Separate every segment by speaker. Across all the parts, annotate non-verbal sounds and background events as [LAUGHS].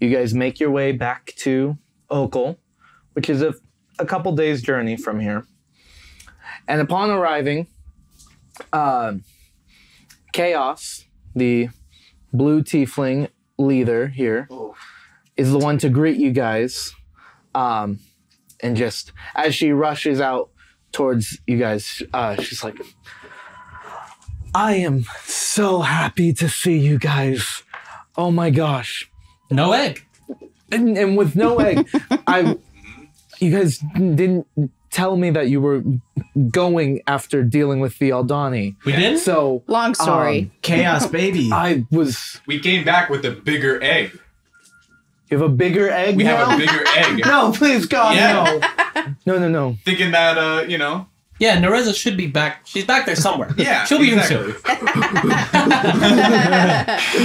Speaker 1: You guys make your way back to Okel, which is a, a couple days' journey from here. And upon arriving, um, Chaos, the blue tiefling leader here, is the one to greet you guys. Um, and just as she rushes out towards you guys, uh, she's like, I am so happy to see you guys. Oh my gosh.
Speaker 2: No egg.
Speaker 1: And, and with no egg, I you guys didn't tell me that you were going after dealing with the Aldani.
Speaker 2: We didn't.
Speaker 1: So
Speaker 3: Long
Speaker 1: um,
Speaker 3: story.
Speaker 4: Chaos, baby.
Speaker 1: I was
Speaker 5: We came back with a bigger egg.
Speaker 1: you have a bigger egg
Speaker 5: We
Speaker 1: now?
Speaker 5: have a bigger [LAUGHS] egg.
Speaker 1: [LAUGHS] no, please God
Speaker 5: Yeah.
Speaker 1: no. No, no, no. [LAUGHS]
Speaker 5: Thinking that, uh, you know.
Speaker 2: Yeah, Nereza should be back. She's back there somewhere.
Speaker 5: [LAUGHS] Yeah.
Speaker 2: she'll be
Speaker 5: exactly.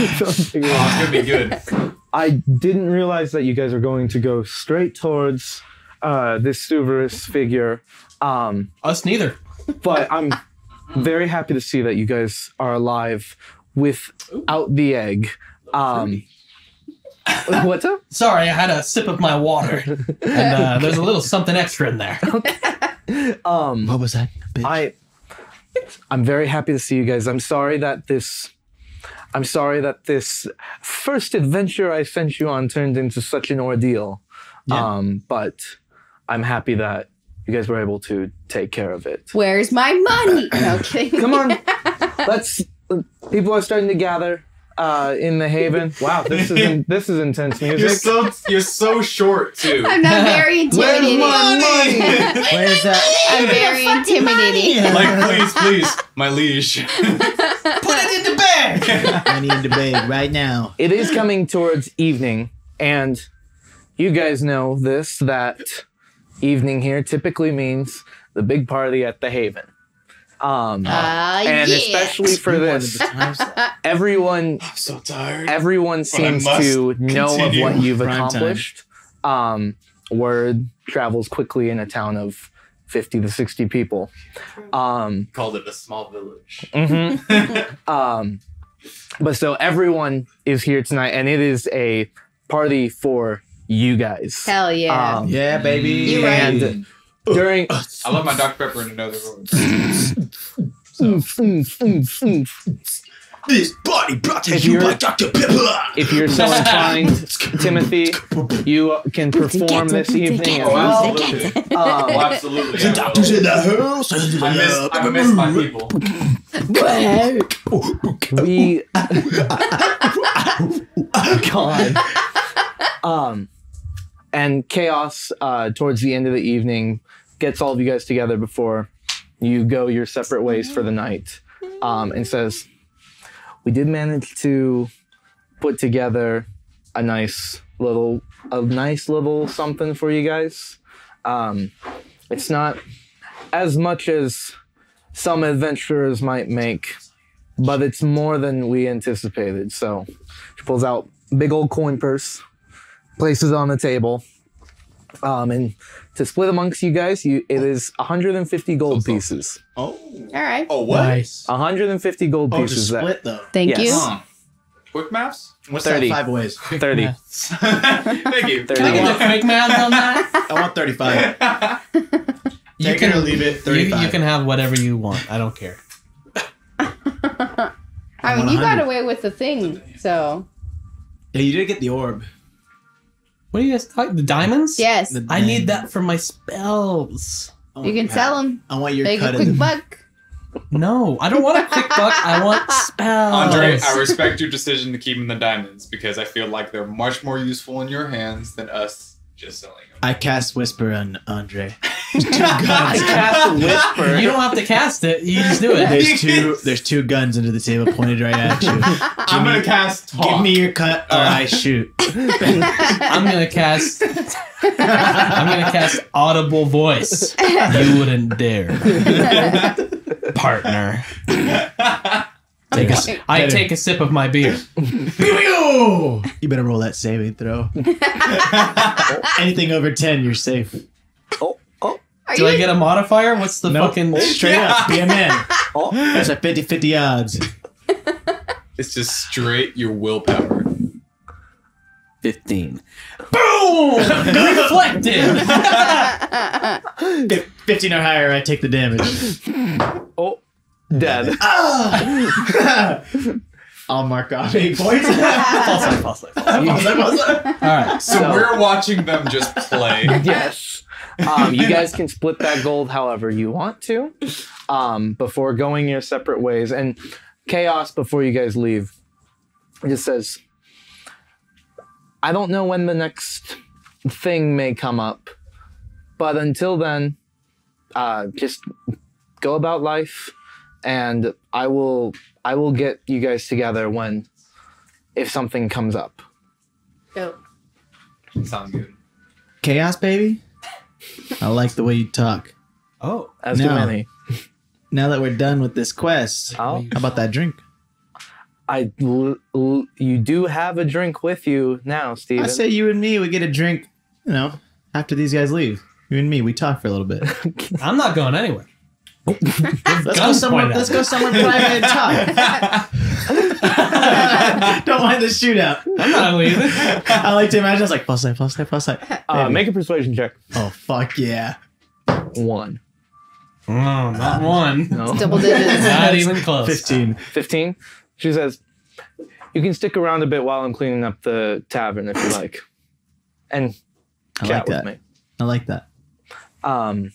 Speaker 2: here soon.
Speaker 1: Don't figure it out.
Speaker 5: Oh, it's gonna be [LAUGHS] good.
Speaker 1: I didn't realize that you guys are going to go straight towards uh, this Suverus figure. Um,
Speaker 2: Us neither.
Speaker 1: but I'm very happy to see that you guys are alive without the egg. Um, [LAUGHS] what's up?
Speaker 2: Sorry, I had a sip of my
Speaker 5: [LAUGHS]
Speaker 2: water, and uh, there's a little something extra in there.
Speaker 1: Um,
Speaker 4: What was that? Bitch?
Speaker 1: I I'm very happy to see you guys. I'm sorry that this I'm sorry that this first adventure I sent you on turned into such an ordeal. Um, but I'm happy that you guys were able to take care of it.
Speaker 3: Where's
Speaker 1: [COUGHS]
Speaker 3: my money? No kidding.
Speaker 1: Come [LAUGHS] on, let's. People are starting to gather uh, in the Haven. [LAUGHS] Wow, this is in, this is [LAUGHS] intense music.
Speaker 5: You're so you're so short [LAUGHS] too.
Speaker 3: I'm not very intimidating.
Speaker 5: Money!
Speaker 3: [LAUGHS]
Speaker 4: Where's that?
Speaker 3: I'm very intimidating.
Speaker 5: like, please, please, my liege.
Speaker 2: Put it in the bag.
Speaker 4: Money in the bag right now.
Speaker 1: it is coming towards evening, and you guys know this that evening here typically means the big party at the Haven. Um,
Speaker 3: Ah,
Speaker 1: and
Speaker 3: yeah.
Speaker 1: especially for this, everyone
Speaker 5: [LAUGHS] I'm so tired.
Speaker 1: everyone seems to
Speaker 5: must
Speaker 1: know of
Speaker 5: continue
Speaker 1: what you've
Speaker 4: prime time.
Speaker 1: accomplished. Um, word travels quickly in a town of fifty to sixty people. Um,
Speaker 5: Called it a small village.
Speaker 1: hmm [LAUGHS] um, but so everyone is here tonight, and it is a party for you guys.
Speaker 3: Hell yeah.
Speaker 1: Um,
Speaker 4: Yeah, uh, baby.
Speaker 3: You right.
Speaker 1: and during
Speaker 5: I love my Dr. Pepper in another room.
Speaker 4: This body brought to
Speaker 1: If you by you're-
Speaker 4: Dr. Pepper.
Speaker 1: if you're so inclined, Timothy, you can perform this evening. as
Speaker 5: [LAUGHS] Oh,
Speaker 1: well.
Speaker 5: absolutely. Oh,
Speaker 1: Um,
Speaker 5: absolutely. I will.
Speaker 4: in the house. I
Speaker 5: I miss, I miss my people.
Speaker 1: [LAUGHS] we God. Um, and chaos uh, towards the end of the evening gets all of you guys together before you go your separate ways for the night, um, and says, "We did manage to put together a nice little, a nice little something for you guys. Um, it's not as much as." Some adventurers might make, but it's more than we anticipated. So she pulls out big old coin purse, places it on the table. Um, and to split amongst you guys, you it is 150 gold pieces.
Speaker 4: Oh.
Speaker 3: All right.
Speaker 5: Oh, what?
Speaker 4: Nice.
Speaker 1: 150 gold
Speaker 4: Oh,
Speaker 1: pieces.
Speaker 4: just
Speaker 1: that-
Speaker 4: split though.
Speaker 3: Thank
Speaker 1: yes.
Speaker 3: you.
Speaker 5: Huh. Quick maps?
Speaker 4: What's
Speaker 1: 30.
Speaker 4: that? Five ways.
Speaker 1: 30.
Speaker 5: Thank you.
Speaker 2: Can I get the quick math on
Speaker 5: [LAUGHS]
Speaker 2: that?
Speaker 4: I want 35.
Speaker 2: You
Speaker 4: Take it or
Speaker 2: can
Speaker 4: leave it.
Speaker 2: you,
Speaker 4: 35.
Speaker 2: you can have whatever you want. I don't care.
Speaker 3: I mean,
Speaker 4: want
Speaker 3: you got
Speaker 4: 100.
Speaker 3: away with the thing. So,
Speaker 4: Yeah, you did get the orb.
Speaker 2: What are you guys talking? The diamonds?
Speaker 3: yes.
Speaker 4: The
Speaker 2: I need
Speaker 4: diamond.
Speaker 2: that for my spells.
Speaker 4: I
Speaker 3: You
Speaker 4: want
Speaker 3: can
Speaker 4: that.
Speaker 3: sell them.
Speaker 4: Oh, I want your
Speaker 3: Make
Speaker 4: cut
Speaker 3: a
Speaker 4: of the
Speaker 3: quick
Speaker 1: [LAUGHS]
Speaker 3: buck. [LAUGHS]
Speaker 2: No, I don't want a quick buck. I want spells.
Speaker 5: Andre,
Speaker 2: [LAUGHS]
Speaker 5: I respect your decision to keep in the diamonds because I feel like they're much more useful in your hands than us just selling them.
Speaker 4: I cast Whisper on Andre. [LAUGHS]
Speaker 1: I cast a whisper.
Speaker 2: you don't have to cast it. You just [LAUGHS] do
Speaker 5: [LAUGHS]
Speaker 2: it.
Speaker 4: There's two. There's two guns under the table pointed right at you.
Speaker 5: I'm gonna cast talk.
Speaker 4: Give me your cut, or I shoot.
Speaker 2: I'm gonna cast. [LAUGHS] I'm gonna cast audible voice. You wouldn't dare, partner. Take a s- I
Speaker 4: Better.
Speaker 2: take a sip of my beer.
Speaker 4: You better roll that saving throw. Anything over ten, you're safe.
Speaker 1: Oh, oh,
Speaker 3: Are
Speaker 2: Do
Speaker 3: you?
Speaker 2: I get a modifier? What's the
Speaker 4: No,
Speaker 2: fucking?
Speaker 4: straight up, be a man.
Speaker 1: oh.
Speaker 4: That's a 50-50 odds.
Speaker 5: It's just straight your willpower.
Speaker 6: 15.
Speaker 2: Boom! Reflected.
Speaker 4: 15 or higher, I take the damage.
Speaker 1: Oh,
Speaker 4: [LAUGHS]
Speaker 1: dead.
Speaker 4: I'll mark off eight [LAUGHS] points.
Speaker 2: false life, false life. All right.
Speaker 5: So
Speaker 1: So-
Speaker 5: we're watching them just play.
Speaker 1: [LAUGHS] yes. Um, you guys can split that gold however you want to um, before going your separate ways. And Chaos, before you guys leave, just says, I don't know when the next thing may come up, but until then, uh, just go about life and I will I will get you guys together when if something comes up.
Speaker 3: Dope.
Speaker 5: Sounds good.
Speaker 4: Chaos, baby. I like the way you talk.
Speaker 2: Oh.
Speaker 1: As too
Speaker 4: No.
Speaker 1: many.
Speaker 4: Now that we're done with this quest, how
Speaker 1: I'll-
Speaker 4: about that drink?
Speaker 1: I l- l- you do have a drink with you now, Steven.
Speaker 4: I say you and me, we get a drink, you know, after these guys leave. You and me, we talk for a little [LAUGHS] bit.
Speaker 2: I'm not going anywhere.
Speaker 4: Let's go
Speaker 2: Guns
Speaker 4: somewhere.
Speaker 2: pointed at
Speaker 4: Let's
Speaker 2: me.
Speaker 4: go somewhere private and [LAUGHS] talk. Don't mind the shootout.
Speaker 2: I'm not leaving.
Speaker 4: I like to imagine. I was like, plus side, plus side, plus side.
Speaker 1: uh, make a persuasion check.
Speaker 4: Oh fuck yeah!
Speaker 1: One.
Speaker 2: Oh, not one.
Speaker 1: No. [LAUGHS]
Speaker 3: Double digits.
Speaker 2: Not even close.
Speaker 4: Fifteen.
Speaker 1: 15. She says, You can stick around a bit while I'm cleaning up the tavern if you like. And
Speaker 4: I
Speaker 1: chat
Speaker 4: like
Speaker 1: with
Speaker 4: that.
Speaker 1: me.
Speaker 4: I like that.
Speaker 1: Um,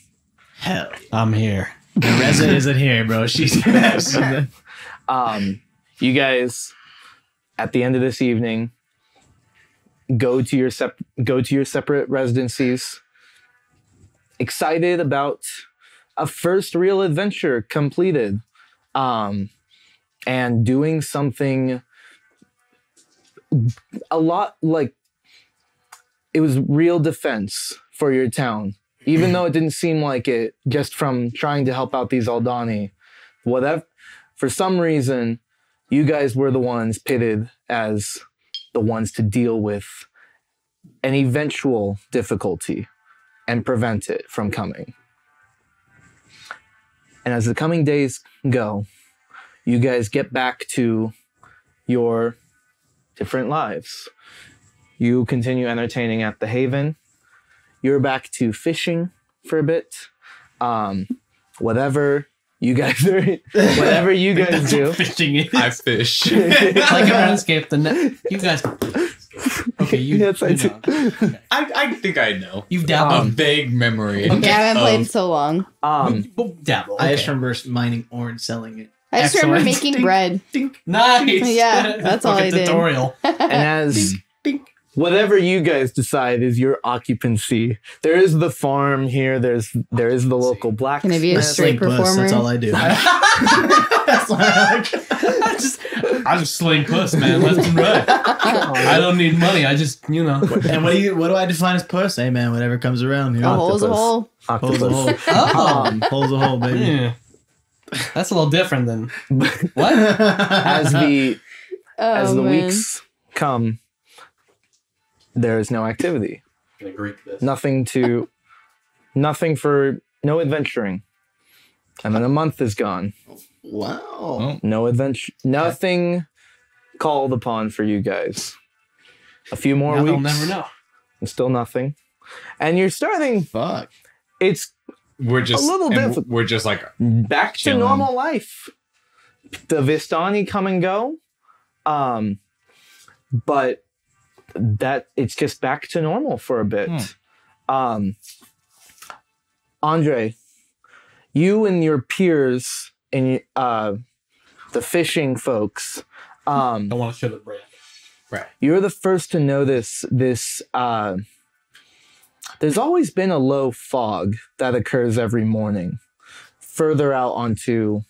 Speaker 4: Hell,
Speaker 2: I'm here.
Speaker 4: [LAUGHS] Reza isn't here, bro. She's.
Speaker 1: um, you guys, at the end of this evening, go to your sep- go to your separate residencies. Excited about a first real adventure completed, um, and doing something a lot like it was real defense for your town, even though it didn't seem like it. Just from trying to help out these Aldani, whatever for some reason, you guys were the ones pitted as the ones to deal with an eventual difficulty and prevent it from coming. And as the coming days go, you guys get back to your different lives. You continue entertaining at the Haven. You're back to fishing for a bit. Um, whatever you guys are, whatever you guys do.
Speaker 2: Fishing
Speaker 5: [LAUGHS]
Speaker 2: it.
Speaker 5: I fish.
Speaker 2: like a RuneScape, the net. You guys.
Speaker 1: [LAUGHS]
Speaker 2: Okay, you.
Speaker 1: Yes, I
Speaker 2: you
Speaker 1: do.
Speaker 2: know.
Speaker 5: I, I think I know.
Speaker 2: You've
Speaker 5: A
Speaker 2: dabbled.
Speaker 5: vague memory.
Speaker 3: Okay, I haven't played in
Speaker 5: of-
Speaker 3: so long.
Speaker 1: Um,
Speaker 2: Oh, dabble.
Speaker 4: I
Speaker 2: Okay.
Speaker 4: just remember mining ore and selling it.
Speaker 3: I just remember
Speaker 2: Excellent.
Speaker 3: making bread.
Speaker 2: nice.
Speaker 3: Yeah, that's all
Speaker 2: like a
Speaker 3: I did.
Speaker 2: tutorial.
Speaker 3: [LAUGHS]
Speaker 1: and as whatever you guys decide is your occupancy, there is the farm here. There's there is the local
Speaker 3: Can I
Speaker 1: blacksmith.
Speaker 3: be a
Speaker 4: Sling
Speaker 3: street
Speaker 4: puss.
Speaker 3: performer?
Speaker 4: That's all I [LAUGHS] do. That's what I like.
Speaker 2: I just, I just sling puss, man, left and right.
Speaker 1: Oh, [LAUGHS]
Speaker 2: I don't need money. I just, you know.
Speaker 4: And what do you? What do I define as puss? Hey man, whatever comes around. You
Speaker 3: a
Speaker 4: know,
Speaker 3: hole's a
Speaker 1: octopus.
Speaker 3: hole.
Speaker 4: holes a hole.
Speaker 1: Octopus.
Speaker 2: Oh,
Speaker 1: Um,
Speaker 4: Holes a hole, baby.
Speaker 2: yeah. That's a little different than what?
Speaker 1: as the
Speaker 3: [LAUGHS] Oh,
Speaker 1: as the
Speaker 3: man.
Speaker 1: weeks come, there is no activity.
Speaker 2: Gonna Greek this.
Speaker 1: Nothing to, nothing for no adventuring. And then a month is gone.
Speaker 4: wow.
Speaker 1: No adventure. Nothing called upon for you guys. A few more
Speaker 2: Now
Speaker 1: weeks.
Speaker 2: they'll never know.
Speaker 1: and still nothing. And you're starting.
Speaker 4: Fuck.
Speaker 1: It's
Speaker 5: We're just
Speaker 1: A little
Speaker 5: and
Speaker 1: diff-
Speaker 5: w- We're just like
Speaker 1: back
Speaker 5: Chilling.
Speaker 1: to normal life. The Vistani come and go, um, but that it's just back to normal for a bit. Um, Andre, you and your peers and uh, the fishing folks. Um,
Speaker 2: Don't want to show the brand.
Speaker 1: you're the first to notice this uh, there's always been a low fog that occurs every morning further out onto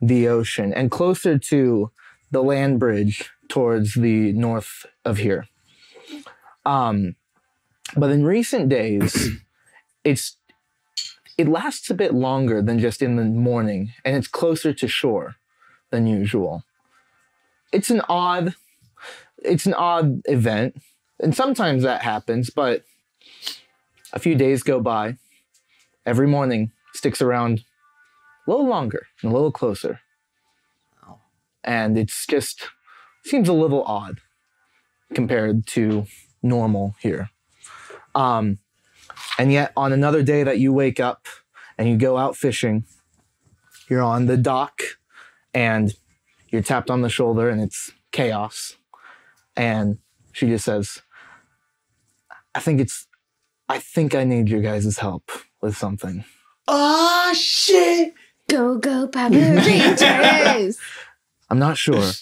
Speaker 1: the ocean and closer to the land bridge towards the north of here um, but in recent days [CLEARS THROAT] it's it lasts a bit longer than just in the morning and it's closer to shore than usual it's an odd it's an odd event and sometimes that happens but a few days go by every morning sticks around a little longer and a little closer and it's just seems a little odd compared to normal here. Um, and yet, on another day that you wake up and you go out fishing, you're on the dock and you're tapped on the shoulder and it's chaos. And she just says, I think it's, I think I need your guys' help with something.
Speaker 4: Oh shit!
Speaker 3: Go, go, [LAUGHS] Power Rangers.
Speaker 1: I'm not sure,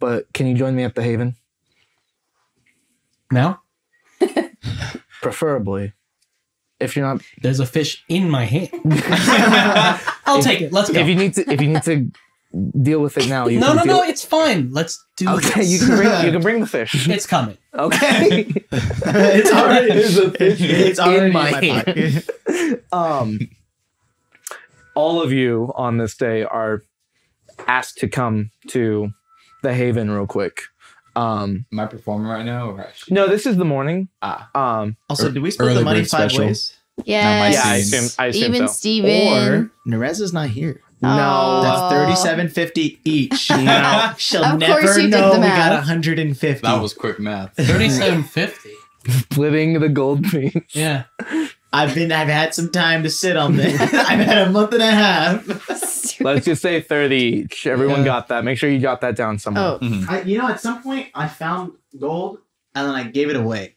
Speaker 1: but can you join me at the Haven?
Speaker 2: Now
Speaker 1: Preferably. If you're not,
Speaker 2: there's a fish in my hand. [LAUGHS] I'll take it. Let's go.
Speaker 1: if you need to, if you need to deal with it now, you
Speaker 2: no,
Speaker 1: can
Speaker 2: no,
Speaker 1: deal-
Speaker 2: no. It's fine. Let's do
Speaker 1: [LAUGHS] Okay,
Speaker 2: this.
Speaker 1: you can bring you can bring the
Speaker 2: [LAUGHS]
Speaker 1: fish.
Speaker 2: It's coming.
Speaker 1: Okay.
Speaker 4: [LAUGHS] it's already
Speaker 1: There's a fish
Speaker 4: it's already in my,
Speaker 1: hand.
Speaker 4: pocket.
Speaker 1: um, all of you on this day are asked to come to the Haven real quick. Um,
Speaker 5: Am I performing right now? Or actually?
Speaker 1: no, this is the morning.
Speaker 5: Ah.
Speaker 1: Um,
Speaker 4: Also,
Speaker 5: Ear-
Speaker 4: did we split
Speaker 5: early
Speaker 4: the money
Speaker 5: bird
Speaker 4: five
Speaker 5: special.
Speaker 4: ways?
Speaker 3: yes.
Speaker 5: Yeah, I assume-
Speaker 1: I
Speaker 3: Even
Speaker 4: Or
Speaker 3: Steven.
Speaker 4: Nereza's not here.
Speaker 1: No.
Speaker 4: That's
Speaker 3: Oh. [LAUGHS]
Speaker 4: thirty-seven fifty [LAUGHS] each.
Speaker 1: No.
Speaker 4: She'll
Speaker 3: Of
Speaker 4: never
Speaker 3: course you did
Speaker 4: know
Speaker 3: the
Speaker 4: we
Speaker 3: math.
Speaker 4: got hundred and fifty.
Speaker 5: That was quick math.
Speaker 2: Thirty-seven fifty.
Speaker 1: Splitting the gold [LAUGHS] beans.
Speaker 2: Yeah.
Speaker 4: I've been. I've had some time to sit on [LAUGHS] this. I've had a month and a half.
Speaker 1: Let's just say 30 each. Everyone
Speaker 2: Yeah.
Speaker 1: got that. Make sure you jot that down somewhere.
Speaker 3: oh.
Speaker 4: I, you know, at some point, I found gold and then I gave it away.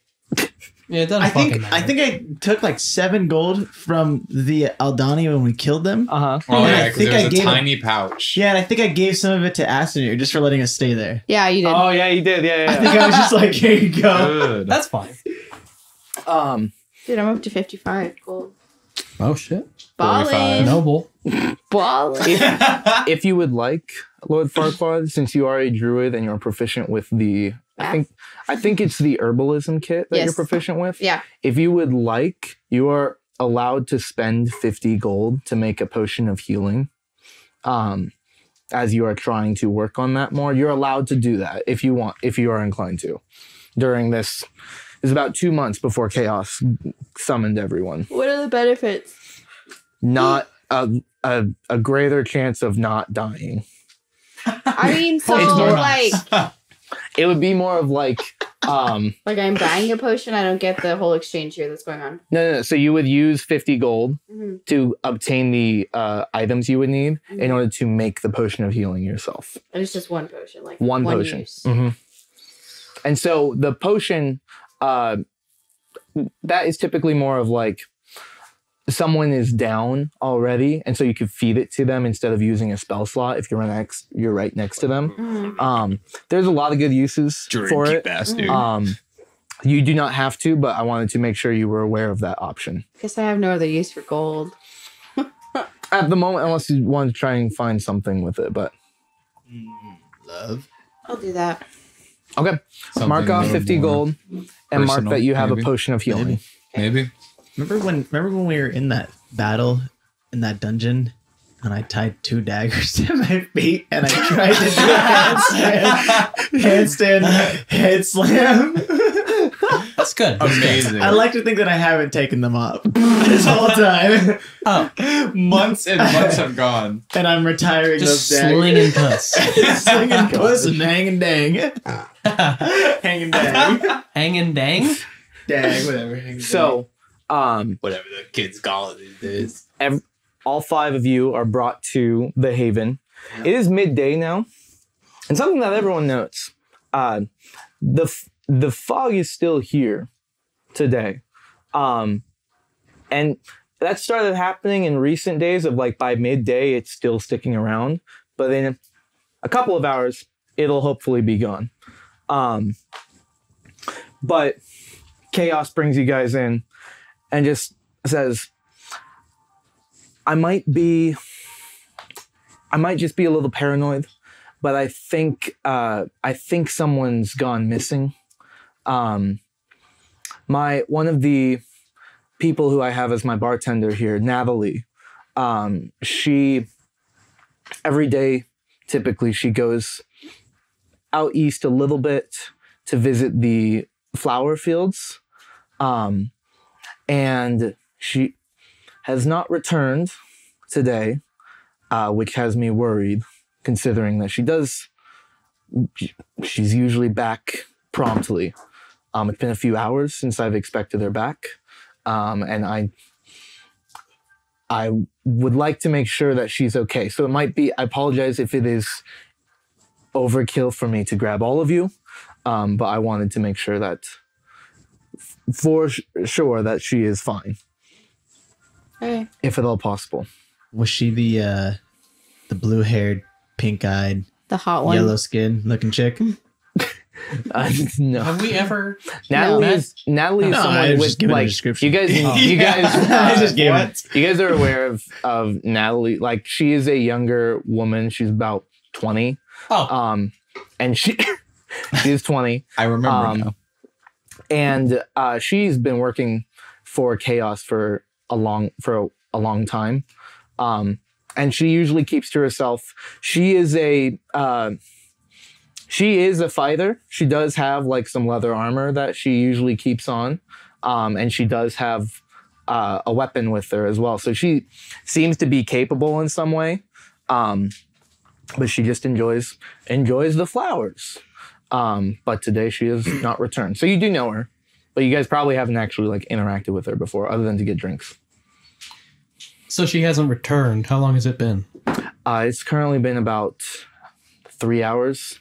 Speaker 2: Yeah. It doesn't
Speaker 4: I
Speaker 2: fucking
Speaker 4: think.
Speaker 2: matter.
Speaker 4: I think I took like seven gold from the Aldani when we killed them.
Speaker 1: Uh huh.
Speaker 5: Oh
Speaker 4: I
Speaker 5: yeah, because
Speaker 4: think I
Speaker 5: there's a
Speaker 4: gave him-
Speaker 5: tiny pouch.
Speaker 4: Yeah, and I think I gave some of it to Astonir just for letting us stay there.
Speaker 3: Yeah, you did.
Speaker 1: Oh, yeah, you did.
Speaker 4: I
Speaker 1: Yeah,
Speaker 4: think
Speaker 1: yeah,
Speaker 4: I was just like, [LAUGHS] here you go.
Speaker 2: [LAUGHS]
Speaker 5: Good.
Speaker 2: that's fine.
Speaker 1: yeah. [LAUGHS] Um,
Speaker 3: Dude, I'm up to 55 gold.
Speaker 2: Oh shit.
Speaker 5: Ballin'.
Speaker 2: [LAUGHS]
Speaker 3: Ballin'.
Speaker 2: Noble.
Speaker 1: [LAUGHS]
Speaker 3: Ballin'.
Speaker 1: if, if you would like, Lord Farquhar, since you are a druid and you're proficient with the, I think, I think it's the herbalism kit that
Speaker 3: Yes.
Speaker 1: you're proficient with.
Speaker 3: Yeah.
Speaker 1: If you would like, you are allowed to spend 50 gold to make a potion of healing. Um, as you are trying to work on that more, you're allowed to do that if you want, if you are inclined to. During this, is about two months before chaos summoned everyone.
Speaker 3: What are the benefits?
Speaker 1: Not a, a, a greater chance of not dying.
Speaker 3: I mean, so
Speaker 1: It's more
Speaker 3: like,
Speaker 1: It would be more of like, um,
Speaker 3: like I'm buying a potion. I don't get the whole exchange here that's going on.
Speaker 1: no, no, no. So you would use 50 gold
Speaker 3: Mhm.
Speaker 1: to obtain the uh, items you would need in
Speaker 3: Mhm.
Speaker 1: order to make the potion of healing yourself.
Speaker 3: And it's just one potion, like
Speaker 1: One potion.
Speaker 3: use.
Speaker 5: Mm-hmm.
Speaker 1: Mhm. And so the potion, uh, that is typically more of like someone is down already, and so you could feed it to them instead of using a spell slot if you're next, you're right next to them.
Speaker 3: Mhm.
Speaker 1: Um, there's a lot of good uses for
Speaker 5: Drinky
Speaker 1: it.
Speaker 5: bastard.
Speaker 1: Um, you do not have to, but I wanted to make sure you were aware of that option
Speaker 3: Guess I have no other use for gold.
Speaker 1: at the moment, unless you want to try and find something with it. But
Speaker 4: Love.
Speaker 3: I'll do that.
Speaker 1: okay,
Speaker 5: Something
Speaker 1: mark
Speaker 5: a
Speaker 1: off
Speaker 5: little
Speaker 1: 50
Speaker 5: more
Speaker 1: gold and mark
Speaker 5: personal,
Speaker 1: that you have
Speaker 5: maybe.
Speaker 1: a potion of healing.
Speaker 4: Maybe.
Speaker 5: Maybe.
Speaker 4: Remember when? Remember when we were in that battle in that dungeon, and I tied two daggers [LAUGHS] to my feet, and I tried to do a
Speaker 2: [LAUGHS]
Speaker 4: handstand, handstand, head slam.
Speaker 2: That's good. That's good.
Speaker 5: Amazing.
Speaker 4: I like to think that I haven't taken them up [LAUGHS] this whole time,
Speaker 2: Oh,
Speaker 5: [LAUGHS] months
Speaker 3: [LAUGHS]
Speaker 5: and months have gone.
Speaker 4: [LAUGHS] and I'm retiring
Speaker 2: just
Speaker 4: those daggers.
Speaker 2: slinging [LAUGHS] puss,
Speaker 4: slinging [LAUGHS] puss and
Speaker 2: [LAUGHS]
Speaker 4: hanging dang, hanging [LAUGHS] dang,
Speaker 2: hanging dang.
Speaker 4: dang, whatever. hanging
Speaker 1: So, um,
Speaker 5: Whatever the kids call it these days.
Speaker 1: ev- all five of you are brought to the Haven. It is midday now, and something that everyone notes: uh, the f- the fog is still here today, um, and that started happening in recent days. Of like by midday, it's still sticking around, but in a couple of hours, it'll hopefully be gone. Um, but chaos brings you guys in, and just says I might be, I might just be a little paranoid, but I think uh, I think someone's gone missing. Um, my one of the people who I have as my bartender here, Natalie. Um, she every day, typically, she goes out east a little bit to visit the flower fields, um, and she has not returned today, uh, which has me worried, considering that she does. She's usually back promptly. Um, it's been a few hours since I've expected her back, um, and I I would like to make sure that she's okay. So it might be. I apologize if it is overkill for me to grab all of you, um, but I wanted to make sure that f- for sh- sure that she is fine,
Speaker 3: Hey.
Speaker 1: if at all possible. [LAUGHS]
Speaker 4: Was she the uh the blue haired, pink eyed,
Speaker 3: The hot one. [LAUGHS]
Speaker 4: yellow skin looking chick? [LAUGHS]
Speaker 1: Uh, no,
Speaker 2: Have we ever?
Speaker 1: Natalie is Natalie is
Speaker 4: No, I
Speaker 1: someone
Speaker 4: was
Speaker 1: with
Speaker 4: just giving a
Speaker 1: like
Speaker 4: description.
Speaker 1: you
Speaker 4: [LAUGHS]
Speaker 1: guys.
Speaker 4: Oh.
Speaker 1: You guys.
Speaker 4: I
Speaker 1: uh,
Speaker 4: just gave
Speaker 1: what? [LAUGHS]
Speaker 4: it.
Speaker 1: You guys are aware of of Natalie. Like she is a younger woman. She's about twenty.
Speaker 2: Oh,
Speaker 1: Um, and she [LAUGHS] she's twenty.
Speaker 5: I remember
Speaker 1: Um,
Speaker 5: now.
Speaker 1: and uh, she's been working for Chaos for a long for a, a long time, um, and she usually keeps to herself. She is a uh, she is a fighter. She does have like some leather armor that she usually keeps on, um, and she does have uh, a weapon with her as well. So she seems to be capable in some way, um, but she just enjoys enjoys the flowers. Um, but today she has not returned. So you do know her, but you guys probably haven't actually like interacted with her before, other than to get drinks.
Speaker 2: so she hasn't returned. How long has it been?
Speaker 1: Uh, it's currently been about three hours.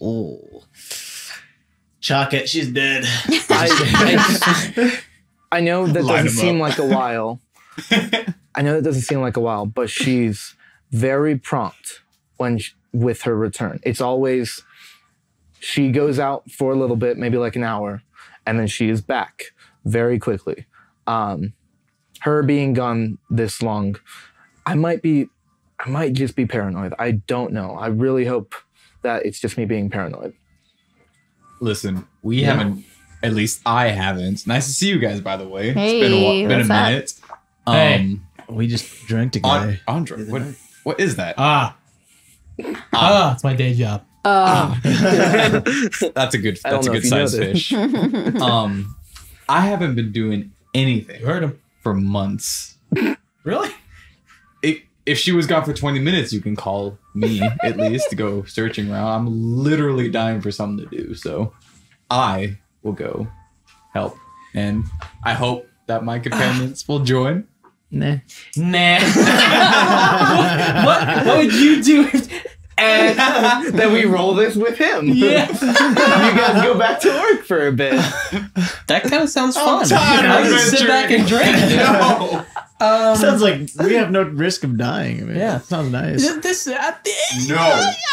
Speaker 4: Oh. Chalk it, she's
Speaker 2: [LAUGHS]
Speaker 4: dead.
Speaker 1: I, I, I know that
Speaker 5: Line 'em
Speaker 1: doesn't seem
Speaker 5: up.
Speaker 1: like a while.
Speaker 5: [LAUGHS]
Speaker 1: I know that doesn't seem like a while, but she's very prompt when sh with her return. It's always she goes out for a little bit, maybe like an hour, and then she is back very quickly. Um, her being gone this long, I might be, I might just be paranoid. I don't know. I really hope that it's just me being paranoid.
Speaker 5: Listen, we
Speaker 1: Yeah.
Speaker 5: haven't. At least I haven't. Nice to see you guys, by the way. it's been a,
Speaker 3: Hey,
Speaker 5: wa- been a
Speaker 3: what's up?
Speaker 5: minute.
Speaker 2: Hey.
Speaker 5: Um,
Speaker 4: we just drank
Speaker 5: An-
Speaker 4: together.
Speaker 5: Andre, what, what is that? Um,
Speaker 2: Ah, ah, it's my day job.
Speaker 5: [LAUGHS]
Speaker 3: Uh,
Speaker 5: That's a good.
Speaker 1: I don't
Speaker 5: That's a
Speaker 1: know
Speaker 5: good
Speaker 1: if you know
Speaker 5: size
Speaker 1: this.
Speaker 3: [LAUGHS]
Speaker 5: fish. um, I haven't been doing
Speaker 2: You
Speaker 5: anything
Speaker 2: heard him.
Speaker 5: for months.
Speaker 2: [LAUGHS] Really?
Speaker 5: If if she was gone for twenty minutes, you can call me at least to go searching around. I'm literally dying for something to do, so I will go help, and I hope that my companions will [LAUGHS] join.
Speaker 4: nah. [LAUGHS]
Speaker 2: Nah. what, what? What would you do? If,
Speaker 1: And then we roll this with him. [LAUGHS] you guys go back to work for a bit.
Speaker 2: that kind of sounds fun.
Speaker 5: tired of
Speaker 2: I can sit
Speaker 5: adventuring.
Speaker 2: back and drink.
Speaker 5: [LAUGHS]
Speaker 2: [LAUGHS]
Speaker 5: No,
Speaker 2: Um,
Speaker 4: Sounds like we have no risk of dying. I mean,
Speaker 2: Yeah.
Speaker 4: sounds nice.
Speaker 2: th- this. I think-
Speaker 5: no.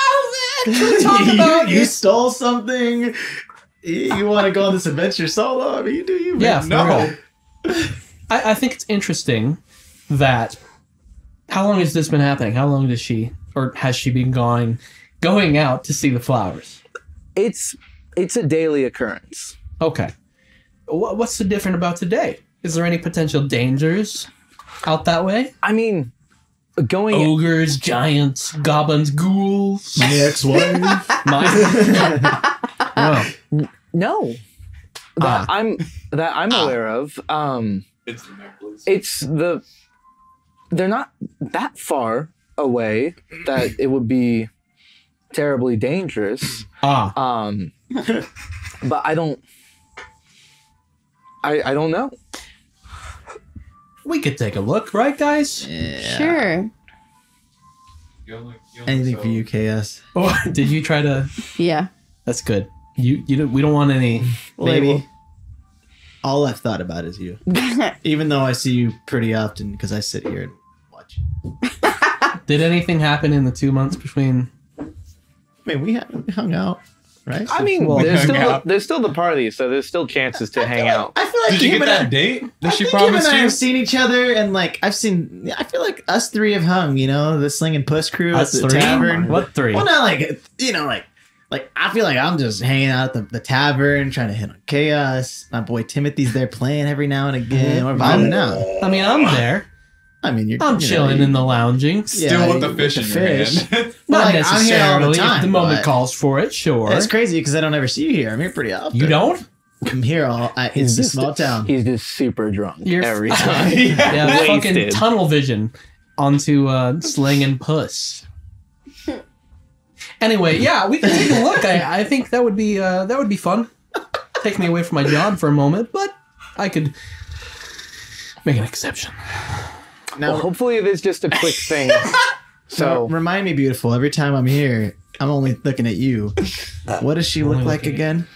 Speaker 2: Oh, man, [LAUGHS] talk about
Speaker 4: [LAUGHS] you, you
Speaker 2: this.
Speaker 4: stole something. You, want to go on this adventure solo? I mean, you do you. man.
Speaker 2: Yeah, for
Speaker 5: No.
Speaker 2: real. I, I think it's interesting that how long has this been happening? How long does she or has she been going going out to see the flowers?
Speaker 1: It's it's a daily occurrence.
Speaker 2: Okay. Wha what's so different about today? Is there any potential dangers out that way?
Speaker 1: I mean, going
Speaker 4: Oh.
Speaker 2: Ogres, giants, goblins, ghouls.
Speaker 4: My ex-wife.
Speaker 2: [LAUGHS] My-
Speaker 4: [LAUGHS]
Speaker 2: wow.
Speaker 1: no that
Speaker 2: Ah.
Speaker 1: I'm that I'm
Speaker 4: Ah.
Speaker 1: aware of. Um,
Speaker 5: It's the necklace.
Speaker 1: it's the they're not that far away
Speaker 5: [LAUGHS]
Speaker 1: that it would be terribly dangerous.
Speaker 2: Ah,
Speaker 1: Um, but I don't. I, I don't know.
Speaker 2: we could take a look, right, guys?
Speaker 4: yeah.
Speaker 3: Sure.
Speaker 5: You only- you only
Speaker 4: Anything
Speaker 5: sell-
Speaker 4: for you, KS.
Speaker 2: Or [LAUGHS] did you try to?
Speaker 3: Yeah.
Speaker 2: That's good. You, you. Don't, we don't want any.
Speaker 4: Maybe. All I've thought about is you. Even though I see you pretty often because I sit here and watch. you.
Speaker 2: Did anything happen in the two months between?
Speaker 4: I mean, we, ha- we hung out, right?
Speaker 1: I mean,
Speaker 2: Well,
Speaker 1: there's
Speaker 5: hang
Speaker 1: still
Speaker 5: out.
Speaker 1: there's still the party, so there's still chances to hang out.
Speaker 4: I feel like
Speaker 5: Did you
Speaker 4: him
Speaker 5: get
Speaker 4: and I-
Speaker 5: that date
Speaker 4: I
Speaker 5: that she
Speaker 4: think him and
Speaker 5: promised
Speaker 4: I
Speaker 5: you?
Speaker 4: have seen each other, and like I've seen. I feel like us three have hung. You know, the Sling and Puss crew
Speaker 2: Us
Speaker 4: at the
Speaker 2: three?
Speaker 4: tavern.
Speaker 2: What three?
Speaker 4: Well, not like you know, like like I feel like I'm just hanging out at the, the tavern, trying to hit on chaos. My boy Timothy's there playing every now and again. We're vibing out.
Speaker 2: I mean, I'm there.
Speaker 4: I mean, you're
Speaker 2: Mm-hmm. I'm
Speaker 4: you know,
Speaker 2: chilling
Speaker 4: you-
Speaker 2: in the lounging.
Speaker 5: Still
Speaker 4: Yeah,
Speaker 5: with the
Speaker 4: with
Speaker 5: fish
Speaker 4: the
Speaker 5: in
Speaker 4: fish.
Speaker 5: your [LAUGHS] hand.
Speaker 4: Well,
Speaker 2: Not
Speaker 4: like, I'm here all
Speaker 2: necessarily.
Speaker 4: the
Speaker 2: if
Speaker 4: time,
Speaker 2: the moment
Speaker 4: but-
Speaker 2: calls for it, sure.
Speaker 4: That's crazy because I don't ever see you here. I'm here pretty often.
Speaker 2: You don't?
Speaker 4: I'm here all. I, it's a small town.
Speaker 1: He's just super drunk
Speaker 2: You're-
Speaker 4: [LAUGHS]
Speaker 1: every time.
Speaker 2: Yeah, fucking
Speaker 1: Wasted.
Speaker 2: tunnel vision onto uh, Sling and Puss. Anyway, yeah, we can take a look. I, I think that would be uh, that would be fun. take me away from my job for a moment, but I could make an exception.
Speaker 4: Now,
Speaker 1: Well, hopefully it is just a quick
Speaker 4: [LAUGHS]
Speaker 1: thing.
Speaker 4: so
Speaker 1: So
Speaker 4: remind me, beautiful. Every time I'm here, I'm only looking
Speaker 2: [LAUGHS]
Speaker 4: at you. What does she look
Speaker 2: only
Speaker 4: like
Speaker 2: looking at
Speaker 4: again?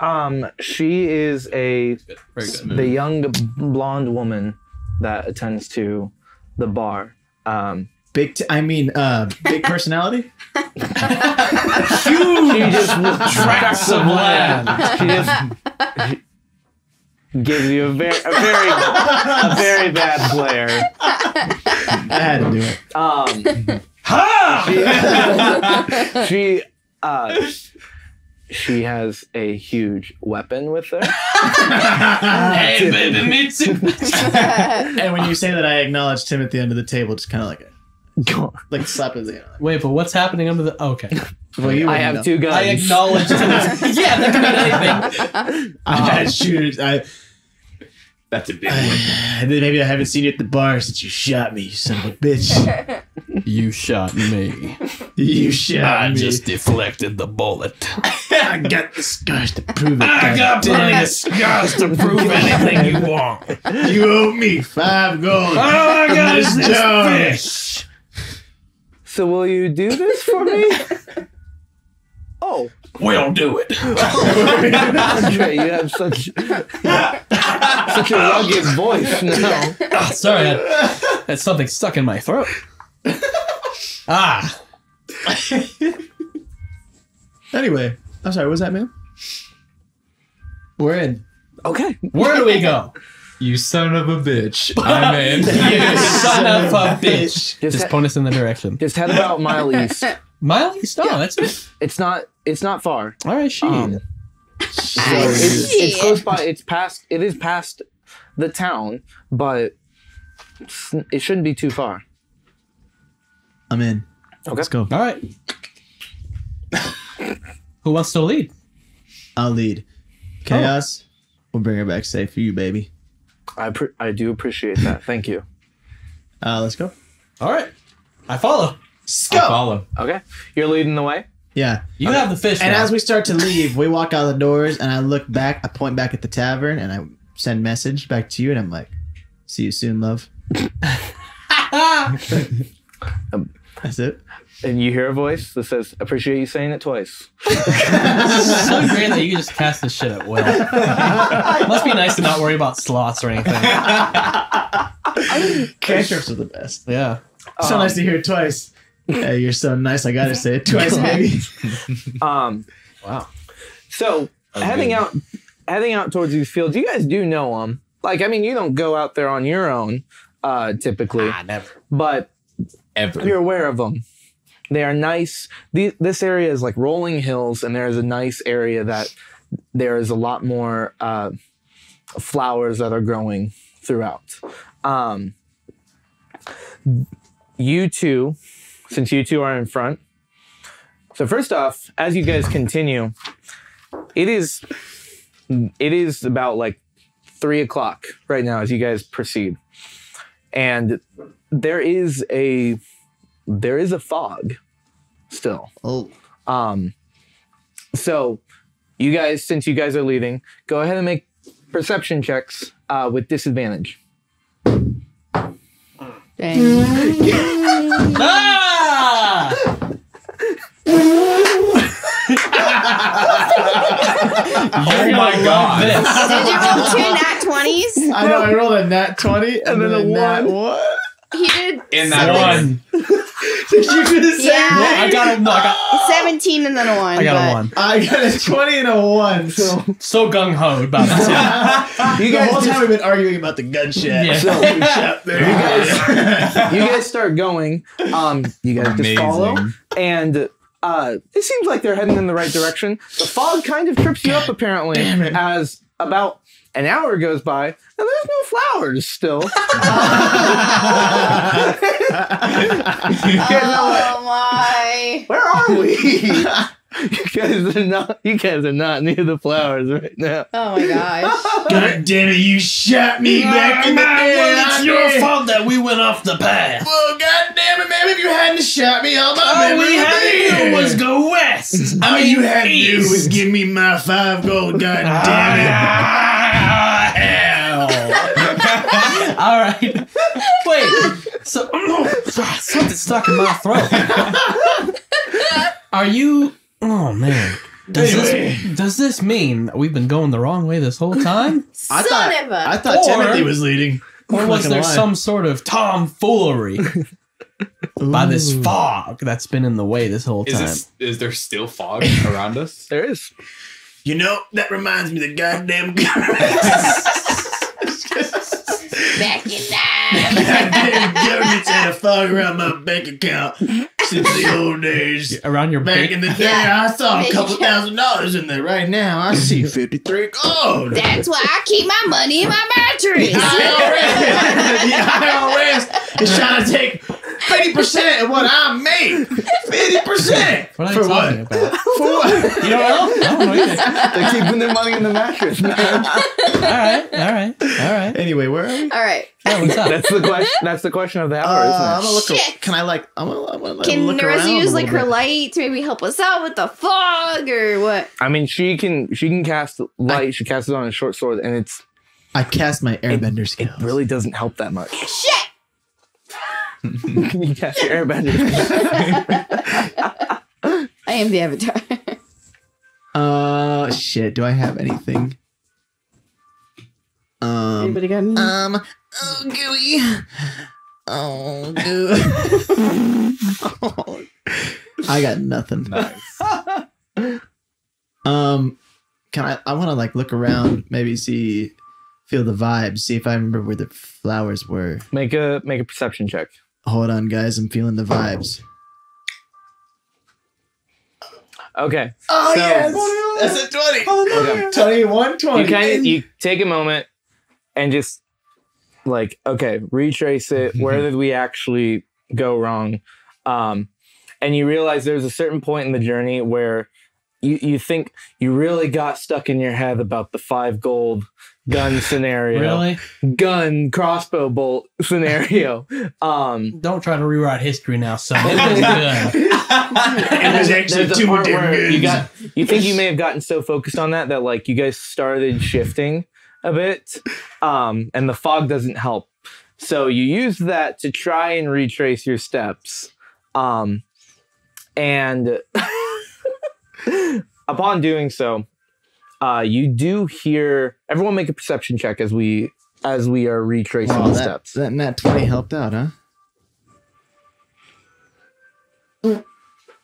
Speaker 1: um, she is a
Speaker 5: Very
Speaker 1: the young blonde woman that attends to the bar. Um,
Speaker 4: Big. T- I mean, uh,
Speaker 2: [LAUGHS]
Speaker 4: big personality.
Speaker 1: she just
Speaker 2: Tracks of land.
Speaker 1: she just gives you a very a very a very bad glare.
Speaker 4: I had to
Speaker 2: [LAUGHS]
Speaker 4: do it.
Speaker 1: Um, she, she, uh, she has a huge weapon with
Speaker 2: [LAUGHS]
Speaker 1: her.
Speaker 2: Hey, baby, me too.
Speaker 3: [LAUGHS]
Speaker 4: And when you say that, I acknowledge Tim at the end of the table, just kind of like a, like slap his hand.
Speaker 2: Wait, but what's happening under the? Okay,
Speaker 4: Well, you
Speaker 1: I
Speaker 4: wouldn't
Speaker 1: have
Speaker 4: know.
Speaker 1: two guns.
Speaker 2: I acknowledge. to this- yeah, that could mean anything.
Speaker 4: I shoot. I, [SIGHS]
Speaker 5: That's a big
Speaker 4: I maybe I haven't seen you at the bar since you shot me, you son of a bitch.
Speaker 2: [LAUGHS] You shot me.
Speaker 4: You shot me.
Speaker 2: deflected the bullet.
Speaker 4: [LAUGHS] I got the scars to prove it.
Speaker 2: I got
Speaker 5: [LAUGHS]
Speaker 2: plenty of scars to prove anything you want.
Speaker 4: You owe me five gold.
Speaker 2: I got
Speaker 4: is this
Speaker 2: fish.
Speaker 1: So will you do this for me? [LAUGHS] oh,
Speaker 2: We'll do
Speaker 1: [LAUGHS]
Speaker 2: it.
Speaker 1: Andre, you have such such a rugged voice now.
Speaker 2: Sorry, that, that's something stuck in my throat. Ah,
Speaker 4: Anyway, I'm sorry. What was that, man? We're in.
Speaker 1: Okay.
Speaker 2: where do we go?
Speaker 5: You son of a bitch. I'm
Speaker 2: You
Speaker 5: in.
Speaker 2: son of a bitch.
Speaker 1: Just
Speaker 2: Just
Speaker 1: ha-
Speaker 2: point us in the direction.
Speaker 1: Just head about a mile east.
Speaker 2: Miley Stone, that's it.
Speaker 1: It's not. It's not far.
Speaker 2: All right, she.
Speaker 1: Um, So it's, it's close by. It's past. It is past the town, but it's- it shouldn't be too far.
Speaker 4: I'm in.
Speaker 1: Okay.
Speaker 4: Let's go.
Speaker 2: All right. Who wants to lead?
Speaker 4: I'll lead. Chaos. We'll bring her back safe for you, baby.
Speaker 1: I pre- I do appreciate that. Thank you.
Speaker 4: Uh, let's go.
Speaker 2: All right, I follow.
Speaker 5: I follow.
Speaker 1: Okay, you're leading the way.
Speaker 4: Yeah.
Speaker 2: You have the fish.
Speaker 4: And
Speaker 2: now.
Speaker 4: as we start to leave, we walk out the doors, and I look back. I point back at the tavern, and I send message back to you, and I'm like, "See you soon, love." [LAUGHS]
Speaker 2: Ah!
Speaker 4: That's it.
Speaker 1: And you hear a voice that says, "Appreciate you saying it twice."
Speaker 2: It's so great that you can just cast this shit at
Speaker 4: [LAUGHS]
Speaker 2: will. Must be nice to not worry about slots or anything.
Speaker 4: Cantrips are the best.
Speaker 2: Yeah.
Speaker 4: So
Speaker 1: Um,
Speaker 4: nice to hear it twice. Hey, you're so nice. I gotta say it twice, baby.
Speaker 1: Um.
Speaker 2: Wow.
Speaker 1: So heading
Speaker 5: good.
Speaker 1: out, heading out towards these fields, you guys do know them. Like, I mean, you don't go out there on your own, uh, typically,
Speaker 2: never.
Speaker 1: but you're
Speaker 5: Ever.
Speaker 1: aware of them. They are nice. The, this area is like rolling hills, and there is a nice area that there is a lot more uh, flowers that are growing throughout. Um, you two, since you two are in front. So first off, as you guys continue, it is it is about like three o'clock right now as you guys proceed, and there is a there is a fog still.
Speaker 4: Oh,
Speaker 1: Um, so you guys, since you guys are leaving, go ahead and make perception checks uh, with disadvantage.
Speaker 3: Dang.
Speaker 2: Ah!
Speaker 5: Oh my god.
Speaker 2: This.
Speaker 3: Did you roll two
Speaker 4: [LAUGHS]
Speaker 3: nat 20s?
Speaker 4: I know. I rolled a nat twenty, and, then, a nat
Speaker 1: one.
Speaker 4: What?
Speaker 3: He did
Speaker 5: In that
Speaker 2: One.
Speaker 5: one.
Speaker 4: [LAUGHS] Did you gonna say?
Speaker 3: Yeah.
Speaker 4: what?
Speaker 2: I got a, no, I got,
Speaker 3: 17 and then a 1.
Speaker 2: I got
Speaker 3: but
Speaker 2: a one.
Speaker 4: I got a twenty and a one. [LAUGHS] So
Speaker 2: So [LAUGHS] gung ho about
Speaker 4: [LAUGHS]
Speaker 2: this. Yeah.
Speaker 1: You
Speaker 4: the
Speaker 1: guys,
Speaker 4: whole
Speaker 1: just-
Speaker 4: time we've been arguing about [LAUGHS] the gunshot.
Speaker 2: Yeah.
Speaker 4: So we shot there.
Speaker 1: you guys start going. Um, you guys just
Speaker 5: Amazing.
Speaker 1: follow, and uh, it seems like they're heading in the right direction. The fog kind of trips you up, apparently, as about an hour goes by, and there's no flowers still. [LAUGHS]
Speaker 3: Oh my. Oh
Speaker 1: Where are we? You guys are not. You guys are not near the flowers right now.
Speaker 3: Oh my gosh.
Speaker 4: God damn it, you shot me back in the air.
Speaker 2: it's your fault that we went off the path.
Speaker 4: Well, God damn it, man. If you hadn't shot me, all my
Speaker 2: All we
Speaker 4: memory
Speaker 2: had to do
Speaker 4: there.
Speaker 2: was go
Speaker 4: [LAUGHS]
Speaker 2: west.
Speaker 4: All
Speaker 2: I mean,
Speaker 4: you had to do was
Speaker 2: east.
Speaker 4: give me my five gold. God damn it.
Speaker 2: Ah, hell. [LAUGHS] All right. Wait. So [CLEARS THROAT] something's stuck in my throat. Are you? Oh man. Does this does this mean that we've been going the wrong way this whole time,
Speaker 3: Son
Speaker 4: I thought,
Speaker 3: of a.
Speaker 4: I thought
Speaker 2: Or-
Speaker 4: Timothy was leading.
Speaker 2: or was there some sort of tomfoolery by this
Speaker 4: Ooh.
Speaker 2: fog that's been in the way this whole
Speaker 5: Is
Speaker 2: time?
Speaker 5: this, is there still fog around us?
Speaker 1: There is.
Speaker 4: You know, that reminds me of
Speaker 2: [LAUGHS]
Speaker 4: the goddamn government. [LAUGHS]
Speaker 3: Back in
Speaker 4: goddamn government's had a fog around my bank account since the old days.
Speaker 2: Around your
Speaker 4: Back
Speaker 2: ba-
Speaker 4: in the day,
Speaker 3: Yeah.
Speaker 4: I saw a
Speaker 3: Bank
Speaker 4: couple
Speaker 3: account.
Speaker 4: thousand dollars in there. Right now,
Speaker 2: [LAUGHS]
Speaker 4: I see 53
Speaker 3: time.
Speaker 4: gold.
Speaker 3: That's why I keep my money in my
Speaker 4: [LAUGHS]
Speaker 3: [LAUGHS]
Speaker 4: The [LAUGHS] IRS, the IRS is trying to take 50% of what I made. 50%.
Speaker 2: What are
Speaker 4: For
Speaker 2: you talking about?
Speaker 4: [LAUGHS] For what?
Speaker 2: You don't know? I don't know either.
Speaker 1: They're keeping their money in the mattress. Man.
Speaker 2: All right. All right. All right.
Speaker 4: Anyway, where are we?
Speaker 3: All right.
Speaker 2: Yeah, what's up?
Speaker 1: That's the question. That's the question of the hour,
Speaker 4: Uh, I'm
Speaker 1: isn't
Speaker 4: gonna look.
Speaker 3: Shit.
Speaker 4: Can I like? I'm gonna, I'm gonna like,
Speaker 3: Can
Speaker 4: look
Speaker 3: Nerissa
Speaker 4: around a
Speaker 3: use like
Speaker 4: little
Speaker 3: her
Speaker 4: bit.
Speaker 3: light to maybe help us out with the fog or what?
Speaker 1: it? I mean, she can. She can cast light. she casts it on a short sword, and it's
Speaker 4: I cast my airbender
Speaker 1: it
Speaker 4: skills.
Speaker 1: really doesn't help that much.
Speaker 3: Shit!
Speaker 1: Can [LAUGHS] you cast your airbender?
Speaker 3: I am the avatar.
Speaker 4: Uh, shit. Do I have anything? Um.
Speaker 3: Anybody got me?
Speaker 4: Um. Oh, gooey. Oh, goo. Oh, [LAUGHS] I got nothing.
Speaker 5: Nice.
Speaker 4: [LAUGHS] Um, can I? I want to like look around, maybe see, feel the vibes, see if I remember where the flowers were.
Speaker 1: make a make a perception check.
Speaker 4: Hold on, guys. I'm feeling the vibes.
Speaker 1: Okay.
Speaker 4: Oh
Speaker 1: So-
Speaker 4: yes, that's a twenty.
Speaker 2: Oh,
Speaker 1: Okay.
Speaker 4: Twenty-one,
Speaker 1: you
Speaker 4: twenty.
Speaker 1: kind of you take a moment and just like okay retrace it where did we actually go wrong um and you realize there's a certain point in the journey where you, you think you really got stuck in your head about the five gold gun scenario
Speaker 2: Really?
Speaker 1: gun crossbow bolt scenario um
Speaker 2: Don't try to rewrite history now,
Speaker 6: [LAUGHS]
Speaker 2: son. It was [LAUGHS] good.
Speaker 4: It was actually
Speaker 1: [LAUGHS] There's a
Speaker 4: two
Speaker 1: part
Speaker 4: damn
Speaker 1: where
Speaker 4: goods.
Speaker 1: you got you think you may
Speaker 4: [LAUGHS]
Speaker 1: have gotten so focused on that that like you guys started shifting a bit um and the fog doesn't help so you use that to try and retrace your steps um and [LAUGHS] upon doing so uh you do hear everyone make a perception check as we as we are retracing
Speaker 4: Wow,
Speaker 1: the
Speaker 4: Oh, that,
Speaker 1: steps
Speaker 4: that nat twenty helped out, huh?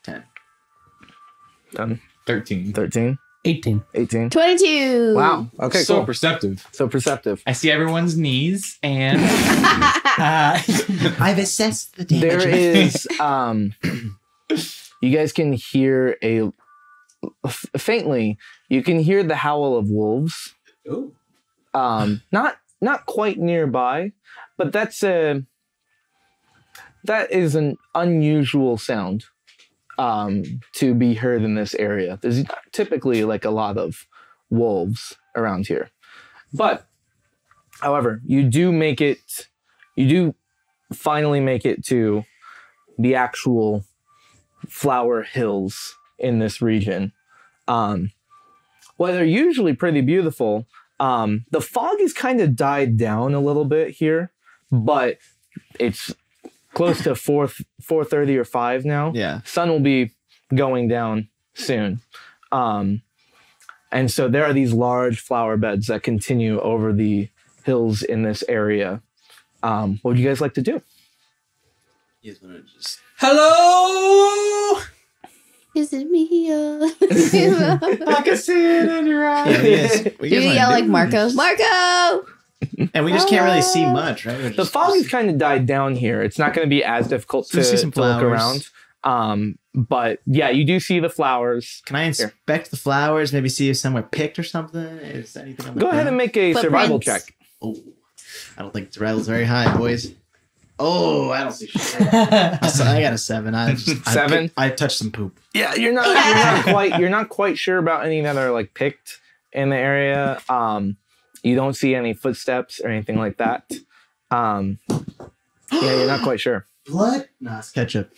Speaker 4: Ten.
Speaker 1: Done.
Speaker 5: 13.
Speaker 1: 13
Speaker 2: [LAUGHS] 18.
Speaker 1: 18
Speaker 3: 22.
Speaker 1: wow okay
Speaker 5: so
Speaker 1: cool
Speaker 5: perceptive.
Speaker 1: so perceptive
Speaker 5: I see everyone's knees and
Speaker 2: Uh,
Speaker 4: I've assessed the
Speaker 1: there is [LAUGHS] um you guys can hear a f- faintly you can hear the howl of wolves um not not quite nearby but that's a that is an unusual sound um to be heard in this area there's not typically like a lot of wolves around here but however you do make it you do finally make it to the actual flower hills in this region. Um, while they're usually pretty beautiful, um, the fog has kind of died down a little bit here, but it's close to four four thirty or five now
Speaker 4: Yeah.
Speaker 1: sun will be going down soon. Um, and so there are these large flower beds that continue over the hills in this area. Um, what would you guys like to do?
Speaker 2: hello.
Speaker 3: Is it me?
Speaker 4: [LAUGHS]
Speaker 3: uh, Do
Speaker 4: I can see it in your eyes. Yeah, we just- we
Speaker 3: you
Speaker 4: just wanna
Speaker 3: yell like
Speaker 4: do-
Speaker 3: Marco?
Speaker 4: [LAUGHS]
Speaker 3: Marco!
Speaker 4: And we just can't really see much, right? We're
Speaker 1: The
Speaker 4: just-
Speaker 1: fog has kind of died down here. It's not going to be as difficult
Speaker 4: So
Speaker 1: to,
Speaker 4: see some
Speaker 1: to look
Speaker 4: flowers.
Speaker 1: around. Um, but yeah, you do see the flowers.
Speaker 4: Can I inspect the flowers? Maybe see if somewhere picked or something. Is there anything? on the
Speaker 1: Go ahead and
Speaker 4: ground?
Speaker 1: make a survival
Speaker 3: Footprints.
Speaker 1: check.
Speaker 4: Oh, I don't think the rattle's very high, boys. Oh, I don't see shit.
Speaker 2: yeah,
Speaker 4: So I got a seven. I just,
Speaker 1: [LAUGHS]
Speaker 4: I-
Speaker 1: Seven?
Speaker 4: I, touched some poop.
Speaker 1: Yeah, you're not you're not quite you're not quite sure about any that are like picked in the area. Um, you don't see any footsteps or anything like that. Um, yeah, you're not quite sure.
Speaker 4: Blood? Nah, it's ketchup.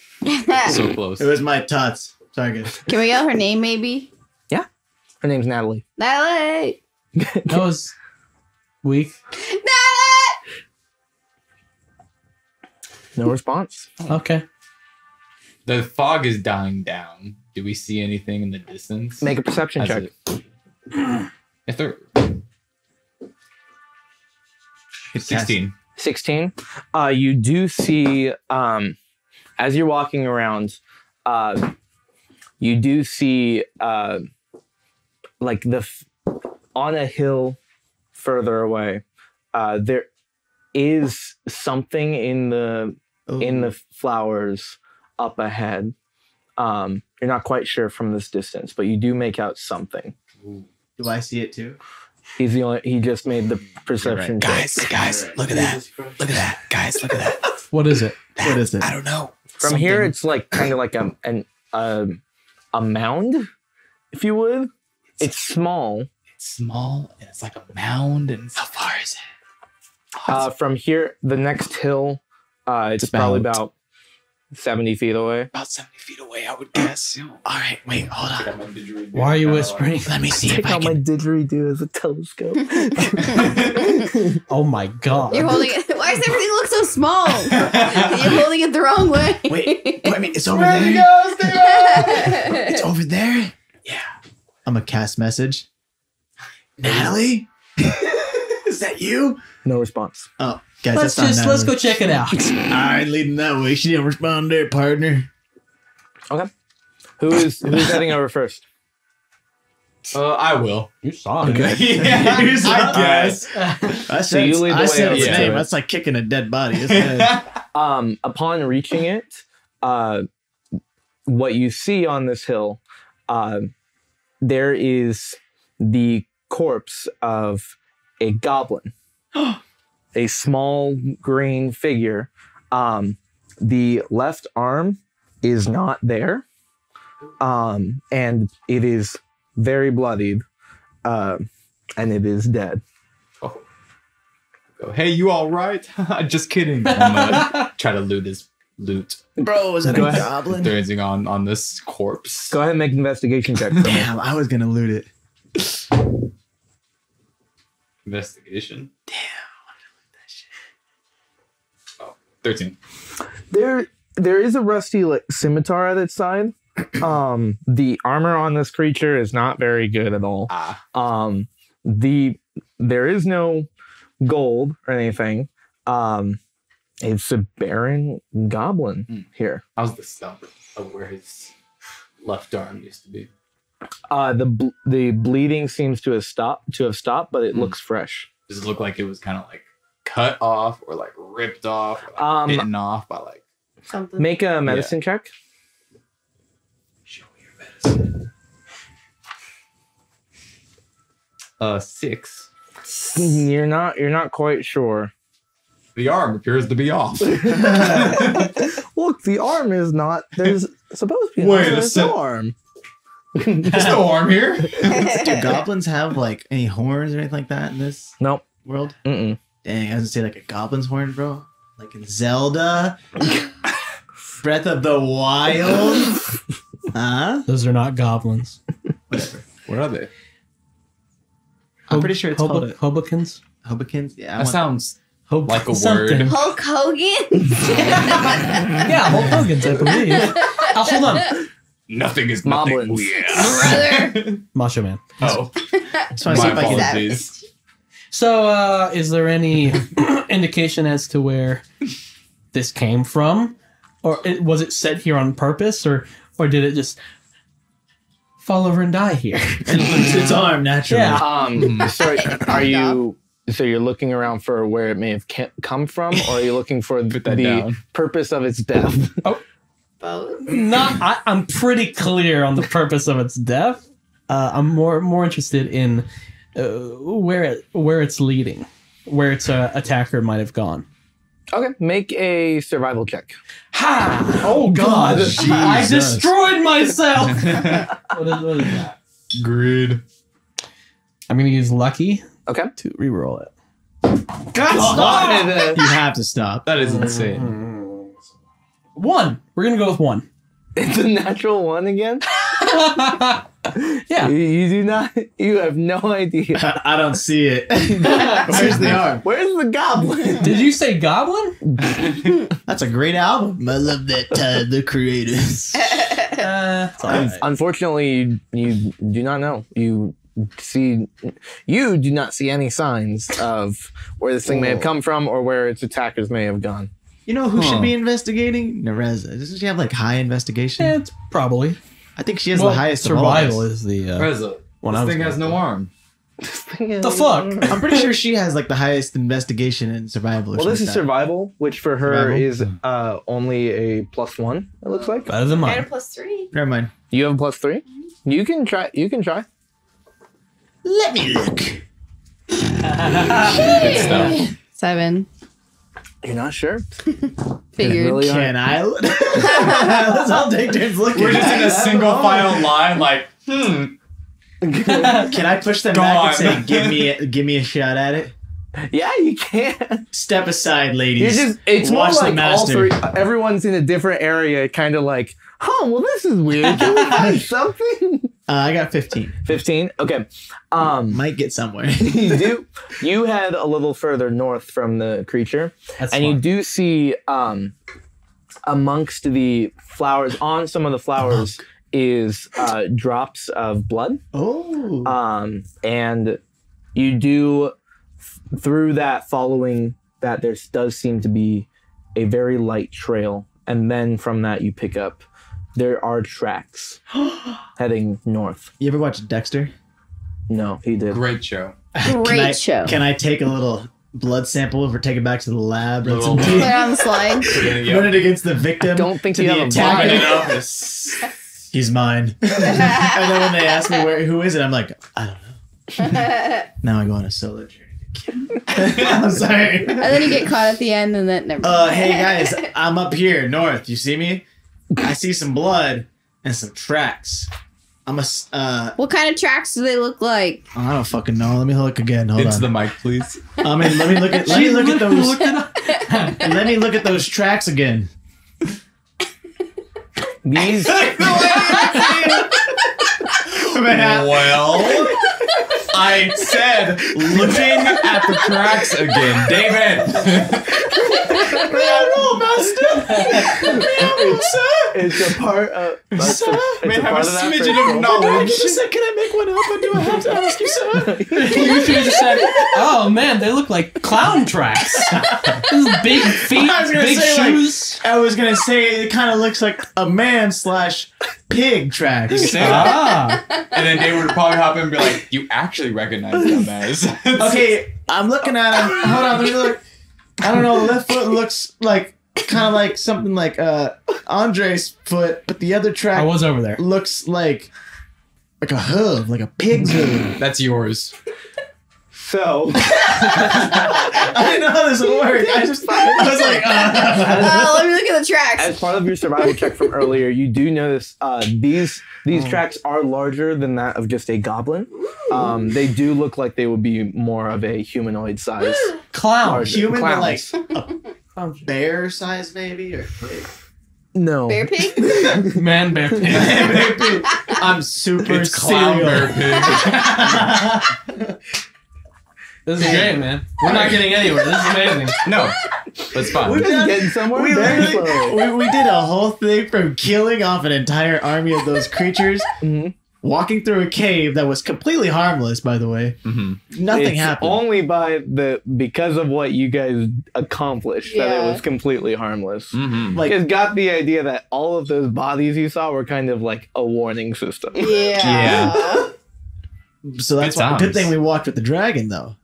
Speaker 5: [LAUGHS]
Speaker 3: Can
Speaker 5: So close.
Speaker 4: It was my tots. Sorry, guys.
Speaker 3: we yell her name maybe?
Speaker 1: Her name's Natalie.
Speaker 3: Natalie!
Speaker 2: that was weak.
Speaker 3: Natalie!
Speaker 1: No response.
Speaker 2: Okay.
Speaker 5: the fog is dying down. Do we see anything in the distance?
Speaker 1: Make a perception
Speaker 5: As
Speaker 1: check.
Speaker 5: it- If they're
Speaker 4: Good cast.
Speaker 5: sixteen,
Speaker 1: 16 uh, you do see um, as you're walking around uh, you do see uh, like the f- on a hill further away uh, there is something in the
Speaker 4: Oh.
Speaker 1: in the flowers up ahead um, you're not quite sure from this distance but you do make out something
Speaker 4: Do I see it too?
Speaker 1: he's the only he just made the perception check.
Speaker 6: Guys, guys, look at that. Look at that. Guys, look at that.
Speaker 2: What is it?
Speaker 4: What is it?
Speaker 6: I don't know.
Speaker 1: From here,
Speaker 6: Something-
Speaker 1: it's like kind of like a an um, a mound, if you would. It's small.
Speaker 6: it's small and it's like a mound and
Speaker 4: How far is it?
Speaker 1: Uh, from here, the next hill, uh, it's
Speaker 6: It's
Speaker 1: probably
Speaker 6: about-
Speaker 1: about seventy feet away.
Speaker 6: about 70 feet away, I would guess. All right, wait, hold on.
Speaker 2: Why are you whispering? [LAUGHS]
Speaker 6: Let me see if I can.
Speaker 1: didgeridoo as a telescope.
Speaker 2: Oh my god.
Speaker 3: You're holding it. Why does everything look so
Speaker 4: [LAUGHS]
Speaker 3: small? You're holding it the wrong way. [LAUGHS]
Speaker 4: Wait, I mean, it's over
Speaker 5: There
Speaker 4: there.
Speaker 5: he goes. There he goes!
Speaker 4: It's over there. Yeah. I'm a cast message. Natalie, [LAUGHS] is that you?
Speaker 1: [LAUGHS] no response.
Speaker 4: Oh, guys,
Speaker 2: let's
Speaker 4: that's not
Speaker 2: just
Speaker 4: Natalie.
Speaker 2: let's go check it out.
Speaker 4: All [LAUGHS] right, leading that way. She didn't respond there, partner.
Speaker 1: Who is who's heading over first?
Speaker 5: Uh, I will.
Speaker 2: You saw it.
Speaker 4: Okay. [LAUGHS] Here's my guess. I said,
Speaker 1: So you lead the
Speaker 4: I
Speaker 1: way
Speaker 4: said
Speaker 1: over
Speaker 4: its
Speaker 5: to
Speaker 4: name.
Speaker 1: it.
Speaker 4: That's like kicking a dead
Speaker 1: [LAUGHS]
Speaker 4: body.
Speaker 5: [LAUGHS]
Speaker 4: It's good.
Speaker 1: Um, upon reaching it, uh, what you see on this hill, uh, there is the corpse of a [GASPS] goblin, a small green figure. Um, the left arm is not there, um, and it is very bloodied, uh, and it is dead.
Speaker 5: Go, hey, you all right? [LAUGHS] Just kidding. I'm
Speaker 1: [LAUGHS]
Speaker 5: gonna try to loot his loot.
Speaker 4: Bro, is it a
Speaker 1: Go ahead.
Speaker 5: If
Speaker 4: goblin?
Speaker 5: there's anything on on this corpse.
Speaker 1: Go ahead and make an investigation check.
Speaker 4: Damn, I was gonna loot it.
Speaker 5: Investigation. Damn. Oh, 13.
Speaker 1: there there is a rusty like scimitar at its
Speaker 5: [CLEARS THROAT]
Speaker 1: side um the armor on this creature is not very good at all
Speaker 5: Ah.
Speaker 1: um the there is no gold or anything um it's a barren goblin
Speaker 5: Hmm.
Speaker 1: here
Speaker 5: How's the stump of where his left arm used to be?
Speaker 1: uh the bl- the bleeding seems to have stopped to have stopped but it
Speaker 5: Hmm.
Speaker 1: looks fresh
Speaker 5: Does it look like it was kind of like cut off or like ripped off or like
Speaker 1: Um,
Speaker 5: bitten off by like
Speaker 3: Something.
Speaker 1: make a medicine check
Speaker 5: show me your medicine? Uh, six.
Speaker 1: you're not you're not quite sure [LAUGHS]
Speaker 5: The arm appears to be off. Wait
Speaker 1: look the arm is not there's supposed to be
Speaker 5: Wait a
Speaker 1: there's
Speaker 5: sec-
Speaker 1: no arm
Speaker 5: There's no arm here.
Speaker 4: Do goblins have like any horns or anything like that in this
Speaker 1: nope
Speaker 4: world?
Speaker 1: Mm-mm.
Speaker 4: Dang, I was gonna say like a goblin's horn, bro. Like in Zelda, Breath of the Wild. huh?
Speaker 2: [LAUGHS] Those are not goblins.
Speaker 5: What are they?
Speaker 4: I'm pretty sure it's
Speaker 2: Hobo-
Speaker 4: called
Speaker 2: Hobokins.
Speaker 4: a Hobokins. Yeah, I
Speaker 5: That
Speaker 4: want-
Speaker 5: sounds
Speaker 2: Hob-
Speaker 5: Like a
Speaker 2: something. [LAUGHS]
Speaker 5: word.
Speaker 3: Hulk
Speaker 4: [LAUGHS]
Speaker 3: Hogan? [LAUGHS]
Speaker 2: yeah, Hobokins, I [LAUGHS] believe. Oh, hold on,
Speaker 5: nothing is
Speaker 1: nothing.
Speaker 5: nothing.
Speaker 1: [LAUGHS] Moblins.
Speaker 3: Brother.
Speaker 2: Macho Man.
Speaker 5: oh,
Speaker 4: just wanna see
Speaker 5: my
Speaker 4: if I can-
Speaker 5: apologies.
Speaker 2: So, uh, is there any indication as to where this came from, or it, was it set here on purpose, or or did it just fall over and die [LAUGHS] here?
Speaker 4: and it looks its arm naturally.
Speaker 2: Yeah.
Speaker 5: [LAUGHS]
Speaker 1: Um, so are
Speaker 3: Knock
Speaker 1: you? So you're looking around for where it may have ca- come from, or are you looking for the
Speaker 5: Put that down.
Speaker 1: purpose of its death? [LAUGHS]
Speaker 3: Both.
Speaker 2: Not, I, I'm pretty clear on the purpose of its death. Uh, I'm more more interested in uh, where it where it's leading, where its uh, attacker might have gone.
Speaker 1: Okay, make a survival check.
Speaker 2: Ha! Oh God! [LAUGHS] I
Speaker 4: Jesus.
Speaker 2: destroyed myself. [LAUGHS] what, is, what is that?
Speaker 5: Greed.
Speaker 2: I'm gonna use lucky
Speaker 1: Okay.
Speaker 2: to reroll it.
Speaker 5: God,
Speaker 2: Ah!
Speaker 1: Uh,
Speaker 4: You have to stop.
Speaker 5: That is insane.
Speaker 2: One. We're gonna go with
Speaker 4: [LAUGHS]
Speaker 2: one.
Speaker 1: [LAUGHS] it's a natural one again.
Speaker 2: yeah.
Speaker 1: You, you do not. [LAUGHS] You have no idea.
Speaker 4: [LAUGHS] I don't see
Speaker 2: [LAUGHS]
Speaker 4: it. Where's the arm?
Speaker 1: Where's the goblin?
Speaker 2: Did you say goblin?
Speaker 4: That's a great album. I love that Todd the creators.
Speaker 2: Uh, it's all right.
Speaker 1: Unfortunately, you, you do not know. You see, you do not see any signs of where this thing may have come from or where its attackers may have gone.
Speaker 4: You know who
Speaker 5: Huh.
Speaker 4: should be investigating? Nereza. Doesn't she have like high investigation?
Speaker 2: Yeah, it's probably.
Speaker 4: I think she has the highest of all of
Speaker 2: Eh, survival
Speaker 4: us.
Speaker 2: is the uh,
Speaker 5: Reza,
Speaker 2: When I
Speaker 5: this
Speaker 2: was
Speaker 5: thing has
Speaker 2: going
Speaker 5: no arm.
Speaker 2: the fuck.
Speaker 4: I'm pretty
Speaker 5: [LAUGHS]
Speaker 4: sure she has like the highest investigation and survival. Or
Speaker 1: Well, this is
Speaker 4: something like
Speaker 1: survival, which for her
Speaker 4: Survival?
Speaker 1: is uh, only a plus one. It looks like
Speaker 2: Better than
Speaker 3: I had a
Speaker 2: mine.
Speaker 3: plus three.
Speaker 4: that. Never mind.
Speaker 1: you have a plus three. You can try. You can try.
Speaker 4: Let me look.
Speaker 3: Seven.
Speaker 1: You're not sure.
Speaker 3: Figured.
Speaker 1: really are-
Speaker 4: Can
Speaker 1: [LAUGHS]
Speaker 4: I? look? Let's all take turns looking. Oh,
Speaker 5: We're just in a
Speaker 4: That's
Speaker 5: single
Speaker 4: all.
Speaker 5: file line, like, hmm.
Speaker 4: Can I push them
Speaker 5: Gone.
Speaker 4: back and say, "Give me, a, give me a shot at it"?
Speaker 1: Yeah, you can.
Speaker 4: Step aside,
Speaker 1: You're
Speaker 4: ladies.
Speaker 1: just. It's
Speaker 4: Watch
Speaker 1: more
Speaker 4: the
Speaker 1: like all
Speaker 4: master.
Speaker 1: three. uh, Everyone's in a different area, kind of like. Oh well, this is weird. Can we [LAUGHS] find something?
Speaker 4: uh, I got 15.
Speaker 1: Fifteen. Okay. Um,
Speaker 4: Might get somewhere.
Speaker 1: [LAUGHS] you do. You head a little further north from the creature,
Speaker 2: That's
Speaker 1: and you
Speaker 2: fine.
Speaker 1: do see um, amongst the flowers on some of the flowers is uh, drops of blood
Speaker 4: oh,
Speaker 1: um, and you do th- through that following that there does seem to be a very light trail and then from that you pick up there are tracks heading north
Speaker 4: you ever watch Dexter?
Speaker 1: no he did
Speaker 5: Great show.
Speaker 3: Great
Speaker 4: can I,
Speaker 3: show.
Speaker 4: Can I take a little blood sample or take it back to the lab? Run, some
Speaker 5: Little-
Speaker 3: Put
Speaker 4: D-
Speaker 3: it on the
Speaker 5: [LAUGHS]
Speaker 3: slide.
Speaker 5: Yeah, yeah.
Speaker 4: run it against the victim.
Speaker 1: don't think
Speaker 4: to
Speaker 1: you
Speaker 4: the
Speaker 1: have a
Speaker 4: attacker.
Speaker 5: Line it up.
Speaker 4: [LAUGHS]
Speaker 5: [LAUGHS]
Speaker 4: He's mine. [LAUGHS] and then when they ask me where, who is it, I'm like, I don't know. [LAUGHS] Now I go on a solo journey. [LAUGHS] I'm sorry.
Speaker 3: And then you get caught at the end, and then never.
Speaker 4: Uh, hey guys, I'm up here north. You see me? I see some blood and some tracks. I'm a. s- Uh,
Speaker 3: [LAUGHS] What kind of tracks do they look
Speaker 4: [LAUGHS]
Speaker 3: like?
Speaker 4: I don't fucking know. Let me look again. Hold
Speaker 5: It's
Speaker 4: on.
Speaker 5: the mic, please. [LAUGHS]
Speaker 4: I mean, let me look at. Let me look at those.
Speaker 2: at
Speaker 4: [LAUGHS] Let me look at those
Speaker 5: [LAUGHS]
Speaker 4: tracks again.
Speaker 1: these
Speaker 5: well, [LAUGHS] I said looking at the tracks again, David.
Speaker 1: it's a part of that's a, it's
Speaker 5: may
Speaker 1: a
Speaker 5: have a
Speaker 1: part of that
Speaker 5: smidgen
Speaker 1: phrase.
Speaker 5: of knowledge.
Speaker 4: Can I make
Speaker 2: [LAUGHS]
Speaker 4: one up? Or do I have to ask
Speaker 1: [LAUGHS]
Speaker 4: you something?
Speaker 2: you should have just
Speaker 4: [LAUGHS]
Speaker 2: said, "Oh man, they look like clown tracks. Those big feet,
Speaker 4: I was gonna
Speaker 2: big
Speaker 4: say, like-
Speaker 2: shoes."
Speaker 4: I was gonna say it kind of looks like a man slash pig tracks.
Speaker 2: ah,
Speaker 5: And then David would probably hop in and be like, "You actually recognize them as." [LAUGHS]
Speaker 4: Okay, I'm looking at him. Hold on, let me look. I don't know. The left foot looks like kind of like something like uh Andre's foot, but the other
Speaker 2: I
Speaker 4: track
Speaker 2: was over
Speaker 4: [LAUGHS]
Speaker 2: there.
Speaker 4: looks like like a hoof, like a pig's hoof. [LAUGHS]
Speaker 5: That's yours.
Speaker 1: so
Speaker 4: I didn't know how this would work. I just I was like, uh,
Speaker 3: Oh, let me look at the tracks.
Speaker 1: as part of your survival check from earlier you do notice uh, these these tracks are larger than that of just a goblin um, they do look like they would be more of a humanoid size
Speaker 2: Clown.
Speaker 1: large
Speaker 4: human, but like
Speaker 1: clowns.
Speaker 4: bear size maybe or [LAUGHS]
Speaker 1: no
Speaker 3: [LAUGHS] Bear
Speaker 1: [LAUGHS]
Speaker 3: pig.
Speaker 2: Man, bear.
Speaker 4: [LAUGHS] maybe. I'm super
Speaker 5: It's clown bear
Speaker 4: [LAUGHS] serial.
Speaker 5: pig. [LAUGHS]
Speaker 2: This is great, man. We're not getting anywhere. This is
Speaker 4: [LAUGHS]
Speaker 2: amazing.
Speaker 5: No, that's fine.
Speaker 1: Just getting somewhere
Speaker 4: We,
Speaker 1: very
Speaker 4: literally-
Speaker 1: slowly.
Speaker 4: [LAUGHS] we, we did a whole thing from killing off an entire army of those creatures,
Speaker 1: Mhm.
Speaker 4: walking through a cave that was completely harmless, by the way.
Speaker 5: Mhm.
Speaker 4: Nothing
Speaker 1: It's
Speaker 4: happened.
Speaker 1: Only by the because of what you guys accomplished that it
Speaker 3: Yeah.
Speaker 1: was completely harmless.
Speaker 5: Mhm.
Speaker 1: Like
Speaker 4: Like-
Speaker 1: it's got the idea that all of those bodies you saw were kind of like a warning system.
Speaker 3: Yeah.
Speaker 5: Yeah.
Speaker 4: so that's
Speaker 5: Good
Speaker 4: why, good
Speaker 5: times.
Speaker 4: thing we walked with the dragon, though.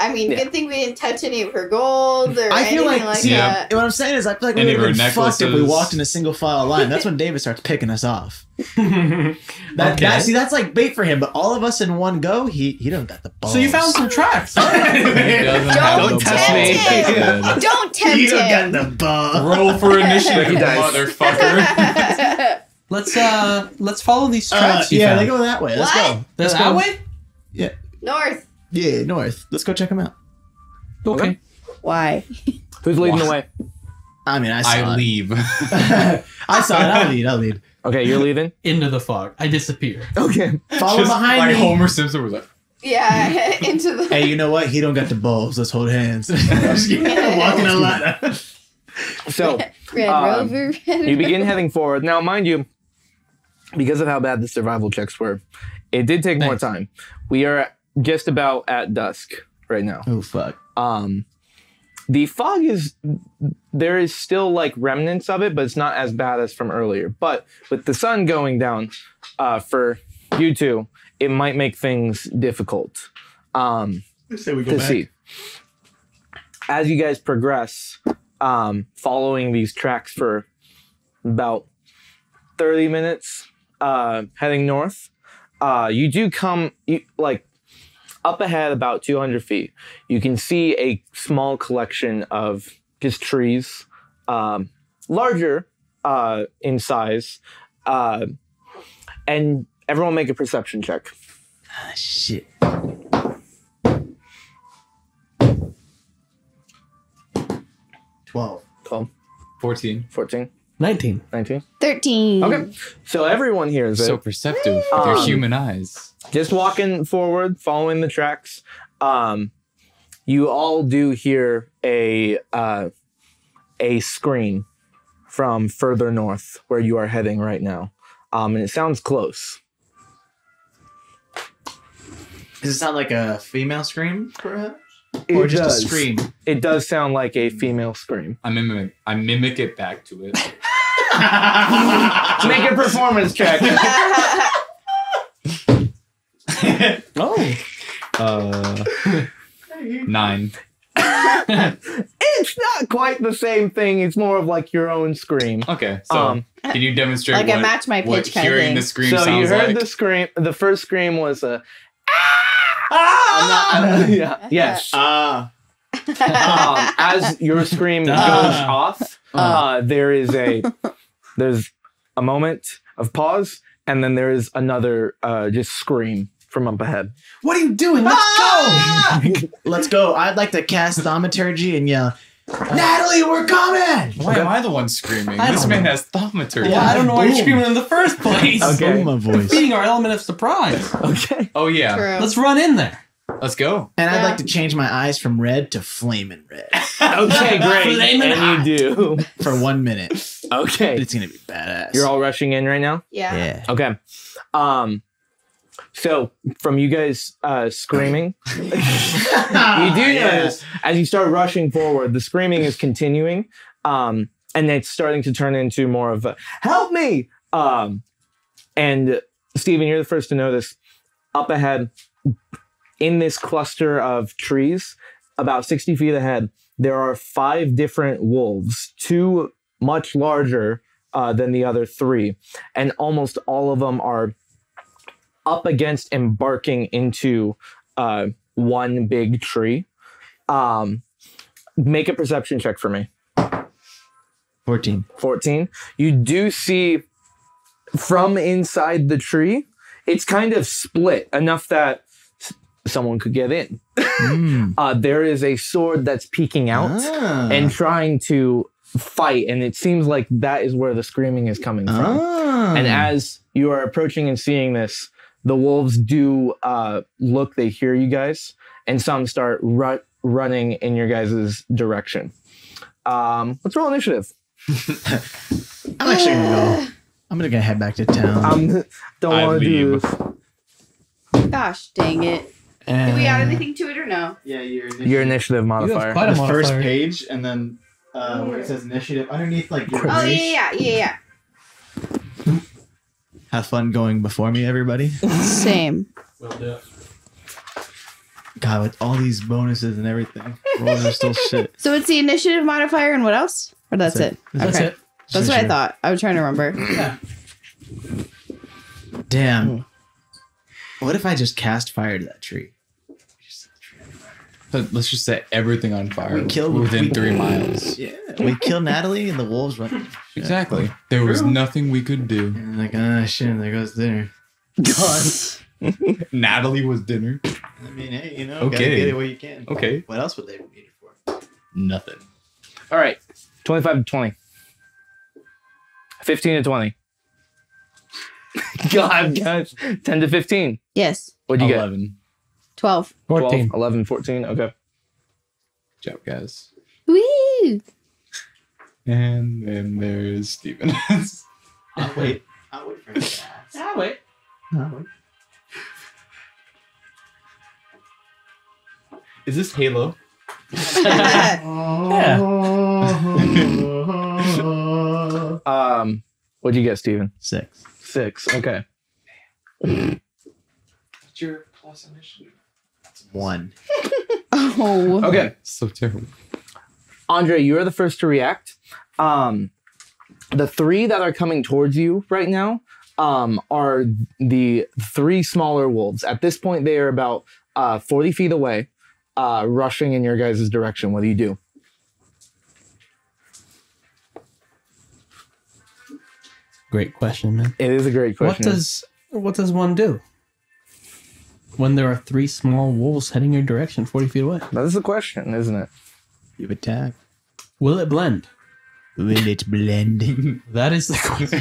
Speaker 3: I mean,
Speaker 1: Yeah.
Speaker 3: good thing we didn't touch any of her gold or
Speaker 4: I feel
Speaker 3: anything like,
Speaker 4: like-
Speaker 5: Yeah.
Speaker 3: that.
Speaker 4: And what I'm saying is, I feel like we
Speaker 5: Any
Speaker 4: would
Speaker 5: of
Speaker 4: have been
Speaker 5: her
Speaker 4: fucked if we
Speaker 5: necklaces.
Speaker 4: walked in a single file line. That's when David starts picking us off. That,
Speaker 2: Okay.
Speaker 4: that- see, that's like bait for him. But all of us in one go, he he don't got the
Speaker 2: [LAUGHS]
Speaker 4: balls. [LAUGHS]
Speaker 2: so you found some tracks. [LAUGHS]
Speaker 5: He doesn't have
Speaker 3: Don't
Speaker 5: the
Speaker 3: tempt
Speaker 5: balls.
Speaker 3: me. it. [LAUGHS]
Speaker 4: [LAUGHS]
Speaker 5: Good.
Speaker 3: Don't tempt
Speaker 4: You don't
Speaker 3: him.
Speaker 4: got the ball.
Speaker 5: Roll for initiative,
Speaker 1: Lucky dice.
Speaker 3: [LAUGHS]
Speaker 5: motherfucker.
Speaker 2: Let's uh let's follow these
Speaker 4: Uh,
Speaker 2: tracks. you
Speaker 4: yeah,
Speaker 2: found.
Speaker 4: they go that way. Let's
Speaker 3: What?
Speaker 4: go.
Speaker 2: Let's
Speaker 4: that
Speaker 2: go.
Speaker 4: way?
Speaker 3: North.
Speaker 4: Yeah, north. Let's go check them out.
Speaker 2: Okay.
Speaker 3: Why?
Speaker 1: [LAUGHS] Who's leading the way?
Speaker 4: I mean, I saw
Speaker 5: I
Speaker 4: it.
Speaker 5: leave. [LAUGHS]
Speaker 4: [LAUGHS] I saw it. I'll lead. I'll lead.
Speaker 1: Okay, you're leading.
Speaker 2: Into the fog. I disappear.
Speaker 1: Okay.
Speaker 4: Follow
Speaker 5: Just
Speaker 4: behind
Speaker 5: like
Speaker 4: me.
Speaker 5: Homer Simpson was like,
Speaker 3: Yeah, [LAUGHS] into the.
Speaker 4: Hey, you know what? He don't got the balls. Let's hold hands.
Speaker 5: [LAUGHS]
Speaker 4: [LAUGHS] Just kidding. Walking a lot.
Speaker 1: So
Speaker 3: Red
Speaker 1: um,
Speaker 3: Rover.
Speaker 1: you
Speaker 3: [LAUGHS]
Speaker 1: begin heading forward. Now, mind you, because of how bad the survival checks were, it did take more
Speaker 2: Thanks.
Speaker 1: time. We are just about at dusk right now.
Speaker 4: Oh fuck.
Speaker 1: Um, the fog is there is still like remnants of it, but it's not as bad as from earlier. But with the sun going down, uh, for you two, it might make things difficult. Um,
Speaker 4: Say we go
Speaker 1: to
Speaker 4: back.
Speaker 1: see. As you guys progress, um, following these tracks for about 30 minutes, uh, heading north, uh, you do come you, like up ahead about 200 feet. You can see a small collection of just trees, um, larger uh, in size, uh, and everyone make a perception check.
Speaker 4: Ah, shit. Twelve.
Speaker 1: 12,
Speaker 5: 14.
Speaker 1: 14,
Speaker 2: Nineteen.
Speaker 1: 19.
Speaker 3: 13.
Speaker 1: Okay. So everyone here is
Speaker 5: So
Speaker 1: it.
Speaker 5: perceptive with
Speaker 1: Um,
Speaker 5: their human eyes.
Speaker 1: just walking forward, following the tracks. Um, you all do hear a uh, a scream from further north, where you are heading right now, um, and it sounds close.
Speaker 4: Does it sound like a female scream, perhaps,
Speaker 1: It
Speaker 4: or just
Speaker 1: does.
Speaker 4: a scream? [LAUGHS]
Speaker 1: It does sound like a female scream.
Speaker 5: I mimic, I mimic it back to it.
Speaker 1: [LAUGHS] Make a performance check.
Speaker 2: Oh.
Speaker 5: Uh, [LAUGHS] nine.
Speaker 1: it's not quite the same thing. It's more of like your own scream.
Speaker 5: Okay, so
Speaker 1: Um,
Speaker 5: can you demonstrate
Speaker 3: Like
Speaker 5: what,
Speaker 3: a match my
Speaker 5: what
Speaker 3: pitch kind of
Speaker 5: hearing
Speaker 3: thing.
Speaker 5: the scream
Speaker 1: so you
Speaker 5: sounds
Speaker 1: heard
Speaker 5: like?
Speaker 1: the scream. The first scream was a.
Speaker 4: Ah!
Speaker 1: I'm not- Uh, I'm- [LAUGHS] yeah. Yes.
Speaker 4: Ah.
Speaker 3: [LAUGHS]
Speaker 1: um, as your [LAUGHS] scream goes
Speaker 2: Ah.
Speaker 1: off, uh, there is a there's a moment of pause, and then there is another uh, just scream from up ahead.
Speaker 2: What are you doing? Let's
Speaker 1: Ah!
Speaker 4: [LAUGHS] Let's go. I'd like to cast thaumaturgy and yell, uh, Natalie, we're coming.
Speaker 5: Why am I the one screaming?
Speaker 2: I
Speaker 5: This
Speaker 2: don't
Speaker 5: man has thaumaturgy.
Speaker 2: go! Yeah, I don't know why you're
Speaker 4: Boom.
Speaker 2: screaming in the first
Speaker 1: [LAUGHS]
Speaker 2: place.
Speaker 1: Okay.
Speaker 4: Boom, my voice.
Speaker 2: Defeating our element of
Speaker 1: [LAUGHS]
Speaker 2: surprise.
Speaker 1: Okay.
Speaker 5: Oh yeah,
Speaker 3: True.
Speaker 2: Let's run in there.
Speaker 5: let's go.
Speaker 4: And I'd
Speaker 3: Yeah.
Speaker 4: like to change my eyes from red to flaming red
Speaker 2: [LAUGHS]
Speaker 1: Okay, great.
Speaker 2: Flaming
Speaker 1: and you do.
Speaker 4: for one minute.
Speaker 1: [LAUGHS] Okay.
Speaker 4: It's gonna be badass.
Speaker 1: You're all rushing in right now.
Speaker 3: yeah.
Speaker 4: yeah.
Speaker 1: Okay. Um. So from you guys uh, screaming,
Speaker 4: Ah,
Speaker 1: you do
Speaker 4: [LAUGHS]
Speaker 1: notice as you start rushing forward, the screaming is continuing, um, and it's starting to turn into more of a "Help me!" Um, and Stephen, you're the first to notice. Up ahead, in this cluster of trees, about sixty feet ahead, there are five different wolves, two much larger uh, than the other three, and almost all of them are up against embarking into uh, one big tree. Um, make a perception check for me.
Speaker 4: 14.
Speaker 1: 14. You do see from inside the tree, it's kind of split enough that s- someone could get in.
Speaker 4: Mm.
Speaker 1: Uh, there is a sword that's peeking out
Speaker 4: Ah.
Speaker 1: and trying to fight, and it seems like that is where the screaming is coming from.
Speaker 4: Ah.
Speaker 1: And as you are approaching and seeing this, the wolves do uh, look, they hear you guys, and some start ru- running in your guys' direction. Um, let's roll initiative.
Speaker 4: I'm actually gonna go. I'm gonna go head back to town.
Speaker 1: Um, [LAUGHS] don't
Speaker 5: I
Speaker 1: want to do.
Speaker 5: leave.
Speaker 3: [SIGHS] Gosh dang it. Did we
Speaker 4: Uh,
Speaker 3: add anything to it or no?
Speaker 4: Yeah, your
Speaker 1: Your initiative modifier.
Speaker 2: quite a- The first Modifier.
Speaker 4: page, and then uh, where it says initiative underneath, like your
Speaker 3: Oh, yeah, yeah, yeah,
Speaker 4: Have fun going before me, everybody.
Speaker 3: yeah. Same.
Speaker 4: God, with all these bonuses and everything, rolls
Speaker 3: [LAUGHS]
Speaker 4: are still shit.
Speaker 3: So it's the initiative modifier and what else? Or that's,
Speaker 4: That's
Speaker 3: it.
Speaker 2: That's
Speaker 3: okay.
Speaker 2: it.
Speaker 3: That's what I thought. I was trying to remember. Hmm.
Speaker 4: Damn. What if I just cast fire to that tree?
Speaker 5: But let's just set everything on fire
Speaker 4: We killed-
Speaker 5: within
Speaker 4: we-
Speaker 5: three miles.
Speaker 4: Yeah, we kill Natalie and the wolves went.
Speaker 5: Exactly. There was nothing we could do.
Speaker 4: And like, ah, shit, there goes dinner.
Speaker 5: Natalie was dinner.
Speaker 4: I mean, hey, you know, gotta
Speaker 5: Okay.
Speaker 4: get it where you can.
Speaker 5: Okay.
Speaker 4: What else would they need it for?
Speaker 5: Nothing.
Speaker 1: [LAUGHS] All right. 25 to 20. 15 to 20. [LAUGHS] God, guys. 10 to 15.
Speaker 3: Yes.
Speaker 1: What'd you get?
Speaker 5: 11.
Speaker 3: 12.
Speaker 2: 14.
Speaker 1: 12, 11, 14. Okay.
Speaker 5: Good job, guys.
Speaker 3: Woo!
Speaker 5: And then there's Steven.
Speaker 4: I'll wait. I'll wait for him.
Speaker 2: Ah, wait.
Speaker 4: I'll wait.
Speaker 5: Is this Halo?
Speaker 1: Um, what'd you get, Steven?
Speaker 4: [LAUGHS] Six.
Speaker 1: Six. Okay.
Speaker 6: What's your plus initiative?
Speaker 4: One.
Speaker 3: Oh.
Speaker 1: Okay.
Speaker 5: So terrible.
Speaker 1: Andre, you are the first to react. Um, the three that are coming towards you right now um, are the three smaller wolves. At this point, they are about uh, 40 feet away, uh, rushing in your guys' direction. What do you do?
Speaker 2: Great question, man.
Speaker 1: It is a great
Speaker 2: What
Speaker 1: question.
Speaker 2: does what does one do when there are three small wolves heading your direction, forty feet away?
Speaker 1: that is the question, isn't it?
Speaker 4: You attack.
Speaker 2: Will it blend?
Speaker 4: Will it
Speaker 2: [LAUGHS]
Speaker 4: blend?
Speaker 2: That is the question.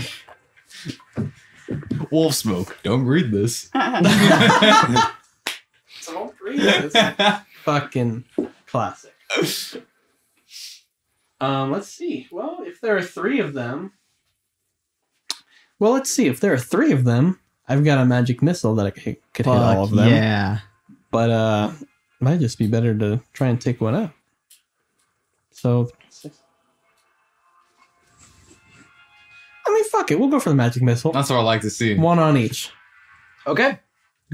Speaker 5: Wolf smoke. Don't read [LAUGHS] this.
Speaker 6: Don't breathe. It's-
Speaker 2: Fucking classic. [LAUGHS] Um, let's see. Well, if there are three of them, well, let's see. If there are three of them, I've got a magic missile that I could hit, could hit all of them.
Speaker 4: Yeah.
Speaker 2: But uh, might just be better to try and take one out. So, I mean, fuck it. We'll go for the magic missile.
Speaker 5: That's what I like to see.
Speaker 2: One on each.
Speaker 1: Okay.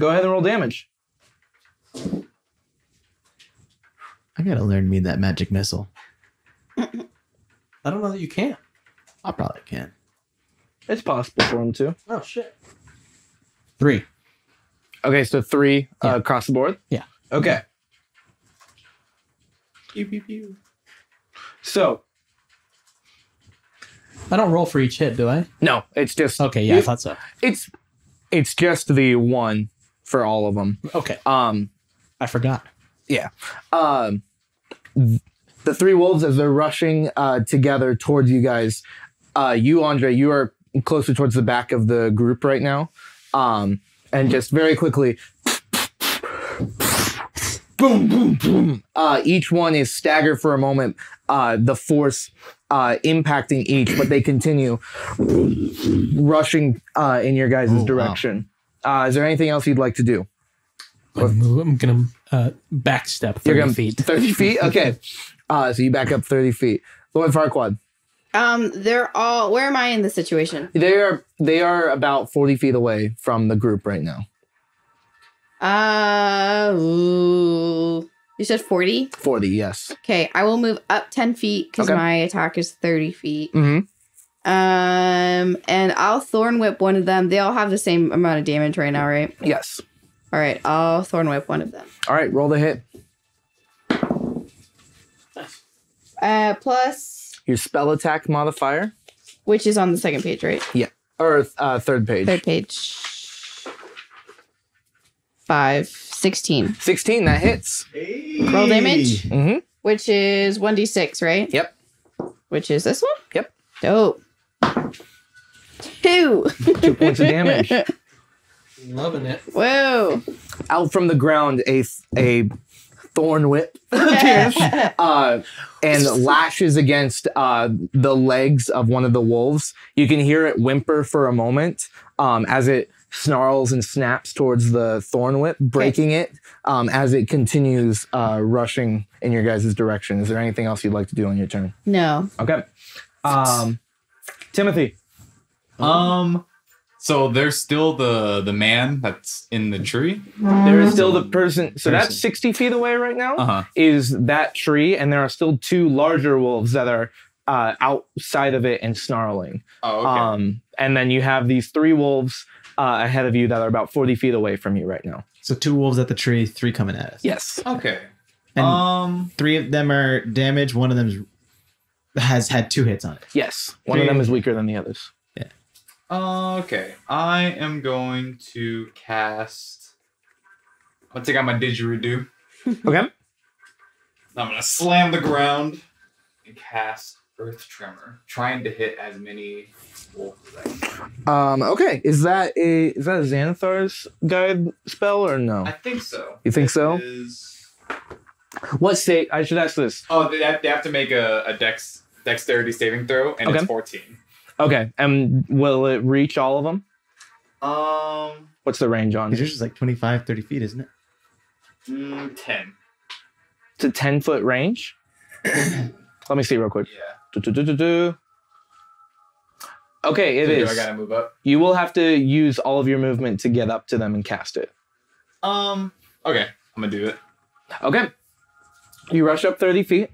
Speaker 1: Go ahead and roll damage.
Speaker 4: I gotta learn me that magic missile.
Speaker 2: I don't know that you can.
Speaker 4: I probably can.
Speaker 1: It's possible for him to.
Speaker 2: Oh shit. Three.
Speaker 1: Okay, so three
Speaker 2: Yeah.
Speaker 1: uh, across the board?
Speaker 2: Yeah.
Speaker 1: Okay.
Speaker 6: Pew, pew, pew.
Speaker 1: So,
Speaker 2: I don't roll for each hit, do I?
Speaker 1: no, it's just
Speaker 2: Okay, yeah, I thought so.
Speaker 1: it's it's just the one for all of them.
Speaker 2: Okay,
Speaker 1: Um
Speaker 2: I forgot.
Speaker 1: um, th- the three wolves as they're rushing uh, together towards you guys. Uh, you, Andre, you are closer towards the back of the group right now, um, and just very quickly, boom, boom, boom. Uh, each one is staggered for a moment. Uh, the force uh, impacting each, but they continue rushing uh, in your guys'
Speaker 4: Oh, wow.
Speaker 1: direction. Uh, is there anything else you'd like to do?
Speaker 2: I'm I'm gonna uh, backstep 30
Speaker 1: You're gonna
Speaker 2: feet.
Speaker 1: 30 [LAUGHS] feet? Okay. Uh, so you back up 30 feet. Lord Farquad.
Speaker 3: Um, they're all. Where am I in this situation?
Speaker 1: They are they are about 40 feet away from the group right now.
Speaker 3: Uh, ooh. You said 40?
Speaker 1: 40, yes.
Speaker 3: Okay, I will move up 10 feet because
Speaker 1: Okay.
Speaker 3: my attack is 30 feet.
Speaker 1: Mm-hmm.
Speaker 3: Um, and I'll thorn whip one of them. They all have the same amount of damage right now, right?
Speaker 1: Yes.
Speaker 3: All right, I'll thorn whip one of them.
Speaker 1: All right, roll the hit.
Speaker 3: Uh, plus,
Speaker 1: Your spell attack modifier.
Speaker 3: which is on the second page, right?
Speaker 1: Or uh, third page.
Speaker 3: Third page. Five, 16.
Speaker 1: 16, that hits.
Speaker 3: Roll damage,
Speaker 1: Mm-hmm.
Speaker 3: which is 1d6, right?
Speaker 1: Yep.
Speaker 3: Which is this one?
Speaker 1: Yep.
Speaker 3: Dope. Two.
Speaker 1: Two points of damage.
Speaker 2: Loving it.
Speaker 3: Whoa.
Speaker 1: [LAUGHS] Out from the ground, a a thorn whip appears
Speaker 3: Yes.
Speaker 1: uh, and lashes against uh, the legs of one of the wolves. You can hear it whimper for a moment um, as it snarls and snaps towards the thorn whip, breaking it um, as it continues uh, rushing in your guys' direction. Is there anything else you'd like to do on your turn?
Speaker 3: no.
Speaker 1: Okay. Um, Timothy.
Speaker 5: Um so there's still the the man that's in the tree.
Speaker 1: There is still the person. So that's
Speaker 5: Person.
Speaker 1: 60 feet away right now.
Speaker 5: Uh-huh.
Speaker 1: Is that tree, and there are still two larger wolves that are uh, outside of it and snarling.
Speaker 5: Oh,
Speaker 1: Um, and then you have these three wolves uh, ahead of you that are about 40 feet away from you right now.
Speaker 4: So two wolves at the tree, three coming at us.
Speaker 1: Yes.
Speaker 5: okay.
Speaker 4: And
Speaker 5: um,
Speaker 4: three of them are damaged. One of them has had two hits on it.
Speaker 1: Yes, one of them is weaker than the others.
Speaker 5: Okay, I am going to cast. I'll take out my didgeridoo.
Speaker 1: Okay.
Speaker 5: I'm gonna slam the ground and cast Earth Tremor, trying to hit as many wolves as I can.
Speaker 1: Um, okay, is that a is that a Xanathar's guide spell or no?
Speaker 5: I think so.
Speaker 1: You think so?
Speaker 5: Is-
Speaker 1: What state? I should ask this.
Speaker 5: Oh, they have, they have to make a, a dex dexterity saving throw, and
Speaker 1: Okay.
Speaker 5: it's 14.
Speaker 1: Okay, and will it reach all of them?
Speaker 5: Um,
Speaker 1: What's the range on?
Speaker 4: Because yours is like 25, 30 feet, isn't it?
Speaker 5: mm, 10.
Speaker 1: It's a ten foot [CLEARS THROAT] range. Let me see real quick.
Speaker 5: Yeah.
Speaker 1: Du-du-du-du-du. Okay, it
Speaker 5: So
Speaker 1: is.
Speaker 5: Do I gotta move up?
Speaker 1: You will have to use all of your movement to get up to them and cast it.
Speaker 5: Um. Okay, I'm gonna do it.
Speaker 1: Okay. You rush up 30 feet.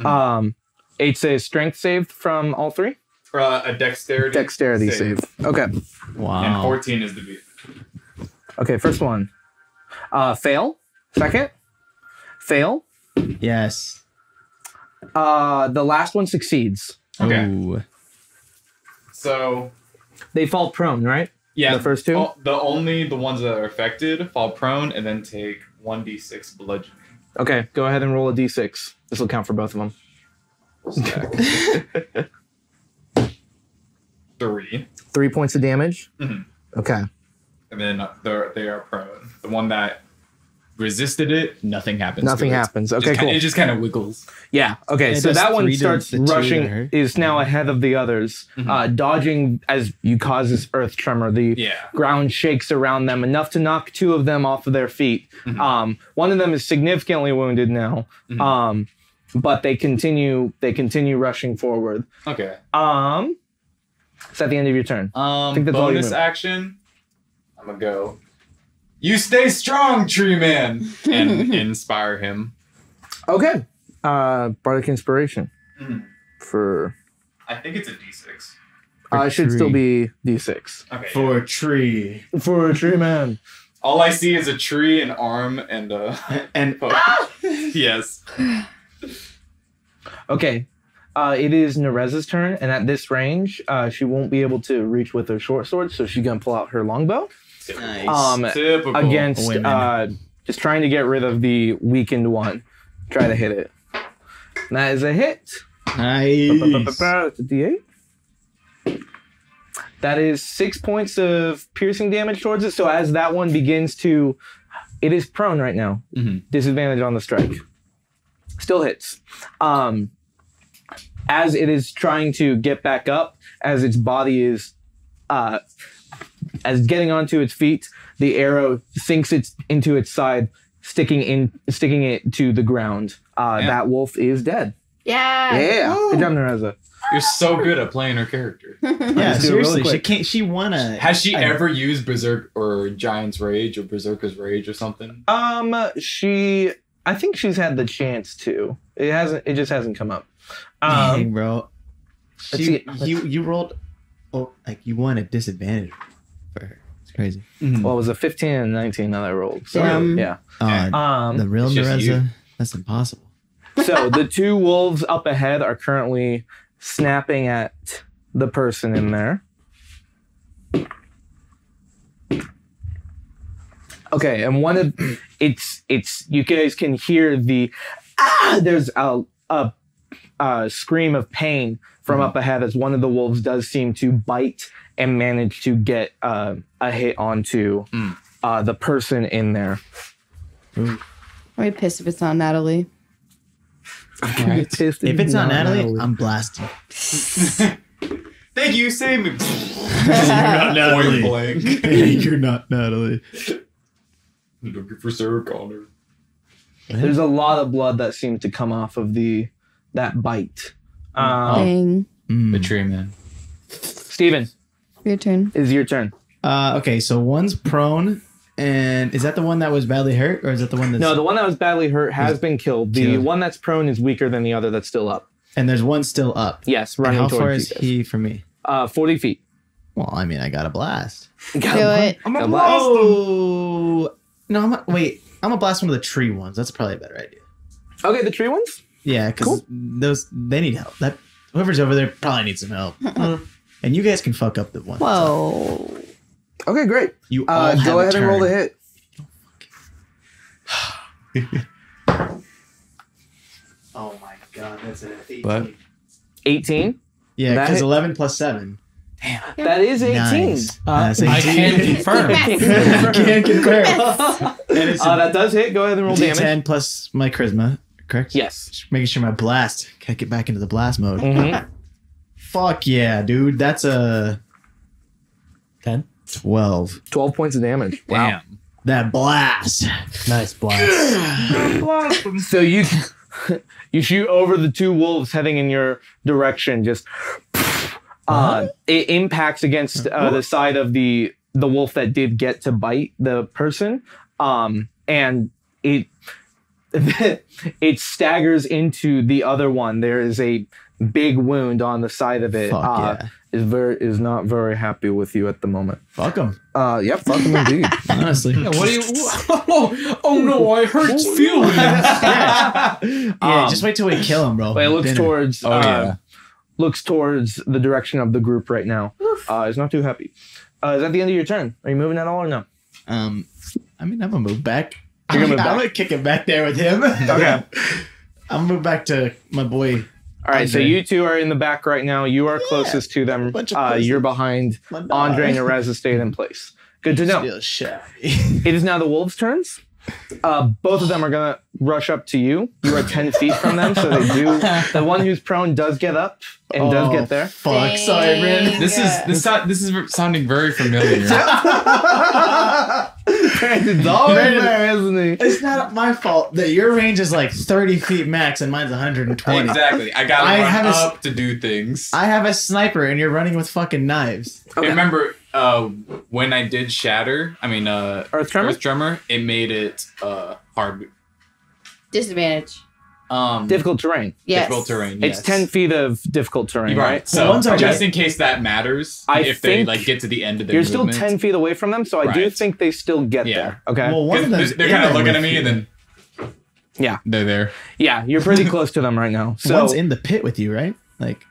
Speaker 5: Mhm.
Speaker 1: Um, it's a strength save from all three.
Speaker 5: Uh, a dexterity.
Speaker 1: Dexterity save. Okay.
Speaker 5: And
Speaker 4: Wow.
Speaker 5: 14 is the beat.
Speaker 1: Okay, first one. Uh, fail. Second. Fail.
Speaker 4: Yes.
Speaker 1: Uh, the last one succeeds.
Speaker 5: Okay.
Speaker 4: Ooh.
Speaker 5: So
Speaker 1: They fall prone, right?
Speaker 5: yeah,
Speaker 1: The first two?
Speaker 5: o- the only the ones that are affected fall prone and then take one d6 bludgeoning.
Speaker 1: Okay, go ahead and roll a d6. This will count for both of them.
Speaker 5: attack. Three,
Speaker 1: Three points of damage.
Speaker 5: Mhm.
Speaker 1: Okay.
Speaker 5: and then they're they are prone. The one that resisted it, nothing happens.
Speaker 1: Nothing
Speaker 5: to it.
Speaker 1: happens.
Speaker 5: Just
Speaker 1: Okay,
Speaker 5: kinda-
Speaker 1: cool.
Speaker 5: It just kind of wiggles.
Speaker 1: Yeah. Okay.
Speaker 4: It
Speaker 1: so
Speaker 4: does
Speaker 1: that one
Speaker 4: three to
Speaker 1: starts
Speaker 4: the two
Speaker 1: rushing,
Speaker 4: there.
Speaker 1: is now ahead of the others,
Speaker 5: Mhm.
Speaker 1: uh, dodging as you cause this earth tremor. The
Speaker 5: Yeah.
Speaker 1: ground shakes around them enough to knock two of them off of their feet.
Speaker 5: Mhm.
Speaker 1: Um, one of them is significantly wounded now,
Speaker 5: Mhm.
Speaker 1: um, but they continue. They continue rushing forward.
Speaker 5: Okay.
Speaker 1: Um, it's at the end of your turn.
Speaker 5: Um,
Speaker 1: think that's all you
Speaker 5: bonus
Speaker 1: move.
Speaker 5: action. I'm gonna go. You stay strong, tree man,
Speaker 1: [LAUGHS]
Speaker 5: and inspire him.
Speaker 1: Okay. Uh, bardic inspiration
Speaker 5: Mhm.
Speaker 1: for.
Speaker 5: I think it's a d6.
Speaker 1: Uh, it should still be d6
Speaker 5: Okay.
Speaker 4: For a tree.
Speaker 1: for a tree man.
Speaker 5: All I see is a tree, an arm, and a
Speaker 4: [LAUGHS] And
Speaker 5: [LAUGHS] yes.
Speaker 1: Okay. Uh, it is Nerez's turn, and at this range, uh, she won't be able to reach with her short sword, so she's gonna pull out her longbow
Speaker 4: nice.
Speaker 1: um,
Speaker 5: Typical.
Speaker 1: against
Speaker 4: women.
Speaker 1: uh, just trying to get rid of the weakened one. Try to hit it. And that is a hit.
Speaker 4: nice.
Speaker 1: It's a D8. That is six points of piercing damage towards it. So as that one begins to, it is prone right now.
Speaker 5: Mhm.
Speaker 1: Disadvantage on the strike. Still hits. Um, as it is trying to get back up, as its body is, uh, as getting onto its feet, the arrow sinks its into its side, sticking in, sticking it to the ground. Uh,
Speaker 5: Yeah.
Speaker 1: That wolf is dead.
Speaker 3: Yeah.
Speaker 1: Yeah. Good job, Nereza.
Speaker 5: You're so good at playing her character.
Speaker 4: Yeah,
Speaker 3: [LAUGHS]
Speaker 1: Let's do it really
Speaker 4: seriously. she
Speaker 1: quick.
Speaker 4: can't. She wanna.
Speaker 5: Has she
Speaker 4: I-
Speaker 5: ever used Berserk or Giant's Rage or Berserker's Rage or something?
Speaker 1: Um, she. I think she's had the chance to. It hasn't. It just hasn't come up. Um,
Speaker 4: Dang, bro.
Speaker 1: let's
Speaker 4: She,
Speaker 1: see. Let's-
Speaker 4: you you rolled. Oh, like you won a disadvantage for her. It's crazy.
Speaker 1: well, it was a fifteen and a nineteen that I rolled. So
Speaker 3: Damn.
Speaker 1: yeah.
Speaker 4: Uh, the
Speaker 1: Um.
Speaker 4: real
Speaker 5: It's just you.
Speaker 4: Nereza. That's impossible.
Speaker 1: so the two wolves up ahead are currently snapping at the person in there. Okay, and one of it's it's you guys can hear the ah, there's a, a a scream of pain from up ahead as one of the wolves does seem to bite and manage to get uh, a hit onto
Speaker 5: Mm.
Speaker 1: uh, the person in there.
Speaker 3: I'd be pissed if it's not Natalie.
Speaker 1: Pissed
Speaker 4: If it's not Natalie,
Speaker 1: Natalie.
Speaker 4: I'm [LAUGHS] blasting.
Speaker 5: Thank you, save
Speaker 4: [LAUGHS]
Speaker 5: me.
Speaker 4: Natalie.
Speaker 5: Point blank.
Speaker 4: [LAUGHS] You're not Natalie.
Speaker 5: Looking for Sarah Connor.
Speaker 1: There's a lot of blood that seems to come off of the that bite.
Speaker 3: Ah.
Speaker 1: Um,
Speaker 3: Dang.
Speaker 5: The
Speaker 4: Mm.
Speaker 5: tree man.
Speaker 1: Steven,
Speaker 3: Your turn.
Speaker 1: it's your turn.
Speaker 4: Uh, okay, so one's prone, and is that the one that was badly hurt, or is that the one that's
Speaker 1: No, the one that was badly hurt has been killed. The
Speaker 4: Killed.
Speaker 1: one that's prone is weaker than the other that's still up.
Speaker 4: and there's one still up?
Speaker 1: Yes,
Speaker 4: And
Speaker 1: running
Speaker 4: how
Speaker 1: towards
Speaker 4: far
Speaker 1: you
Speaker 4: is
Speaker 1: guys.
Speaker 4: he from me?
Speaker 1: Uh, Forty feet. [LAUGHS]
Speaker 4: Well, I mean, I got a blast.
Speaker 3: Do it.
Speaker 1: I'm a
Speaker 4: Oh no! I'm not, wait. I'm gonna blast one of the tree ones. That's probably a better idea.
Speaker 1: Okay, the tree ones.
Speaker 4: Yeah, because
Speaker 1: Cool.
Speaker 4: those they need help. That whoever's over there probably needs some help. and you guys can fuck up the one.
Speaker 3: Whoa.
Speaker 1: Okay, great.
Speaker 4: You all
Speaker 1: Uh,
Speaker 4: have
Speaker 1: go
Speaker 4: a
Speaker 1: ahead and roll the
Speaker 4: turn.
Speaker 1: hit.
Speaker 4: Oh my god, that's it.
Speaker 5: But-
Speaker 1: 18.
Speaker 4: Yeah,
Speaker 1: That
Speaker 4: because
Speaker 1: hit-
Speaker 4: eleven plus seven.
Speaker 1: That is 18. [LAUGHS]
Speaker 4: Nice.
Speaker 2: Uh,
Speaker 4: That's
Speaker 2: I
Speaker 4: 18. [LAUGHS]
Speaker 2: can confirm. [LAUGHS]
Speaker 4: I can't compare.
Speaker 1: uh,
Speaker 4: And it's a
Speaker 1: that does hit. Go ahead and roll
Speaker 4: D10
Speaker 1: damage.
Speaker 4: plus my charisma, correct?
Speaker 1: Yes.
Speaker 4: Just Making sure my blast. Can I get back into the blast mode?
Speaker 1: Mhm.
Speaker 4: Fuck yeah, dude. That's a
Speaker 2: Ten.
Speaker 4: twelve.
Speaker 1: 12 points of damage. Wow.
Speaker 4: That blast.
Speaker 2: Nice blast.
Speaker 1: So you [LAUGHS] you shoot over the two wolves heading in your direction. Just uh, it impacts against uh, the side of the the wolf that did get to bite the person, um, and it [LAUGHS] it staggers into the other one. There is a big wound on the side of it.
Speaker 4: Fuck
Speaker 1: uh,
Speaker 4: yeah.
Speaker 1: Is very is not very happy with you at the moment.
Speaker 4: Fuck them.
Speaker 1: Uh, yep,
Speaker 4: [LAUGHS]
Speaker 1: fucking indeed.
Speaker 4: Honestly.
Speaker 2: Yeah, what do you? [LAUGHS] Whoa, oh no! I hurt [LAUGHS]
Speaker 1: [LAUGHS]
Speaker 2: feelings.
Speaker 4: [LAUGHS] yeah. Yeah,
Speaker 1: Um,
Speaker 4: just wait till we kill him, bro.
Speaker 1: But it looks
Speaker 4: Dinner.
Speaker 1: towards
Speaker 5: Oh,
Speaker 1: uh,
Speaker 5: yeah.
Speaker 1: looks towards the direction of the group right now. Uh, is not too happy. Uh, is that the end of your turn? Are you moving at all or no?
Speaker 4: Um, I mean, I'm gonna move back.
Speaker 1: You're gonna move
Speaker 4: I'm
Speaker 1: back.
Speaker 4: gonna kick it back there
Speaker 1: [LAUGHS]
Speaker 4: with him. [LAUGHS] Okay. I'm gonna move back to my boy.
Speaker 1: All right, so
Speaker 4: Andre.
Speaker 1: you two are in the back right now. You are closest to them.
Speaker 4: bunch of
Speaker 1: Uh,
Speaker 4: closest.
Speaker 1: you're behind
Speaker 4: my dog.
Speaker 1: Andre and Erez stayed in place. Good to know.
Speaker 4: Still shy.
Speaker 1: It is now the wolves' turns. Uh, both of them are gonna rush up to you. You are ten feet from them, so they do. The one who's prone does get up and does
Speaker 4: Oh,
Speaker 1: get
Speaker 4: [LAUGHS]
Speaker 1: there.
Speaker 4: Fuck, sorry,
Speaker 3: Dang.
Speaker 4: man.
Speaker 5: This is this, sou- this is sounding very
Speaker 4: [LAUGHS]
Speaker 5: familiar.
Speaker 1: Brandon's always there, isn't
Speaker 4: It's not my fault that your range is like 30 feet max and mine's 120.
Speaker 5: exactly. I gotta
Speaker 4: I
Speaker 5: run
Speaker 4: have a s-
Speaker 5: up to do things.
Speaker 4: I have a sniper and you're running with fucking knives.
Speaker 5: I remember uh, when I did shatter. I mean, uh,
Speaker 1: Earth Tremor?
Speaker 5: Earth Tremor. It made it uh, hard.
Speaker 3: Disadvantage.
Speaker 5: Um,
Speaker 1: he? Difficult terrain.
Speaker 3: Yes.
Speaker 5: difficult terrain.
Speaker 1: It's
Speaker 5: yes.
Speaker 1: ten feet of difficult terrain,
Speaker 5: You're
Speaker 1: right?
Speaker 5: right. So
Speaker 4: one's
Speaker 5: just
Speaker 4: okay.
Speaker 5: in case that matters,
Speaker 1: I
Speaker 5: if they
Speaker 1: think
Speaker 5: like get to the end of their
Speaker 1: You're
Speaker 5: movement,
Speaker 1: still ten feet away from them, so I do
Speaker 5: Right.
Speaker 1: think they still get
Speaker 5: Yeah.
Speaker 1: there. Okay.
Speaker 4: Well, one of
Speaker 5: 'Cause
Speaker 4: them's
Speaker 5: they're
Speaker 4: in
Speaker 5: kind of
Speaker 4: there
Speaker 5: looking at
Speaker 4: with
Speaker 5: me,
Speaker 4: you.
Speaker 5: and then
Speaker 1: Yeah.
Speaker 5: they're there.
Speaker 1: yeah, you're pretty close to them right now. So
Speaker 4: one's in the pit with you, right? Like,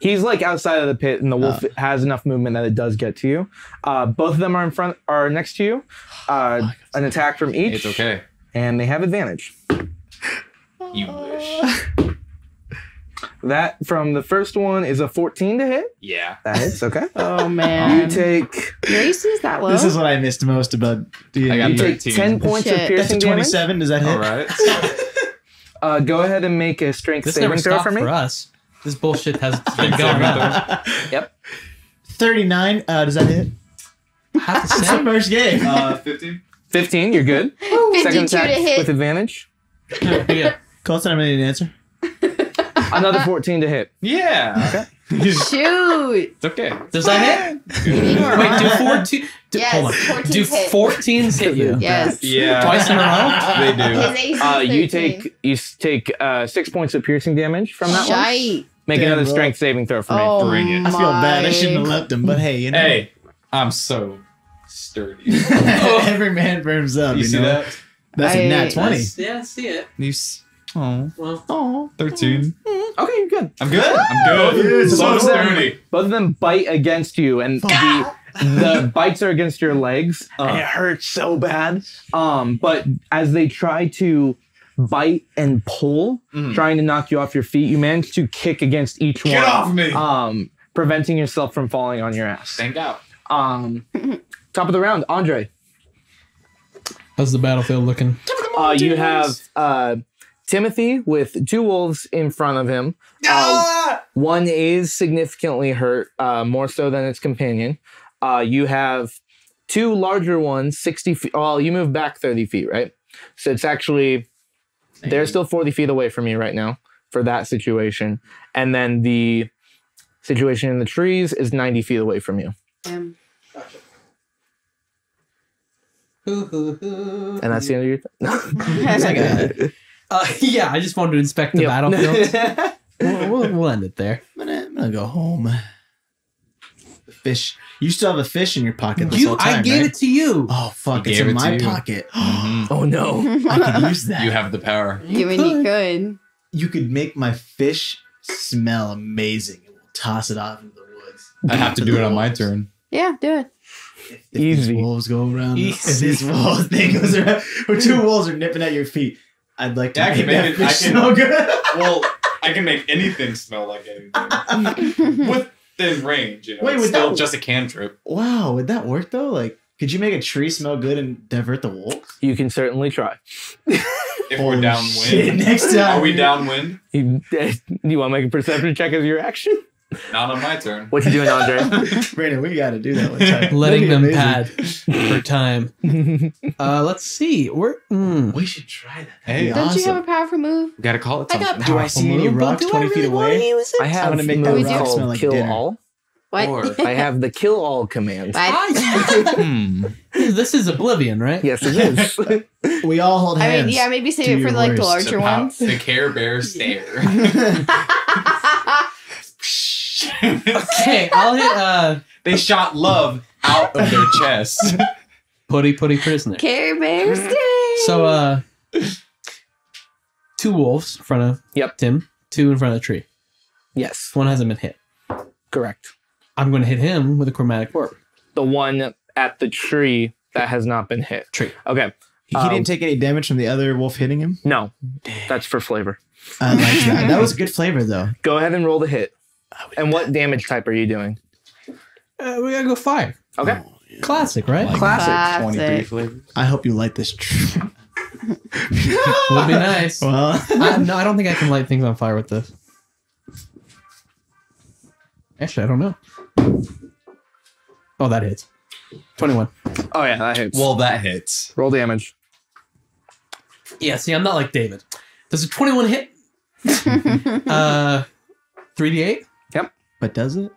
Speaker 1: he's like outside of the pit, and the wolf has enough movement that it does get to you. Uh, both of them are in front, are next to you. Uh, an attack from each.
Speaker 5: It's okay.
Speaker 1: And they have advantage.
Speaker 5: You wish.
Speaker 1: That from the first one is a 14 to hit.
Speaker 5: [LAUGHS] Yeah.
Speaker 1: That hits. Okay. [LAUGHS]
Speaker 3: Oh
Speaker 1: you
Speaker 3: man.
Speaker 1: take
Speaker 3: Your AC is that low.
Speaker 4: this is what I missed most about D&D.
Speaker 5: I got
Speaker 1: you take
Speaker 5: 13.
Speaker 1: 10 points of
Speaker 3: Shit.
Speaker 4: That's
Speaker 1: piercing
Speaker 4: a
Speaker 1: damage.
Speaker 4: 27. Does that hit?
Speaker 5: All right.
Speaker 1: Uh, go ahead and make a strength
Speaker 2: This
Speaker 1: saving
Speaker 2: never
Speaker 1: throw
Speaker 2: stopped
Speaker 1: for
Speaker 2: for,
Speaker 1: me.
Speaker 2: us. This bullshit has been going on.
Speaker 4: [LAUGHS] 39. Uh, does that hit?
Speaker 2: Half a
Speaker 4: It's the
Speaker 2: cent.
Speaker 4: first game.
Speaker 5: Uh, fifteen.
Speaker 1: 15. You're
Speaker 3: [LAUGHS]
Speaker 1: good. Second
Speaker 3: 52 to
Speaker 1: attack with
Speaker 3: hit.
Speaker 1: advantage.
Speaker 2: Yeah.
Speaker 4: Colton, I'm gonna need an answer.
Speaker 1: Another 14 to hit.
Speaker 5: Yeah.
Speaker 1: [LAUGHS]
Speaker 3: Shoot.
Speaker 5: It's okay.
Speaker 1: Uh,
Speaker 2: Does that hit?
Speaker 3: You are
Speaker 2: Wait, do
Speaker 3: on.
Speaker 2: fourteen? Do,
Speaker 3: Yes,
Speaker 2: hold on.
Speaker 3: 14s
Speaker 2: Do
Speaker 3: hit.
Speaker 2: fourteens hit you?
Speaker 3: Yes.
Speaker 5: Yeah.
Speaker 2: Twice
Speaker 5: [LAUGHS]
Speaker 2: in a row.
Speaker 5: They
Speaker 4: [LAUGHS]
Speaker 5: do.
Speaker 3: His AC is
Speaker 1: Uh, you
Speaker 3: 13.
Speaker 1: take you s- take uh, six points of piercing damage from that one.
Speaker 3: Shite.
Speaker 1: Make
Speaker 4: Damn,
Speaker 1: another
Speaker 4: bro.
Speaker 1: strength saving throw for me.
Speaker 3: Oh
Speaker 5: Bring it.
Speaker 4: I feel bad. I shouldn't have
Speaker 3: my
Speaker 4: left him, but hey, you know. [LAUGHS]
Speaker 5: Hey, I'm so sturdy.
Speaker 4: Every man burns up.
Speaker 5: Oh.
Speaker 4: You,
Speaker 5: You see
Speaker 4: know?
Speaker 5: that?
Speaker 4: That's
Speaker 3: I-
Speaker 4: a nat twenty.
Speaker 2: That's- Yeah, I see it.
Speaker 5: You s- oh,
Speaker 2: Well,
Speaker 4: Oh,
Speaker 5: 13.
Speaker 1: Okay, you're good.
Speaker 5: I'm good. I'm
Speaker 4: Woo!
Speaker 5: good. So
Speaker 1: Both of them-
Speaker 5: sturdy.
Speaker 1: Both of them bite against you, and the, the bites are against your legs, and it hurts so bad. Um, but as they try to bite and pull, trying to knock you off your feet, you manage to kick against each
Speaker 5: Get
Speaker 1: one,
Speaker 5: off me.
Speaker 1: um, preventing yourself from falling on your ass.
Speaker 5: Stand out.
Speaker 1: Um, top of the round, Andre.
Speaker 2: how's the battlefield looking?
Speaker 1: Uh, you have uh, Timothy with two wolves in front of him. Uh, one is significantly hurt, uh, more so than its companion. Uh, you have two larger ones, 60 feet. Well, you move back 30 feet, right? So it's actually, they're still 40 feet away from you right now for that situation. And then the situation in the trees is 90 feet away from you.
Speaker 3: Um,
Speaker 2: Uh,
Speaker 1: And that's the end of your turn.
Speaker 4: [LAUGHS] It's
Speaker 3: [LAUGHS]
Speaker 4: like a-
Speaker 2: [LAUGHS] yeah, I just wanted to inspect the [LAUGHS] battlefield. we'll, we'll, we'll end it there.
Speaker 4: I'm, gonna, I'm gonna go home. fish. You still have a fish in your pocket this
Speaker 2: You,
Speaker 4: whole time,
Speaker 2: I gave
Speaker 4: right?
Speaker 2: it to you.
Speaker 4: Oh fuck!
Speaker 5: He
Speaker 4: It's
Speaker 5: gave
Speaker 4: in
Speaker 5: it
Speaker 4: my
Speaker 5: to you.
Speaker 4: pocket.
Speaker 5: Mhm.
Speaker 1: Oh no.
Speaker 4: I could use that.
Speaker 5: You have the power.
Speaker 3: Given you could.
Speaker 4: you could make my fish smell amazing and we'll toss it off into the woods.
Speaker 5: I have to do it on my turn.
Speaker 3: Yeah, do
Speaker 4: [LAUGHS]
Speaker 3: it.
Speaker 4: If
Speaker 1: Easy.
Speaker 4: these wolves go around, if
Speaker 2: Easy.
Speaker 4: this [LAUGHS] wolf thing goes around, or two wolves are nipping at your feet, I'd like to
Speaker 6: Yeah, I
Speaker 4: make
Speaker 6: can
Speaker 4: that
Speaker 6: make it- I
Speaker 4: fish
Speaker 6: can-
Speaker 4: smell good. [LAUGHS]
Speaker 6: Well, I can make anything smell like anything within range. You know,
Speaker 4: Wait,
Speaker 6: it's
Speaker 4: would
Speaker 6: still
Speaker 4: that-
Speaker 6: just a cantrip.
Speaker 4: wow, would that work though? Like, could you make a tree smell good and divert the wolves?
Speaker 1: [LAUGHS] You can certainly try.
Speaker 6: If we're
Speaker 4: Holy
Speaker 6: downwind,
Speaker 4: Oh, shit, [LAUGHS] next time.
Speaker 6: are we downwind?
Speaker 1: You, [LAUGHS] you want to make a perception check as your action?
Speaker 6: Not on my turn.
Speaker 1: What you doing, Andre?
Speaker 4: Brandon, we got to do that one
Speaker 2: [LAUGHS]
Speaker 4: time.
Speaker 2: Letting
Speaker 4: That'd
Speaker 2: them
Speaker 4: be amazing.
Speaker 2: pad
Speaker 4: [LAUGHS]
Speaker 2: for time. Uh, let's see. We're mm.
Speaker 4: We should try that.
Speaker 6: Hey,
Speaker 4: That'd be
Speaker 3: Don't you have
Speaker 4: awesome.
Speaker 3: a powerful move?
Speaker 6: Gotta call it
Speaker 2: I got
Speaker 6: something.
Speaker 4: Do I see any
Speaker 2: Move, but
Speaker 4: rocks
Speaker 2: do I
Speaker 4: 20
Speaker 2: really
Speaker 4: feet
Speaker 2: wanna
Speaker 4: away?
Speaker 2: use it?
Speaker 1: [LAUGHS] I have
Speaker 4: gonna make
Speaker 1: the
Speaker 4: that
Speaker 1: move
Speaker 3: rock
Speaker 1: called
Speaker 4: smell like
Speaker 1: kill
Speaker 4: dinner.
Speaker 1: all.
Speaker 3: What? [LAUGHS]
Speaker 6: Or-
Speaker 1: I have the kill all command.
Speaker 3: What?
Speaker 2: I-
Speaker 5: Hmm.
Speaker 2: this is Oblivion, right?
Speaker 1: Yes, it is. [LAUGHS]
Speaker 4: We all hold
Speaker 3: I
Speaker 4: hands.
Speaker 3: mean, yeah, maybe
Speaker 4: Do
Speaker 3: save it
Speaker 4: your
Speaker 3: for like the
Speaker 4: worst.
Speaker 6: It's
Speaker 3: larger
Speaker 6: a pow-
Speaker 3: ones.
Speaker 6: The Care Bear stare. [LAUGHS]
Speaker 2: Okay, I'll hit uh,
Speaker 6: they shot love out of their
Speaker 5: [LAUGHS]
Speaker 6: chest.
Speaker 2: Putty Putty Prisoner.
Speaker 3: [LAUGHS] Care
Speaker 4: [LAUGHS]
Speaker 3: Bear Sting.
Speaker 2: So uh, two wolves in front of
Speaker 1: Yep.
Speaker 2: Tim, two in front of the tree.
Speaker 1: yes,
Speaker 2: One hasn't been hit.
Speaker 1: correct.
Speaker 2: I'm going to hit him with a chromatic orb.
Speaker 1: The one at the tree that has not been hit.
Speaker 2: Tree.
Speaker 1: Okay.
Speaker 4: he
Speaker 1: Um,
Speaker 4: didn't take any damage from the other wolf hitting him.
Speaker 1: No, that's for flavor.
Speaker 4: I like
Speaker 2: [LAUGHS]
Speaker 4: that. That was a good flavor though.
Speaker 1: Go ahead and roll the hit. And what damage type are you doing?
Speaker 2: Uh, we gotta go fire.
Speaker 1: Okay.
Speaker 2: Classic, right?
Speaker 5: Like-
Speaker 3: Classic.
Speaker 5: 23
Speaker 3: [LAUGHS]
Speaker 5: flavors.
Speaker 4: I hope you light this tree.
Speaker 2: [LAUGHS] Would be nice.
Speaker 4: well, [LAUGHS]
Speaker 2: [LAUGHS] I, no, I don't think I can light things on fire with this. Actually, I don't know. Oh, that hits. 21.
Speaker 1: Oh yeah, that hits.
Speaker 5: Well, that hits.
Speaker 1: roll damage.
Speaker 2: Yeah, see, I'm not like David. Does a 21 hit? uh, 3d8?
Speaker 4: but does it?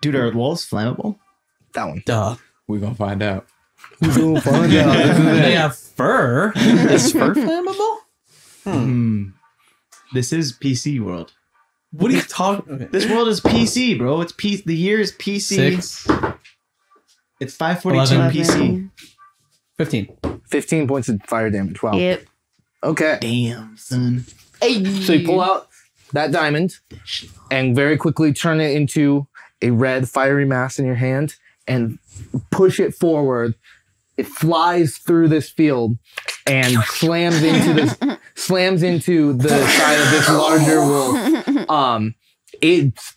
Speaker 4: Dude, are wolves
Speaker 2: [LAUGHS]
Speaker 4: flammable?
Speaker 1: That one.
Speaker 2: Duh.
Speaker 5: We're gonna find out.
Speaker 2: They have fur. Is [LAUGHS] fur flammable?
Speaker 4: Hmm. This is PC world.
Speaker 2: What are you talking okay.
Speaker 4: This world is PC, bro. It's P. The year is PC.
Speaker 2: Six,
Speaker 4: It's 542
Speaker 2: Eleven.
Speaker 4: PC.
Speaker 2: 15.
Speaker 1: 15 points of fire damage. Wow.
Speaker 3: Yep.
Speaker 1: Okay.
Speaker 4: Damn, son.
Speaker 1: So you
Speaker 3: [LAUGHS]
Speaker 1: pull out that diamond and very quickly turn it into a red fiery mass in your hand and push it forward. It flies through this field and slams into this slams into the side of this larger wolf. Um it's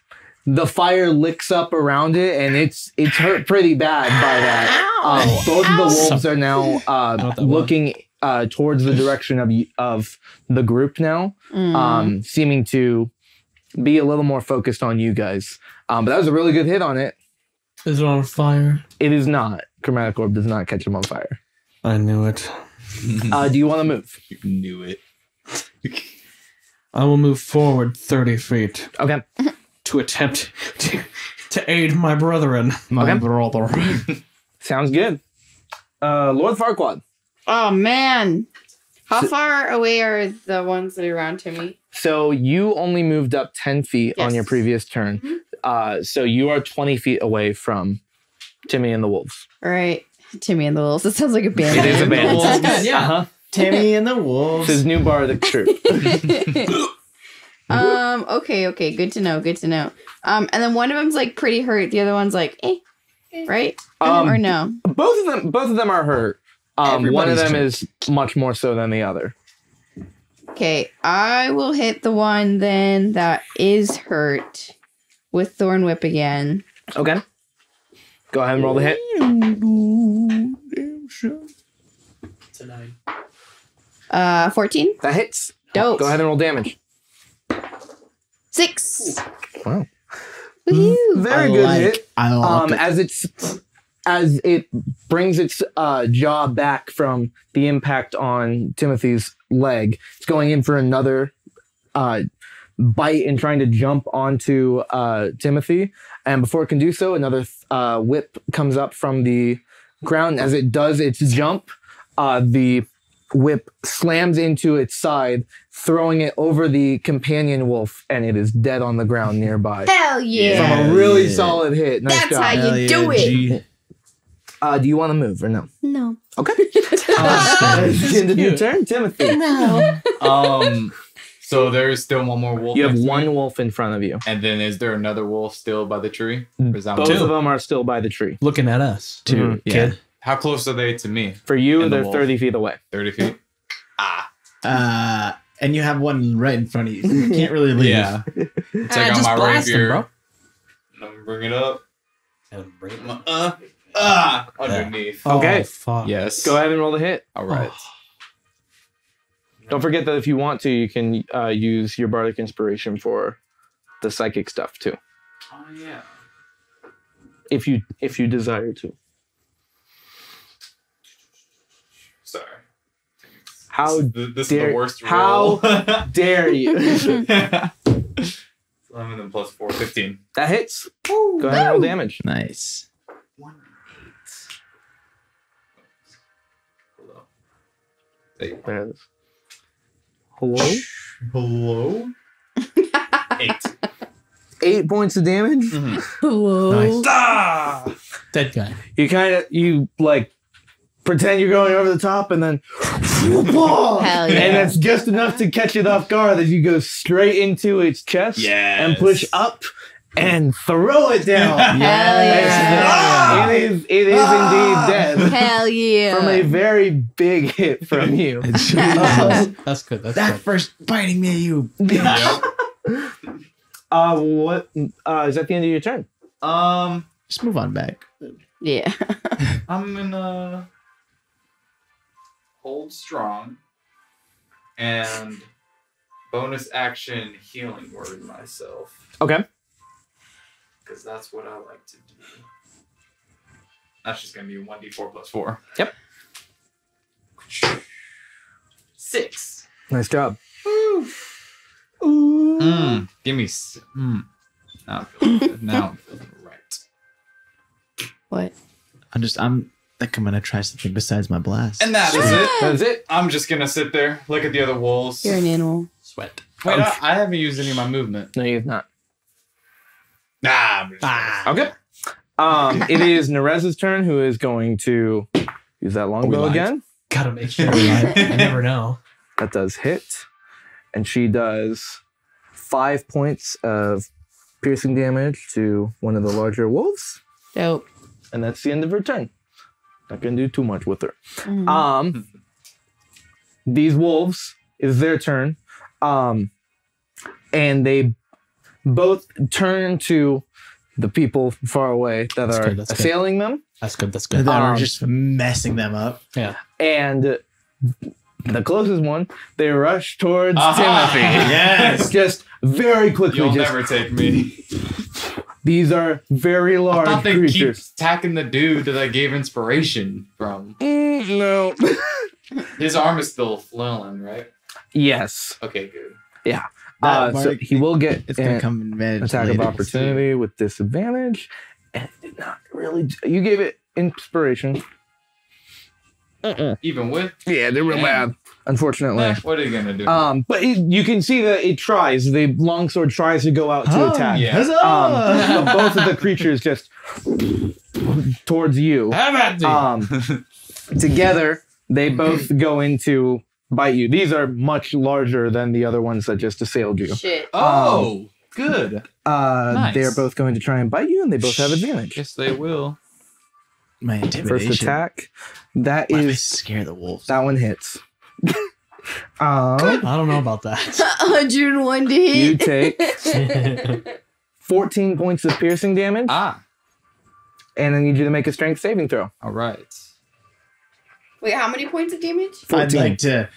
Speaker 1: the fire licks up around it and it's it's hurt pretty bad by that. Um, both of the wolves are now uh,
Speaker 2: what that was.
Speaker 1: looking uh, towards the direction of y- of the group now,
Speaker 3: Mm.
Speaker 4: Mm-hmm.
Speaker 1: um, seeming to be a little more focused on you guys. Um, but that was a really good hit on it.
Speaker 2: Is it on fire?
Speaker 1: It is not. Chromatic orb does not catch him on
Speaker 4: [LAUGHS]
Speaker 1: fire.
Speaker 2: I knew it.
Speaker 1: Uh, do you want to move?
Speaker 5: You knew it.
Speaker 2: I will move forward 30 feet
Speaker 1: Okay.
Speaker 2: to attempt to, to aid my brethren.
Speaker 4: My
Speaker 1: Okay.
Speaker 4: brother. [LAUGHS]
Speaker 1: Sounds good. Uh, Lord Farquaad.
Speaker 3: Oh man. How far away are the ones that are around Timmy?
Speaker 1: So you only moved up 10 feet on
Speaker 3: Yes.
Speaker 1: your previous turn. Uh, so you are 20 feet away from Timmy and the wolves.
Speaker 3: All right. Timmy and the Wolves. It sounds like a band.
Speaker 1: It is a
Speaker 3: name.
Speaker 1: band.
Speaker 2: That's good, yeah.
Speaker 1: Uh-huh.
Speaker 4: Timmy and the
Speaker 1: This is
Speaker 4: wolves.
Speaker 1: new bar of the troop.
Speaker 3: [LAUGHS]
Speaker 1: [LAUGHS]
Speaker 3: um. Okay. Okay. Good to know. Good to know. Um. And then one of them's like pretty hurt. The other one's like, eh, right?
Speaker 1: Um,
Speaker 3: or no?
Speaker 1: both of them both of them are hurt um, one of
Speaker 4: Everybody's
Speaker 1: them is much more so than the other
Speaker 3: Okay. I will hit the one then that is hurt with Thorn Whip again.
Speaker 1: okay go ahead and roll the hit
Speaker 2: It's a nine.
Speaker 3: Uh, fourteen.
Speaker 1: that hits
Speaker 3: Dope.
Speaker 1: go ahead and roll damage
Speaker 3: Six.
Speaker 1: Wow.
Speaker 3: Woohoo.
Speaker 1: very
Speaker 4: I
Speaker 1: good
Speaker 4: like-
Speaker 1: hit
Speaker 4: I like
Speaker 1: um,
Speaker 4: it.
Speaker 1: as it's as it brings its uh, jaw back from the impact on timothy's leg it's going in for another uh, bite and trying to jump onto uh, timothy and before it can do so another uh, whip comes up from the ground as it does its jump uh, the whip slams into its side, throwing it over the companion wolf, and it is dead on the ground nearby.
Speaker 3: Hell yeah.
Speaker 1: From a really
Speaker 4: Yeah.
Speaker 1: solid hit. Nice
Speaker 3: That's
Speaker 1: job.
Speaker 3: how you do it.
Speaker 1: uh, do you want to move or no? [LAUGHS]
Speaker 3: No.
Speaker 1: Okay.
Speaker 2: Uh,
Speaker 1: End
Speaker 2: this is
Speaker 1: of your
Speaker 2: cute.
Speaker 1: turn, Timothy.
Speaker 3: [LAUGHS] No.
Speaker 5: Um, so there's still one more wolf.
Speaker 1: You have
Speaker 5: next to me?
Speaker 1: one wolf in front of you.
Speaker 5: And then is there another wolf still by the tree? Or is that
Speaker 1: Both
Speaker 5: one-
Speaker 1: of them are still by the tree.
Speaker 2: Looking at us.
Speaker 4: Two.
Speaker 1: Mhm.
Speaker 4: Yeah.
Speaker 2: Kid.
Speaker 5: How close are they to me?
Speaker 1: For you,
Speaker 5: And the
Speaker 1: they're
Speaker 5: wolf.
Speaker 1: 30 feet away.
Speaker 2: [LAUGHS]
Speaker 5: 30 feet? Ah.
Speaker 4: Uh, and you have one right in front of you. You can't really leave.
Speaker 5: Yeah. Take
Speaker 2: Ah,
Speaker 5: out
Speaker 2: just
Speaker 5: my
Speaker 2: blast him,
Speaker 5: rapier.
Speaker 2: bro.
Speaker 6: I'm gonna bring it up.
Speaker 2: Bro.
Speaker 6: Uh, uh, underneath.
Speaker 1: Okay.
Speaker 2: Oh, fuck.
Speaker 5: Yes.
Speaker 1: Go ahead and roll the hit.
Speaker 5: All right.
Speaker 1: Don't forget that if you want to, you can uh, use your bardic inspiration for the psychic stuff too,
Speaker 6: Oh yeah.
Speaker 1: if you if you desire to.
Speaker 6: Sorry.
Speaker 1: How
Speaker 6: This, th- this is
Speaker 1: dare-
Speaker 6: the worst
Speaker 1: how-
Speaker 6: [LAUGHS] roll. I'm
Speaker 1: dare [LAUGHS] you?
Speaker 6: in the plus four. 15.
Speaker 1: that hits. Go ahead and roll damage.
Speaker 4: Nice.
Speaker 6: Hello.
Speaker 1: There it is. Hello.
Speaker 6: Hello? 8
Speaker 1: [LAUGHS] Eight points of damage.
Speaker 3: Hello.
Speaker 6: Ah!
Speaker 2: Dead guy.
Speaker 1: You kind of you like pretend you're going over the top, and
Speaker 3: [LAUGHS]
Speaker 1: then
Speaker 3: Hell
Speaker 1: and
Speaker 3: yeah.
Speaker 1: that's just enough to catch it off guard as you go straight into its chest
Speaker 6: Yes.
Speaker 1: and push up and throw it [LAUGHS] down.
Speaker 3: Hell yeah.
Speaker 1: It is, it is indeed
Speaker 3: [LAUGHS]
Speaker 1: dead.
Speaker 3: Hell yeah.
Speaker 1: from a very big hit from [LAUGHS] you.
Speaker 4: Oh. that
Speaker 2: That's good. That's good.
Speaker 4: first biting me, you.
Speaker 6: Yep.
Speaker 1: Uh, what uh, is that the end of your turn?
Speaker 6: Um,
Speaker 4: Just move on back.
Speaker 3: yeah.
Speaker 6: I'm gonna hold strong and bonus action healing word myself
Speaker 1: Okay.
Speaker 6: because that's what I like to do. That's just gonna be one d four plus four.
Speaker 1: Yep.
Speaker 6: Six.
Speaker 1: Nice job. Hmm.
Speaker 5: Mm, give me. s-
Speaker 6: hmm.
Speaker 5: Mm. Now, I'm
Speaker 1: [LAUGHS]
Speaker 5: feeling- now I'm feeling right.
Speaker 3: What?
Speaker 4: I'm just. I'm. Like I'm gonna try something besides my blast.
Speaker 5: And that is it.
Speaker 1: That's it.
Speaker 5: I'm just gonna sit there, look at the other wolves.
Speaker 3: You're an animal.
Speaker 2: Sweat.
Speaker 5: Wait, I, I haven't used any of my movement.
Speaker 1: No, you've not.
Speaker 5: Nah, I'm just
Speaker 2: Ah.
Speaker 1: Okay. Um, it is Nerez's turn, who is going to use that longbow
Speaker 5: lied.
Speaker 1: again.
Speaker 2: Gotta make sure. Right? I never know.
Speaker 1: That does hit, and she does five points of piercing damage to one of the larger wolves,
Speaker 3: Dope.
Speaker 1: and that's the end of her turn. Not gonna do too much with her.
Speaker 3: Mm.
Speaker 1: Um, these wolves it is their turn, um, and they both turn to the people far away that
Speaker 2: That's
Speaker 1: are
Speaker 2: good, that's good.
Speaker 1: assailing them,
Speaker 2: That's good. That's
Speaker 4: And
Speaker 2: good.
Speaker 4: then we're
Speaker 1: Um,
Speaker 4: just messing them up.
Speaker 1: and the closest one they rush towards
Speaker 6: Aha!
Speaker 2: [LAUGHS]
Speaker 1: Timothy. [LAUGHS]
Speaker 6: Yes.
Speaker 1: Just very quickly,
Speaker 5: You'll
Speaker 1: just
Speaker 5: never
Speaker 1: [LAUGHS]
Speaker 5: take me.
Speaker 1: these are very
Speaker 5: I
Speaker 1: large
Speaker 5: thought they keep
Speaker 1: creatures.
Speaker 5: attacking the dude that I gave inspiration from.
Speaker 1: Mm, no.
Speaker 5: His arm is still flailing, right?
Speaker 1: [LAUGHS] yes.
Speaker 5: Okay, good.
Speaker 1: Uh,
Speaker 4: That
Speaker 1: so
Speaker 4: mark-
Speaker 1: he will get
Speaker 4: [LAUGHS] It's gonna
Speaker 1: an-
Speaker 4: come in advantage.
Speaker 1: attack of
Speaker 4: later.
Speaker 1: opportunity with disadvantage, and it did not really. You gave it inspiration.
Speaker 5: Even with
Speaker 1: Yeah, they're
Speaker 5: real bad.
Speaker 1: unfortunately.
Speaker 5: Eh, what are you gonna do?
Speaker 1: Um, but it, you can see that it tries. The longsword tries to go out to
Speaker 4: Oh,
Speaker 1: attack.
Speaker 5: yeah.
Speaker 1: Um, but both of the creatures just towards you.
Speaker 2: How about you?
Speaker 1: Um, together, they both go into bite you. These are much larger than the other ones that just assailed you.
Speaker 3: [LAUGHS] Shit.
Speaker 5: oh,
Speaker 1: um,
Speaker 5: good.
Speaker 1: Uh,
Speaker 5: Nice.
Speaker 1: They are both going to try and bite you, and they both have advantage.
Speaker 5: Yes, they will.
Speaker 4: My
Speaker 1: First
Speaker 4: intimidation.
Speaker 1: attack. That
Speaker 4: Why did I
Speaker 1: is
Speaker 4: scare the wolves?
Speaker 1: that one hits. [LAUGHS] um,
Speaker 2: I don't know about that.
Speaker 3: 101 to hit.
Speaker 1: you take
Speaker 3: [LAUGHS]
Speaker 1: 14 points of piercing damage,
Speaker 5: Ah,
Speaker 1: and I need you to make a strength saving throw. [LAUGHS]
Speaker 5: all right.
Speaker 3: Wait, how many points of damage?
Speaker 1: 14.
Speaker 4: I'd like to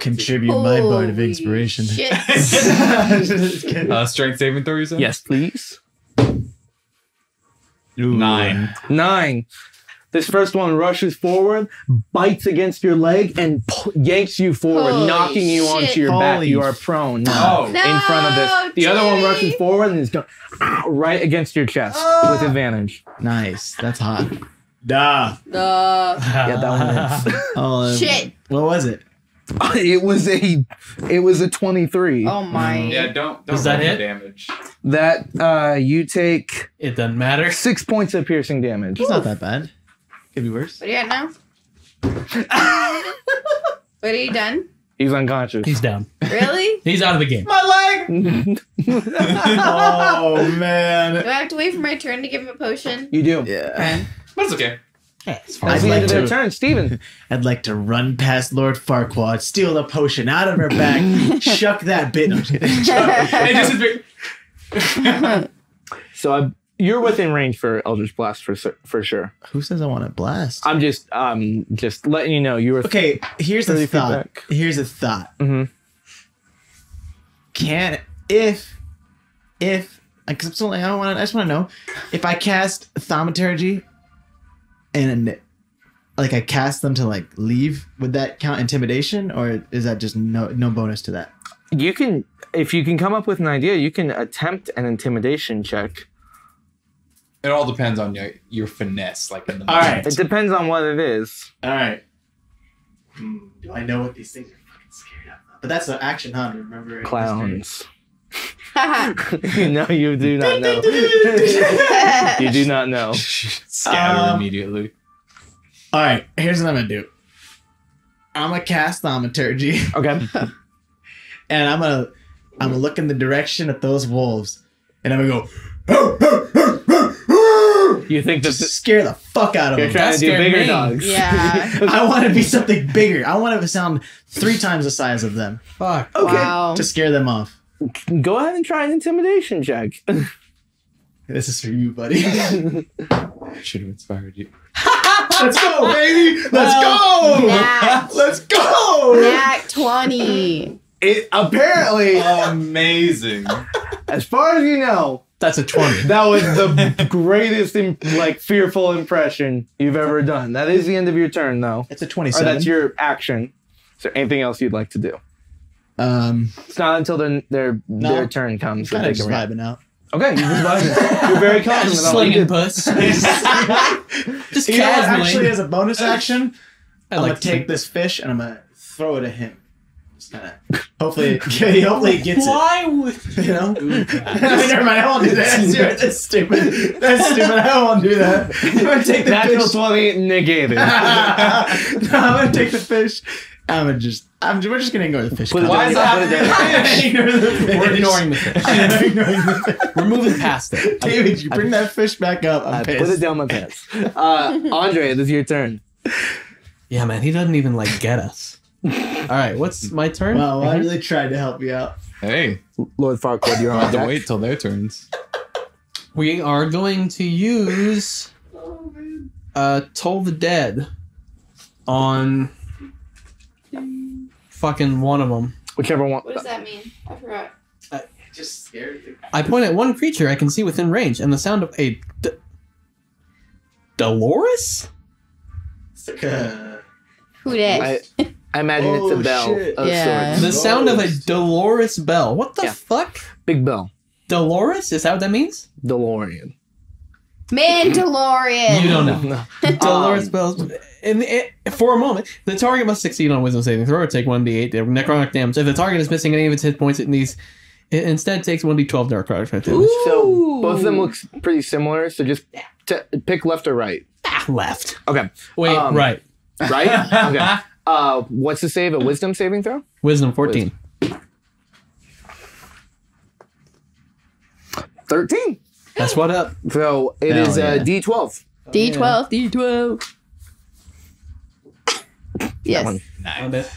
Speaker 4: contribute my part of
Speaker 3: Holy
Speaker 1: [LAUGHS]
Speaker 4: inspiration.
Speaker 3: Shit.
Speaker 4: Just kidding.
Speaker 5: Uh, strength saving throw, you said?
Speaker 1: yes, please.
Speaker 5: Nine.
Speaker 1: Nine. This first one rushes forward, bites against your leg, and pu- yanks you forward,
Speaker 3: Holy
Speaker 1: knocking you onto
Speaker 3: shit.
Speaker 1: your back.
Speaker 4: Holy
Speaker 1: You are prone now
Speaker 5: Oh,
Speaker 1: in front of
Speaker 3: No,
Speaker 1: this. The other one
Speaker 3: Jimmy.
Speaker 1: rushes ah,
Speaker 3: Ah.
Speaker 1: forward and is going right against your chest with advantage.
Speaker 4: Nice. That's hot. Nah.
Speaker 1: [LAUGHS]
Speaker 3: The
Speaker 1: Yeah, that one
Speaker 4: Oh, um,
Speaker 3: shit.
Speaker 4: What was it?
Speaker 1: is. [LAUGHS] it was a it was a 23.
Speaker 3: Oh my.
Speaker 6: Yeah, don't don't
Speaker 2: Was that
Speaker 6: roll the
Speaker 2: it?
Speaker 6: damage.
Speaker 1: That uh you take
Speaker 2: [LAUGHS] It doesn't matter.
Speaker 1: 6 points of piercing damage.
Speaker 4: It's not that bad. Could be worse.
Speaker 3: What are you at now? [LAUGHS] what are you done?
Speaker 1: He's unconscious. [LAUGHS]
Speaker 2: He's down.
Speaker 3: Really?
Speaker 2: He's out of the game.
Speaker 4: [LAUGHS] oh
Speaker 3: Do
Speaker 4: man.
Speaker 3: I have to wait for my turn to give him a
Speaker 1: [LAUGHS]
Speaker 3: potion?
Speaker 1: You do.
Speaker 4: Yeah.
Speaker 3: Okay.
Speaker 6: But
Speaker 1: [LAUGHS]
Speaker 6: it's okay.
Speaker 2: Yeah, it's fine.
Speaker 1: That's
Speaker 4: I'd
Speaker 1: the end
Speaker 4: like
Speaker 1: of their
Speaker 4: to-
Speaker 1: turn, Steven.
Speaker 4: I'd like to run past Lord Farquaad, steal a potion out of her [CLEARS THROAT] bag, shuck that bit. No, I'm just kidding. [LAUGHS]
Speaker 6: Hey, just a bit-
Speaker 1: [LAUGHS]
Speaker 3: [LAUGHS]
Speaker 1: So I, you're within range for Eldritch Blast for cer- for sure.
Speaker 4: Who says I want to blast?
Speaker 1: I'm just um just letting you know you were
Speaker 4: Okay, here's a
Speaker 1: 30 feet
Speaker 4: thought.
Speaker 1: back.
Speaker 4: Here's a thought.
Speaker 1: Mhm.
Speaker 4: Can if if like, 'cause I'm still, I don't want. I just want to know if I cast thaumaturgy and like I cast them to like leave. Would that count intimidation, or is that just no no bonus to that?
Speaker 1: you can if you can come up with an idea, you can attempt an intimidation check.
Speaker 6: It all depends on your your finesse, like in the
Speaker 4: All right.
Speaker 1: It depends on what it is.
Speaker 4: All right. Hmm, do I know what these things are? Fucking scared of. But that's an action, huh? Remember [LAUGHS]
Speaker 1: Clowns. [LAUGHS] you know you do not know.
Speaker 4: [LAUGHS]
Speaker 1: you
Speaker 3: [LAUGHS]
Speaker 1: do not know.
Speaker 6: [LAUGHS] scatter
Speaker 4: Um,
Speaker 6: immediately.
Speaker 4: All right. Here's what I'm gonna do. I'm gonna cast thaumaturgy. [LAUGHS]
Speaker 1: Okay.
Speaker 4: and I'm gonna I'm gonna look in the direction of those wolves, and I'm gonna go.
Speaker 1: You think that
Speaker 4: Just scare the fuck out
Speaker 1: [LAUGHS]
Speaker 4: of
Speaker 1: you're
Speaker 4: them.
Speaker 1: trying to
Speaker 2: That
Speaker 1: do
Speaker 2: scared
Speaker 1: bigger
Speaker 2: me.
Speaker 1: dogs? [LAUGHS]
Speaker 3: Yeah.
Speaker 4: I want to be something bigger. I want to sound three times the size of them
Speaker 2: Fuck.
Speaker 3: Wow.
Speaker 4: to scare them off.
Speaker 1: Go ahead and try an intimidation check. [LAUGHS]
Speaker 4: This is for you, buddy.
Speaker 6: Should have inspired you.
Speaker 4: Let's go, baby. Let's
Speaker 3: Well,
Speaker 4: go.
Speaker 3: Nat.
Speaker 4: Let's go.
Speaker 3: Nat 20.
Speaker 4: It, apparently,
Speaker 6: Amazing.
Speaker 1: As far as you know,
Speaker 2: That's a 20.
Speaker 1: that was [LAUGHS] the greatest im- like fearful impression you've ever done. That is the end of your turn though.
Speaker 4: it's a
Speaker 1: Or
Speaker 4: twenty-seven.
Speaker 1: Oh, that's your action. Is there anything else you'd like to do?
Speaker 4: um,
Speaker 1: It's not until their their,
Speaker 4: No.
Speaker 1: their turn comes that
Speaker 4: kind
Speaker 1: they
Speaker 4: of just
Speaker 1: can react.
Speaker 4: vibing out.
Speaker 1: Okay, you just
Speaker 4: [LAUGHS]
Speaker 1: vibing. You're very confident about what you
Speaker 2: Slinging
Speaker 1: did.
Speaker 2: puss.
Speaker 1: [LAUGHS]
Speaker 2: Just
Speaker 4: You know what, actually,
Speaker 2: casually.
Speaker 4: as a bonus action,
Speaker 2: I
Speaker 4: I'm
Speaker 2: like
Speaker 4: gonna take this fish and I'm gonna throw it at him. Just kinda, hopefully, [LAUGHS] okay, hopefully he gets it. [LAUGHS]
Speaker 2: Why would
Speaker 4: You know? [LAUGHS] I mean, never mind. I won't do that. That's stupid. That's stupid. That's stupid. I won't do that. I'm gonna take the
Speaker 1: Natural [LAUGHS]
Speaker 4: fish. [LAUGHS]
Speaker 1: twenty negated.
Speaker 4: no, I'm gonna take the fish. I'm gonna just. I'm. We're just gonna ignore the fish.
Speaker 1: Put it
Speaker 6: Why
Speaker 1: down.
Speaker 6: is
Speaker 1: Put it down.
Speaker 6: that
Speaker 4: [LAUGHS] Ignore the fish.
Speaker 2: We're ignoring
Speaker 4: [LAUGHS]
Speaker 2: the fish.
Speaker 4: I'm ignoring the
Speaker 2: [LAUGHS]
Speaker 4: fish.
Speaker 2: We're moving past it.
Speaker 4: David, you bring that fish back up. I'm
Speaker 1: I
Speaker 4: pissed.
Speaker 1: put it down my pants. Uh, Andre, this is your turn.
Speaker 2: Yeah, man, he doesn't even like get us. All right, what's my turn?
Speaker 4: Wow, I really tried to help you out.
Speaker 6: Hey,
Speaker 1: Lord Farquaad, you're
Speaker 6: I
Speaker 1: on
Speaker 6: have to
Speaker 1: deck.
Speaker 6: wait till their turns.
Speaker 2: We are going to use uh Toll the Dead on fucking one of them.
Speaker 1: Whichever one.
Speaker 3: What does that mean? I forgot.
Speaker 4: Just scared.
Speaker 2: I point at one creature I can see within range and the sound of a D- Dolores?
Speaker 4: It's like a.
Speaker 3: Who did?
Speaker 1: I, I imagine it's
Speaker 4: Oh,
Speaker 1: a bell
Speaker 4: shit.
Speaker 1: of
Speaker 3: Yeah.
Speaker 1: sorts.
Speaker 2: The sound of a
Speaker 4: Dolores.
Speaker 2: Dolores bell. What the
Speaker 1: Yeah.
Speaker 2: fuck?
Speaker 1: Big bell.
Speaker 2: Dolores? Is that what that means?
Speaker 4: [LAUGHS]
Speaker 1: DeLorean.
Speaker 3: Mandalorian.
Speaker 2: You don't know. Dolores
Speaker 1: Um,
Speaker 2: Bell's. In the, it, for a moment, the target must succeed on a Wisdom saving throw or take one d8 necrotic damage. If the target is missing any of its hit points, it needs it instead takes one d12 necrotic damage.
Speaker 3: Ooh.
Speaker 1: So both of them look s- pretty similar. So just t- pick left or right.
Speaker 2: Ah, Left.
Speaker 1: Okay.
Speaker 2: Wait,
Speaker 1: Um,
Speaker 2: right.
Speaker 4: [LAUGHS]
Speaker 1: Right. Okay. Uh, what's the save? A wisdom saving throw.
Speaker 2: Wisdom 14.
Speaker 1: Thirteen.
Speaker 2: That's what [LAUGHS] up.
Speaker 1: So it
Speaker 4: Hell
Speaker 1: is a
Speaker 4: yeah.
Speaker 1: D12.
Speaker 2: Oh,
Speaker 3: D12, D12. yes.
Speaker 1: one.
Speaker 2: Found it.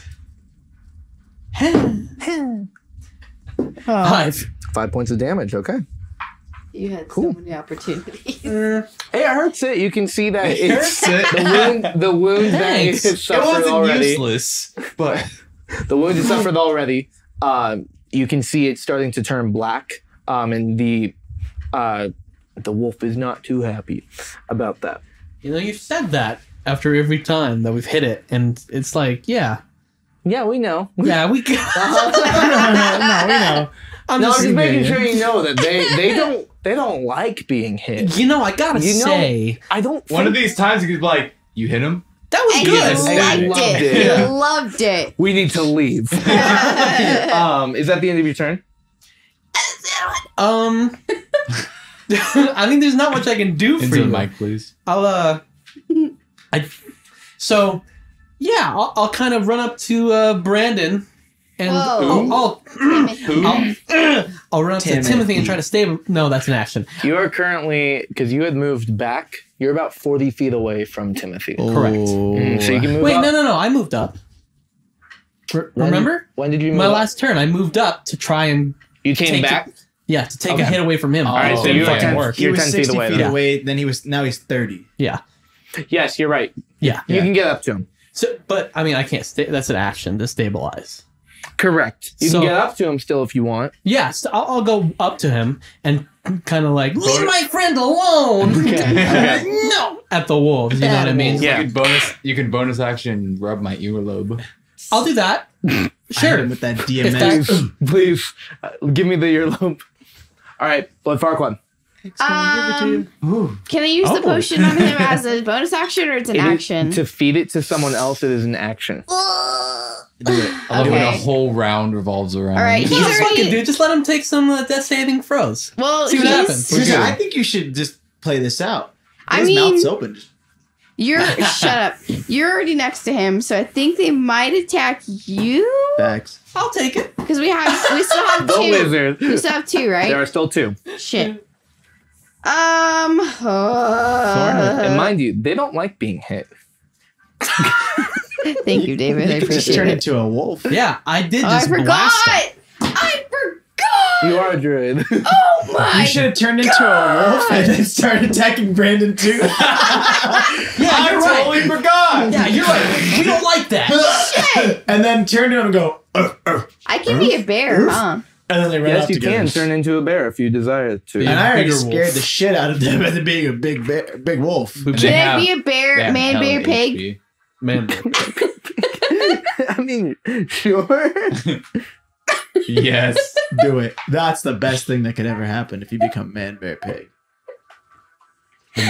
Speaker 2: Five.
Speaker 1: Five points of damage. Okay.
Speaker 3: You had
Speaker 1: Cool.
Speaker 3: so many [LAUGHS] opportunities.
Speaker 1: It hurts it. You can see that it's the
Speaker 6: it
Speaker 1: wound. The wound that it
Speaker 2: Thanks.
Speaker 1: has suffered
Speaker 6: wasn't
Speaker 1: already.
Speaker 6: useless, but
Speaker 1: [LAUGHS] The wound is suffered already. Um, you can see it starting to turn black, um, and the uh, the wolf is not too happy about that.
Speaker 2: You know, you've said that after every time that we've hit it, and it's like, yeah.
Speaker 1: Yeah, we
Speaker 2: [LAUGHS]
Speaker 1: know.
Speaker 2: Yeah, we got
Speaker 4: no, no, no, we know.
Speaker 2: I'm
Speaker 1: No, I'm
Speaker 2: just
Speaker 3: [LAUGHS]
Speaker 1: just making
Speaker 2: saying.
Speaker 1: sure you know that they they don't They don't like being hit.
Speaker 2: You know, I gotta
Speaker 1: You know-
Speaker 2: say
Speaker 1: I don't.
Speaker 5: One
Speaker 1: think-
Speaker 5: of these times you could be like, you hit him?
Speaker 2: that was
Speaker 3: And you
Speaker 2: good.
Speaker 5: Yes, that-
Speaker 3: liked it.
Speaker 1: Yeah.
Speaker 3: You loved it.
Speaker 1: we need to leave. [LAUGHS] um, is that the end of your turn?
Speaker 2: Um, [LAUGHS] I think there's not much I can do for
Speaker 5: Into the
Speaker 2: you.
Speaker 5: mic, please.
Speaker 2: I'll uh, I, so yeah, I'll, I'll kind of run up to uh Brandon, and
Speaker 3: Whoa.
Speaker 2: I'll, I'll, I'll, I'll run up to
Speaker 4: Timothy.
Speaker 2: Timothy and try to stab. him. No, that's an action.
Speaker 1: You are currently because you had moved back. You're about forty feet away from Timothy.
Speaker 4: Oh.
Speaker 2: Correct.
Speaker 1: Mm, so you can move.
Speaker 2: Wait,
Speaker 1: up.
Speaker 2: no, no, no. I moved up. R-
Speaker 1: When-
Speaker 2: remember
Speaker 1: When did you move?
Speaker 2: my
Speaker 1: up?
Speaker 2: last turn? I moved up to try and
Speaker 1: You came
Speaker 2: Take
Speaker 1: back.
Speaker 2: yeah to take a
Speaker 1: Okay.
Speaker 2: hit away from him. Oh.
Speaker 5: All right, so
Speaker 2: Didn't
Speaker 5: you're
Speaker 2: fucking
Speaker 5: ten-
Speaker 2: work.
Speaker 4: He
Speaker 1: You're
Speaker 4: was
Speaker 1: 10 feet
Speaker 4: 60 feet
Speaker 1: away,
Speaker 4: away,
Speaker 1: though.
Speaker 4: Then he was now he's thirty.
Speaker 2: Yeah,
Speaker 1: Yes, you're right.
Speaker 2: yeah.
Speaker 1: You can get up to him.
Speaker 2: So, but I mean, I can't. Sta- that's an action to stabilize.
Speaker 1: Correct. You
Speaker 2: So-
Speaker 1: can get up to him still if you [LAUGHS] want.
Speaker 2: Yes, I'll, I'll go up to him and kind of like leave my friend alone. [LAUGHS] no, at the wolves. You know what I mean?
Speaker 3: Animals.
Speaker 1: Yeah.
Speaker 5: You can bonus you can bonus action rub my earlobe.
Speaker 2: I'll do that.
Speaker 1: [LAUGHS]
Speaker 4: Sure.
Speaker 2: Sure.
Speaker 4: with that
Speaker 2: If that-
Speaker 4: DMX.
Speaker 1: Please, [LAUGHS] please, uh, give me the earlobe. All right, Blood Farquaad.
Speaker 3: Um,
Speaker 5: Ooh.
Speaker 3: can I use the
Speaker 5: Oh.
Speaker 3: potion on him as a bonus action or it's an
Speaker 1: It is-
Speaker 3: action?
Speaker 1: to feed it to someone else, it is an action.
Speaker 5: Do it. I love when a
Speaker 3: Okay.
Speaker 5: whole round revolves around.
Speaker 3: All
Speaker 5: [LAUGHS]
Speaker 3: right, he's
Speaker 2: Just fucking
Speaker 3: already.
Speaker 2: dude, just let him take some uh, death saving throws.
Speaker 3: Well,
Speaker 2: See what
Speaker 3: he's.
Speaker 2: happens.
Speaker 4: Seriously,
Speaker 5: good.
Speaker 4: I think you should just play this out.
Speaker 3: I
Speaker 4: His
Speaker 3: mean-
Speaker 4: [LAUGHS] mouth's open.
Speaker 3: You're shut up. You're already next to him, so I think they might attack you
Speaker 4: Facts.
Speaker 2: I'll take it.
Speaker 3: because we have we
Speaker 1: [LAUGHS]
Speaker 3: still have
Speaker 1: The
Speaker 3: two.
Speaker 1: wizard.
Speaker 3: We still have two, right?
Speaker 1: There are still two.
Speaker 3: Shit. Um.
Speaker 1: and
Speaker 3: Uh,
Speaker 1: mind you, they don't like being hit.
Speaker 3: [LAUGHS] thank you, David. I
Speaker 4: You could [LAUGHS] just
Speaker 3: appreciate
Speaker 4: turn
Speaker 3: it.
Speaker 4: into a wolf.
Speaker 2: Yeah, I did
Speaker 3: Oh,
Speaker 2: [LAUGHS]
Speaker 3: I
Speaker 2: just
Speaker 3: forgot.
Speaker 2: blast him.
Speaker 3: I forgot.
Speaker 1: You are a [LAUGHS] druid.
Speaker 3: Oh my!
Speaker 4: You should have turned into a wolf and then started attacking Brandon too. [LAUGHS]
Speaker 2: Yeah, you're right.
Speaker 5: forgot.
Speaker 2: Yeah, you're right. We don't like that.
Speaker 3: [LAUGHS] Shit.
Speaker 4: [LAUGHS] and then turned to him and go, "Ugh, ugh,"
Speaker 3: I can be a bear, huh?
Speaker 4: and then they ran
Speaker 1: yes,
Speaker 4: off
Speaker 1: you
Speaker 4: together.
Speaker 1: can turn into a bear if you desire to.
Speaker 4: And
Speaker 5: Yeah.
Speaker 4: I already
Speaker 2: Bigger wolf.
Speaker 4: scared the shit out of them after being a big bear, big wolf. [LAUGHS]
Speaker 5: They
Speaker 3: Can I
Speaker 5: have-
Speaker 3: be a
Speaker 5: they
Speaker 3: bear,
Speaker 5: have
Speaker 3: man,
Speaker 5: hella
Speaker 3: bear, pig?
Speaker 5: HP.
Speaker 2: Man,
Speaker 1: [LAUGHS] I mean, sure.
Speaker 5: [LAUGHS] Yes.
Speaker 4: Do it. That's the best thing that could ever happen if you become man, bear, pig.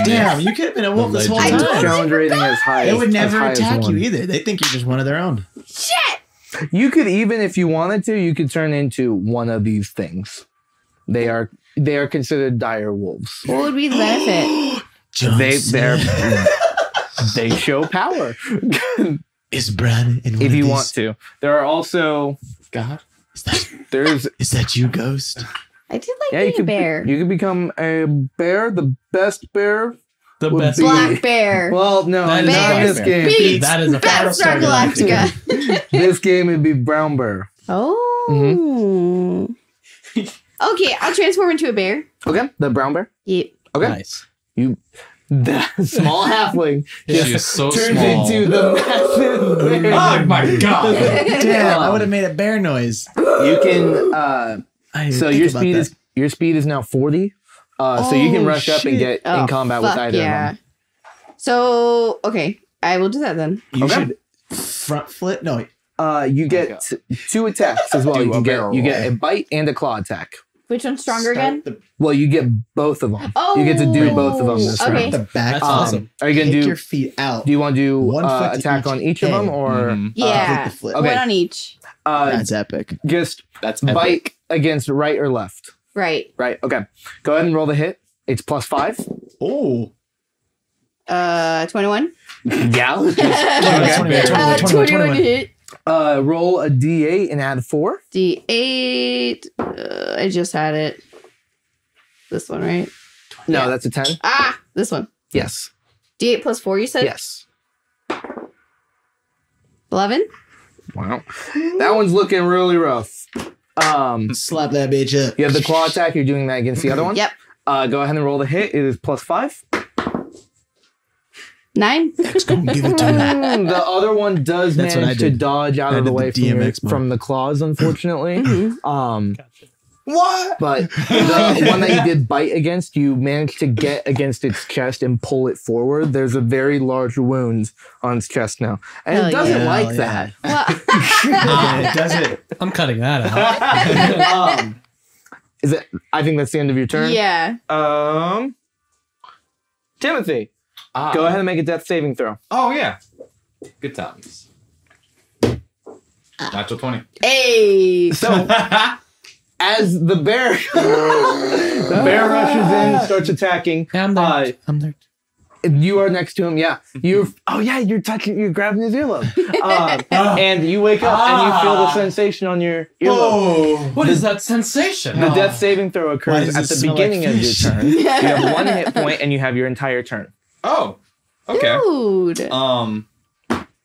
Speaker 4: Damn, you could have been a wolf this whole
Speaker 3: legend. I
Speaker 4: time.
Speaker 3: totally
Speaker 1: Challenge rating as high.
Speaker 4: They would
Speaker 1: as
Speaker 4: never
Speaker 1: high as
Speaker 4: attack
Speaker 1: one.
Speaker 4: you either. They think you're just one of their own.
Speaker 3: Shit!
Speaker 1: You could even, if you wanted to, you could turn into one of these things. They are they are considered dire wolves.
Speaker 3: What would be the benefit?
Speaker 4: Oh,
Speaker 1: They they're
Speaker 4: Johnson [LAUGHS]
Speaker 1: they show power
Speaker 4: is Brandon. in one
Speaker 1: if
Speaker 4: of
Speaker 1: you
Speaker 4: these?
Speaker 1: want to. There are also
Speaker 5: God.
Speaker 4: Is that,
Speaker 1: there's
Speaker 4: is that
Speaker 1: [LAUGHS]
Speaker 4: you, Ghost?
Speaker 3: I did like
Speaker 1: yeah you
Speaker 3: being a
Speaker 1: can
Speaker 3: bear.
Speaker 1: you can become a bear the best bear
Speaker 2: the
Speaker 1: Would
Speaker 2: best.
Speaker 1: be-
Speaker 3: Black bear.
Speaker 1: well no
Speaker 2: That
Speaker 1: not
Speaker 2: is
Speaker 3: not
Speaker 1: in this
Speaker 2: fair.
Speaker 3: [LAUGHS]
Speaker 1: game
Speaker 3: Beats
Speaker 2: That is a Battlestar
Speaker 3: Battlestar
Speaker 2: Galactica.
Speaker 3: Galactica.
Speaker 1: this game would be brown bear
Speaker 3: Oh. okay, I'll transform into a bear.
Speaker 1: okay the brown
Speaker 4: [LAUGHS]
Speaker 1: bear
Speaker 3: Yep.
Speaker 1: okay
Speaker 2: Nice.
Speaker 1: you the small halfling
Speaker 5: She is so
Speaker 1: turns
Speaker 5: small.
Speaker 1: into
Speaker 4: [LAUGHS]
Speaker 1: the massive bear.
Speaker 5: oh
Speaker 6: [LAUGHS]
Speaker 5: my god.
Speaker 4: Damn, I would have made a bear noise.
Speaker 1: you [LAUGHS] can uh
Speaker 4: I didn't
Speaker 1: so
Speaker 4: think
Speaker 1: your
Speaker 4: about
Speaker 1: speed
Speaker 4: that.
Speaker 1: is your speed is now 40 uh, so you can
Speaker 4: Oh,
Speaker 1: rush up and
Speaker 4: shit.
Speaker 1: get in combat with
Speaker 3: fuck
Speaker 1: either of
Speaker 3: So okay, I will do that then.
Speaker 4: You
Speaker 1: okay.
Speaker 4: should front flip. No,
Speaker 1: them. Uh, you
Speaker 5: Okay.
Speaker 1: get two attacks as well.
Speaker 5: Do
Speaker 1: You
Speaker 5: a
Speaker 1: can
Speaker 5: barrel
Speaker 1: get you get
Speaker 5: roll.
Speaker 1: a bite and a claw attack.
Speaker 3: Which one's stronger
Speaker 4: start
Speaker 3: again?
Speaker 4: The,
Speaker 1: Well, you get both of them.
Speaker 3: Oh,
Speaker 1: you get to do both of them this
Speaker 3: okay.
Speaker 1: round.
Speaker 4: the back.
Speaker 2: That's
Speaker 1: Um,
Speaker 2: awesome.
Speaker 1: Are you gonna
Speaker 4: Kick
Speaker 1: do?
Speaker 4: your feet out.
Speaker 1: do you want to do
Speaker 4: One
Speaker 1: uh,
Speaker 4: foot to
Speaker 1: attack
Speaker 4: each
Speaker 1: on each of them,
Speaker 4: hand.
Speaker 1: or
Speaker 3: [LAUGHS]
Speaker 5: Mhm.
Speaker 3: Yeah,
Speaker 4: Flip the flip.
Speaker 1: Okay.
Speaker 3: one on each.
Speaker 1: uh,
Speaker 4: That's epic.
Speaker 1: just
Speaker 5: That's epic.
Speaker 1: bite against right or left?
Speaker 3: Right.
Speaker 1: Right. Okay. Go ahead and roll the hit. It's plus five.
Speaker 4: Oh,
Speaker 3: Uh, twenty-one. [LAUGHS]
Speaker 1: yeah.
Speaker 3: uh,
Speaker 4: 21, 21, 21,
Speaker 3: 21
Speaker 4: 21.
Speaker 3: hit.
Speaker 1: [LAUGHS] Uh, roll a d8 and add four.
Speaker 3: D eight. Uh, I just had it. This one, right?
Speaker 1: No, that's a ten.
Speaker 3: Ah, this one.
Speaker 1: Yes.
Speaker 3: D eight plus four. You said
Speaker 1: Yes.
Speaker 3: eleven.
Speaker 1: Wow. That one's looking really rough. Um,
Speaker 4: Slap that bitch up.
Speaker 1: you have the claw attack. You're doing that against the other one.
Speaker 3: Yep.
Speaker 1: Uh, go ahead and roll the hit. It is plus five.
Speaker 3: Nine.
Speaker 4: It's gonna give it
Speaker 1: [LAUGHS]
Speaker 4: to me.
Speaker 1: Mm, the other one does
Speaker 4: That's what I
Speaker 1: manage to
Speaker 4: did.
Speaker 1: dodge out
Speaker 4: I
Speaker 1: of
Speaker 4: did
Speaker 1: the
Speaker 4: the
Speaker 1: way from, your-
Speaker 4: DMX move.
Speaker 1: from the claws, unfortunately.
Speaker 3: Mhm.
Speaker 1: um,
Speaker 4: What?
Speaker 1: but
Speaker 4: [LAUGHS]
Speaker 1: the one that you did bite against, you managed to get against its chest and pull it forward. There's a very large wound on its chest now, and
Speaker 3: Hell
Speaker 1: it doesn't
Speaker 4: yeah.
Speaker 1: like
Speaker 4: Hell
Speaker 1: that.
Speaker 3: Well,
Speaker 4: [LAUGHS] Yeah, it does it.
Speaker 1: [LAUGHS]
Speaker 2: I'm cutting that out.
Speaker 1: um, Is it? I think that's the end of your turn.
Speaker 3: Yeah.
Speaker 1: Um, Timothy, Ah.
Speaker 5: [LAUGHS]
Speaker 1: go ahead and make a death saving throw.
Speaker 5: Oh yeah. Good times.
Speaker 1: Ah.
Speaker 5: Natural twenty. [LAUGHS]
Speaker 3: Hey.
Speaker 1: So as the bear, [LAUGHS] the bear rushes in, starts attacking.
Speaker 2: Yeah, I'm there.
Speaker 1: Uh,
Speaker 2: I'm there.
Speaker 1: you are next to him. Yeah, you. Oh yeah, you're touching. You're grabbing his earlobe,
Speaker 4: [LAUGHS]
Speaker 1: Um,
Speaker 5: Ah.
Speaker 1: and you wake up and you feel the
Speaker 2: Ah.
Speaker 1: sensation on your earlobe.
Speaker 5: Oh.
Speaker 2: What is that sensation?
Speaker 1: The
Speaker 2: Oh.
Speaker 1: death saving throw
Speaker 4: Why
Speaker 1: occurs
Speaker 4: does
Speaker 1: at
Speaker 4: it
Speaker 1: the
Speaker 4: smell like
Speaker 1: beginning of your
Speaker 4: fish?
Speaker 1: turn. You have one
Speaker 3: [LAUGHS]
Speaker 4: [LAUGHS]
Speaker 1: hit point and you have your entire turn.
Speaker 5: Oh. Okay.
Speaker 3: Dude.
Speaker 5: Um.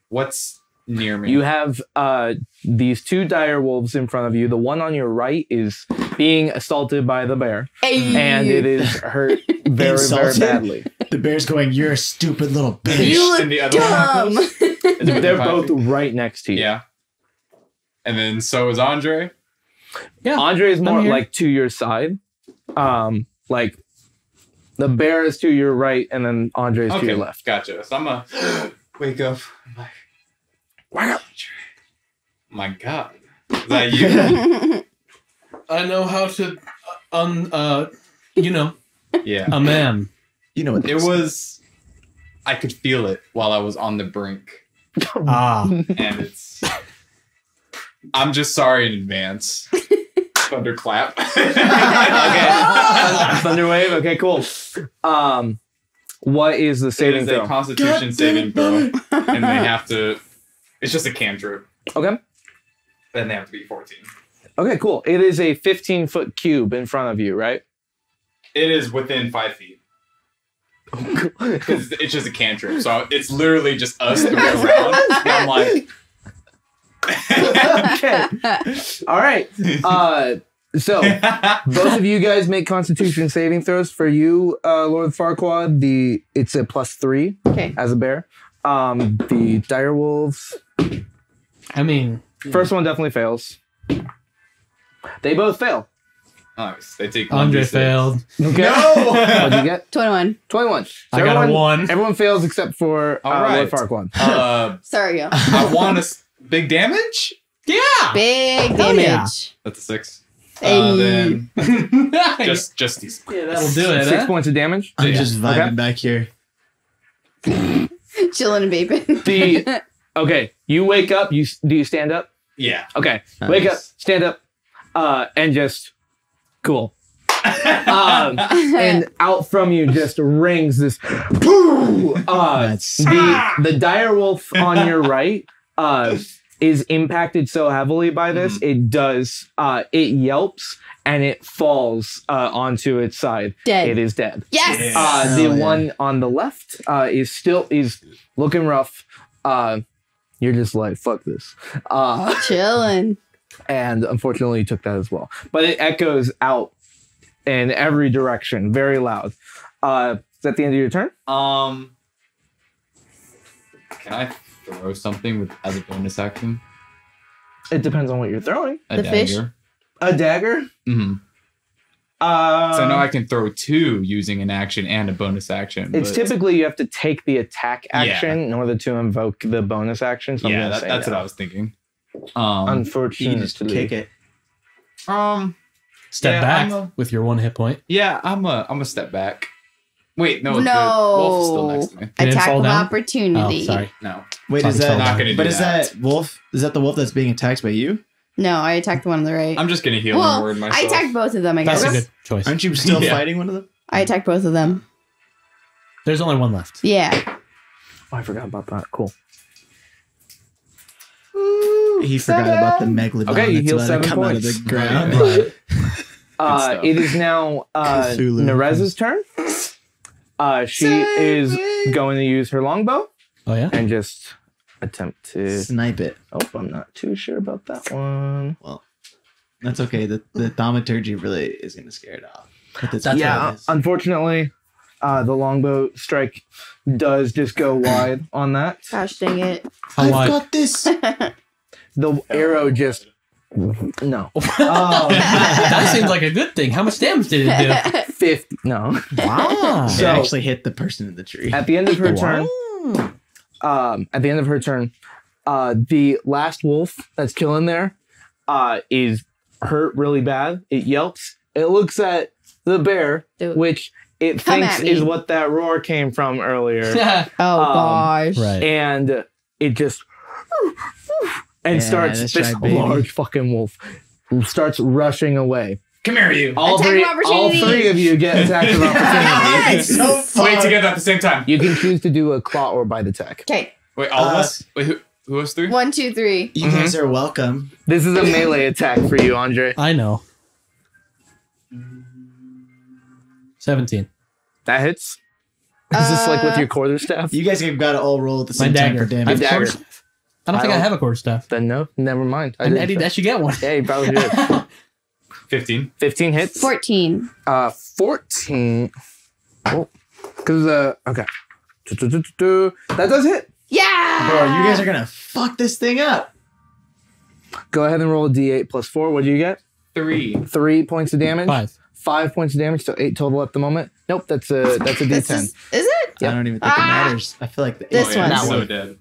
Speaker 5: What's near me?
Speaker 1: You have uh, these two dire wolves in front of you. The one on your right is being assaulted by the bear,
Speaker 3: hey.
Speaker 1: and it is hurt very, very
Speaker 4: Insulted?
Speaker 1: badly.
Speaker 4: The bear's going, You're a stupid little bitch.
Speaker 3: You
Speaker 5: and the
Speaker 3: look
Speaker 5: other one
Speaker 3: dumb.
Speaker 5: Is it within
Speaker 1: They're
Speaker 5: five
Speaker 1: both
Speaker 5: feet?
Speaker 1: right next to you.
Speaker 5: Yeah. And then so is Andre.
Speaker 1: Andre is more
Speaker 2: here.
Speaker 1: like to your side. Um, like the bear is to your right, and then Andre is to your left. [LAUGHS]
Speaker 5: Gotcha. So I'm a [GASPS] wake up. I'm like,
Speaker 1: Wake up.
Speaker 5: My God. Is
Speaker 1: [LAUGHS]
Speaker 5: that you?
Speaker 2: Oh. I know how to un uh you know
Speaker 5: yeah.
Speaker 2: a man.
Speaker 4: You know what
Speaker 5: It was. I could feel it while I was on the brink,
Speaker 2: Ah.
Speaker 5: and it's. I'm just sorry in advance. Thunderclap. [LAUGHS]
Speaker 1: Okay. Thunderwave. Okay, cool. Um, what is the
Speaker 5: It
Speaker 1: saving
Speaker 5: is a
Speaker 1: throw?
Speaker 5: Constitution saving throw, and they have to. It's just a cantrip.
Speaker 1: okay.
Speaker 5: Then they have to be 14.
Speaker 1: Okay, cool. It is a 15 foot cube in front of you,
Speaker 5: [LAUGHS]
Speaker 1: right?
Speaker 5: It is within five feet. Because it's just a cantrip, so it's literally just us three around. And I'm like,
Speaker 1: [LAUGHS]
Speaker 5: [LAUGHS]
Speaker 1: okay. All right. Uh, so both [LAUGHS] of you guys make Constitution saving throws. For you, uh, Lord Farquaad, the it's a plus three
Speaker 3: [LAUGHS] okay.
Speaker 1: as a bear. Um, the dire wolves.
Speaker 2: I mean
Speaker 1: First one definitely fails. They both fail.
Speaker 5: nice. They take
Speaker 2: Andre
Speaker 5: 1d6.
Speaker 2: failed.
Speaker 1: Okay.
Speaker 5: No. [LAUGHS]
Speaker 1: What'd [LAUGHS] you get?
Speaker 3: 21.
Speaker 1: Twenty-one. So
Speaker 2: I got a
Speaker 1: everyone, [LAUGHS]
Speaker 2: one.
Speaker 1: Everyone fails except for uh,
Speaker 5: All right.
Speaker 1: Lord Farquaad.
Speaker 5: uh,
Speaker 3: Sorry, y'all.
Speaker 5: I want a s- big damage.
Speaker 2: Yeah.
Speaker 3: Big
Speaker 2: Hell yeah.
Speaker 3: damage.
Speaker 5: That's a six. Uh,
Speaker 3: Hey.
Speaker 5: then
Speaker 2: [LAUGHS] nice.
Speaker 5: just just these.
Speaker 2: yeah, that'll do it.
Speaker 1: Six
Speaker 2: huh?
Speaker 1: points of damage.
Speaker 4: I'm
Speaker 5: Yeah.
Speaker 4: just vibing
Speaker 1: Okay.
Speaker 4: back here.
Speaker 3: Chilling and
Speaker 1: [LAUGHS]
Speaker 3: vaping.
Speaker 1: The okay. You wake up. You s- do you stand up?
Speaker 5: [LAUGHS] Yeah.
Speaker 1: Okay. Wake up,
Speaker 4: Nice.
Speaker 1: stand up, uh, and just [LAUGHS] cool.
Speaker 5: Uh,
Speaker 1: um,
Speaker 4: [LAUGHS]
Speaker 1: and out from you just rings this poo. Uh,
Speaker 4: That's [LAUGHS]
Speaker 1: the the direwolf on your right uh, is impacted so heavily by
Speaker 4: Mm-hmm.
Speaker 1: this it does uh, it yelps and it falls uh, onto its side.
Speaker 3: [LAUGHS] Dead.
Speaker 1: It is dead.
Speaker 3: Yes.
Speaker 5: Yeah.
Speaker 1: Uh, the
Speaker 4: Hell yeah.
Speaker 1: one on the left uh, is still is looking rough. Uh, you're just like fuck this. Uh,
Speaker 3: Chilling.
Speaker 1: and unfortunately you took that as well. But it echoes out in every direction, very loud. Uh, is that the end of your turn?
Speaker 5: Um. Can I throw something with as a bonus action?
Speaker 1: It depends on what you're throwing.
Speaker 5: A
Speaker 3: The fish?
Speaker 1: A dagger.
Speaker 5: hmm
Speaker 1: Uh,
Speaker 5: so I know I can throw two using an action and a bonus action.
Speaker 1: it's
Speaker 5: but-
Speaker 1: typically you have to take the attack
Speaker 5: Yeah.
Speaker 1: action in order to invoke the bonus action. So I'm
Speaker 5: yeah,
Speaker 1: gonna
Speaker 5: that-
Speaker 1: say
Speaker 5: that's
Speaker 1: no.
Speaker 5: what I was thinking. Um,
Speaker 4: You
Speaker 1: Unfortunately,
Speaker 4: can just kick it.
Speaker 5: um,
Speaker 2: Step
Speaker 5: Yeah,
Speaker 2: back
Speaker 5: I'm a-
Speaker 2: with your one hit point.
Speaker 5: yeah, I'm a, I'm a step back. Wait, no, the
Speaker 3: No.
Speaker 5: wolf is still next to me.
Speaker 2: Did it
Speaker 3: Attack
Speaker 2: fall
Speaker 3: of
Speaker 2: down?
Speaker 3: opportunity.
Speaker 2: Oh, sorry.
Speaker 5: No,
Speaker 4: Wait,
Speaker 2: Sorry,
Speaker 4: is
Speaker 2: sorry.
Speaker 4: that
Speaker 5: not gonna do
Speaker 4: But is
Speaker 5: that.
Speaker 4: that wolf? Is that the wolf that's being attacked by you?
Speaker 3: No, I attacked the one on the right.
Speaker 5: I'm just gonna heal
Speaker 3: Well,
Speaker 5: and word myself.
Speaker 3: I attacked both of them, I guess.
Speaker 2: That's a good choice.
Speaker 4: Aren't you still
Speaker 5: Yeah.
Speaker 4: fighting one of them?
Speaker 3: I attacked both of them.
Speaker 2: There's only one left.
Speaker 3: Yeah.
Speaker 1: Oh, I forgot about that. Cool.
Speaker 4: He forgot about the megalodon
Speaker 1: Okay, you
Speaker 4: that's
Speaker 1: heal
Speaker 4: about
Speaker 1: seven
Speaker 4: to come out of
Speaker 1: points.
Speaker 4: the ground.
Speaker 5: [LAUGHS]
Speaker 1: Uh,
Speaker 5: stuff.
Speaker 1: it is now uh,
Speaker 4: Cthulhu.
Speaker 1: Nerez's turn. Uh, she is going to use her longbow
Speaker 2: Oh yeah.
Speaker 1: and just attempt to
Speaker 4: Snipe it.
Speaker 1: Oh, I'm not too sure about that one.
Speaker 4: Well, that's okay. The, the thaumaturgy really is going to scare it off. But that's
Speaker 2: That's
Speaker 4: yeah.
Speaker 1: yeah, unfortunately, uh, the longbow strike does just go wide on that.
Speaker 3: Gosh dang [LAUGHS] it.
Speaker 2: How wide?
Speaker 5: [LAUGHS]
Speaker 4: this.
Speaker 1: The arrow just no
Speaker 2: [LAUGHS]
Speaker 1: Um,
Speaker 2: that seems like a good thing. How much damage did
Speaker 3: [LAUGHS]
Speaker 2: it
Speaker 1: fifty no.
Speaker 2: do? [LAUGHS] Wow.
Speaker 4: It
Speaker 1: So-
Speaker 4: actually hit the person in the tree.
Speaker 1: At the end of her turn, um, at the end of her turn, uh, the last wolf that's killing there uh, is hurt really bad. It yelps It looks at the bear,
Speaker 3: Dude.
Speaker 1: which it
Speaker 3: Come at
Speaker 1: thinks
Speaker 3: me.
Speaker 1: is what that roar came from earlier.
Speaker 3: Oh
Speaker 1: Um,
Speaker 3: gosh.
Speaker 4: Right.
Speaker 1: and it just and
Speaker 4: Yeah,
Speaker 1: starts
Speaker 4: that's
Speaker 1: this
Speaker 4: right, baby.
Speaker 1: large fucking wolf starts rushing away.
Speaker 6: Come here, you.
Speaker 1: All
Speaker 3: Attack
Speaker 1: three,
Speaker 3: of
Speaker 1: all
Speaker 3: opportunity.
Speaker 1: three of you get
Speaker 3: [LAUGHS]
Speaker 1: attacked of opportunity.
Speaker 3: Yes!
Speaker 6: Wait together at the same time.
Speaker 1: you can choose to do a claw or bite attack.
Speaker 3: Okay.
Speaker 6: Wait, all of
Speaker 4: Uh,
Speaker 6: us? Wait, who, who us three?
Speaker 3: One, two, three.
Speaker 4: You guys are welcome.
Speaker 1: This is a melee attack for you, Andre.
Speaker 2: I know. 17.
Speaker 1: That hits. Is this like with
Speaker 3: Uh,
Speaker 1: your quarterstaff?
Speaker 4: You guys have got to all roll at the
Speaker 2: My
Speaker 4: same time
Speaker 2: dagger.
Speaker 4: for
Speaker 2: I
Speaker 4: damage.
Speaker 2: have a
Speaker 1: Dagger.
Speaker 2: quarterstaff? I don't
Speaker 1: I
Speaker 2: think I
Speaker 1: don't-
Speaker 2: have a quarter staff.
Speaker 1: Then no, never mind. I
Speaker 2: And
Speaker 1: didn't-
Speaker 2: Eddie, that should get one.
Speaker 1: Yeah, you probably did.
Speaker 3: [LAUGHS]
Speaker 6: 15.
Speaker 1: 15 hits.
Speaker 3: Fourteen.
Speaker 1: Uh, 14. Oh, because uh, okay. Du-du-du-du-du. That does hit.
Speaker 3: Yeah.
Speaker 4: Bro, you guys are going to fuck this thing up.
Speaker 1: Go ahead and roll a d8 plus four. What do you get?
Speaker 6: Three.
Speaker 1: Three points of damage.
Speaker 2: Five.
Speaker 1: Five points of damage, so eight total at the moment. Nope, that's a [LAUGHS] that's a
Speaker 3: This
Speaker 1: d10.
Speaker 3: is, is it?
Speaker 1: Yep.
Speaker 4: I don't even think
Speaker 3: Ah!
Speaker 4: it matters. I feel like the
Speaker 3: This
Speaker 4: eight,
Speaker 3: one.
Speaker 6: I'm
Speaker 1: That
Speaker 6: Oh, so
Speaker 1: one.
Speaker 6: dead.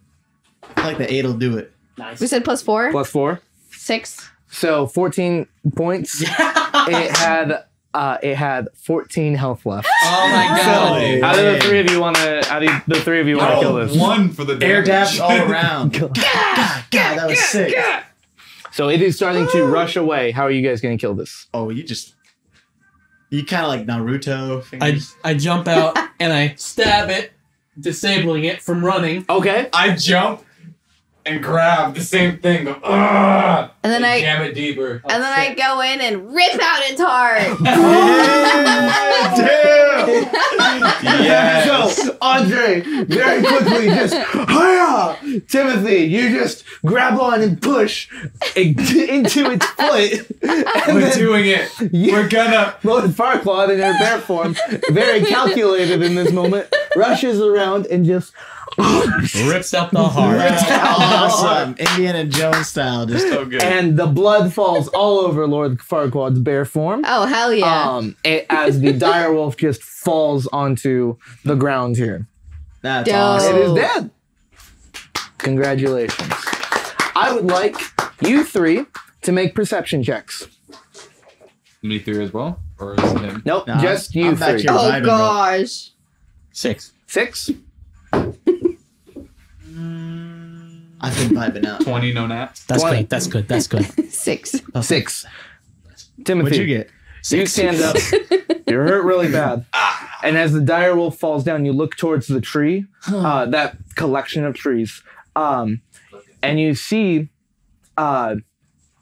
Speaker 4: I feel like the eight'll do it.
Speaker 3: We said plus four,
Speaker 1: Plus four,
Speaker 3: six.
Speaker 1: so 14 [LAUGHS] points.
Speaker 2: [LAUGHS]
Speaker 1: it had uh, it had 14 health left.
Speaker 2: Oh my
Speaker 4: God.
Speaker 6: So-
Speaker 1: Out of the three of you want to? Out of the three of you want to
Speaker 6: Oh,
Speaker 1: kill this?
Speaker 6: One for the
Speaker 4: Air
Speaker 5: [LAUGHS]
Speaker 4: dash
Speaker 6: damage.
Speaker 4: all around. God, God, God, that was sick.
Speaker 1: [LAUGHS] So it is starting [GASPS] to rush away. How are you guys going to kill this?
Speaker 4: Oh, you just. You kind of like Naruto.
Speaker 2: I,
Speaker 4: Fingers.
Speaker 2: I jump out and I stab it, disabling it from running.
Speaker 1: Okay.
Speaker 6: [LAUGHS] I jump and grab the same thing. Go, "Ugh,"
Speaker 3: And then I Oh,
Speaker 6: jam it deeper.
Speaker 3: and then I go in and rip out its heart.
Speaker 6: Oh,
Speaker 1: Damn!
Speaker 6: Yes.
Speaker 1: So, Andre, very quickly, just hiya, Timothy. You just grab on and push [LAUGHS] in- into its foot, and
Speaker 6: We're
Speaker 1: then
Speaker 6: doing it.
Speaker 1: you,
Speaker 6: We're gonna.
Speaker 1: Loden Farquaad in her bear form, very calculated in this moment, rushes around and just
Speaker 2: Rips out the
Speaker 4: Bro,
Speaker 2: heart.
Speaker 4: awesome. Indiana Jones style. Just
Speaker 6: So good.
Speaker 1: and the blood falls all over Lord Farquaad's bear form.
Speaker 3: Oh hell yeah!
Speaker 1: Um, a- as the dire wolf just falls onto the ground here.
Speaker 4: that's
Speaker 3: Dope.
Speaker 4: awesome.
Speaker 1: It is
Speaker 3: Oh.
Speaker 1: dead. Congratulations. I would like you three to make perception checks.
Speaker 5: Me three as well, or is it him?
Speaker 1: Nope,
Speaker 4: Nah,
Speaker 1: just you
Speaker 4: I'm back
Speaker 1: three.
Speaker 4: here.
Speaker 3: oh
Speaker 4: vibing, bro.
Speaker 3: gosh. [LAUGHS]
Speaker 2: Six.
Speaker 1: Six.
Speaker 4: I've been vibing out.
Speaker 6: Twenty no nats.
Speaker 2: That's
Speaker 1: Twenty.
Speaker 2: good. That's good. That's good.
Speaker 3: Six.
Speaker 1: Six. Timothy.
Speaker 4: What'd you get?
Speaker 1: You stand
Speaker 4: [LAUGHS]
Speaker 1: up. You're hurt really bad. And as the dire wolf falls down, you look towards the tree, uh, that collection of trees, um, and you see uh,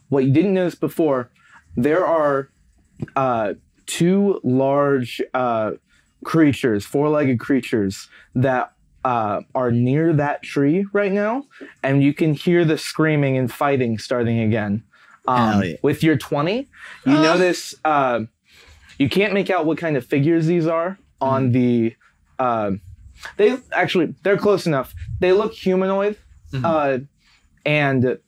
Speaker 1: what you didn't notice before. There are uh, two large uh, creatures, four-legged creatures that uh, are near that tree right now, and you can hear the screaming and fighting starting again. Um,
Speaker 4: Hell yeah.
Speaker 1: With your twenty, you
Speaker 3: Ah.
Speaker 1: notice uh, you can't make out what kind of figures these are on
Speaker 4: Mm-hmm.
Speaker 1: the. um they actually they're close enough. They look humanoid,
Speaker 4: Mm-hmm.
Speaker 1: uh, and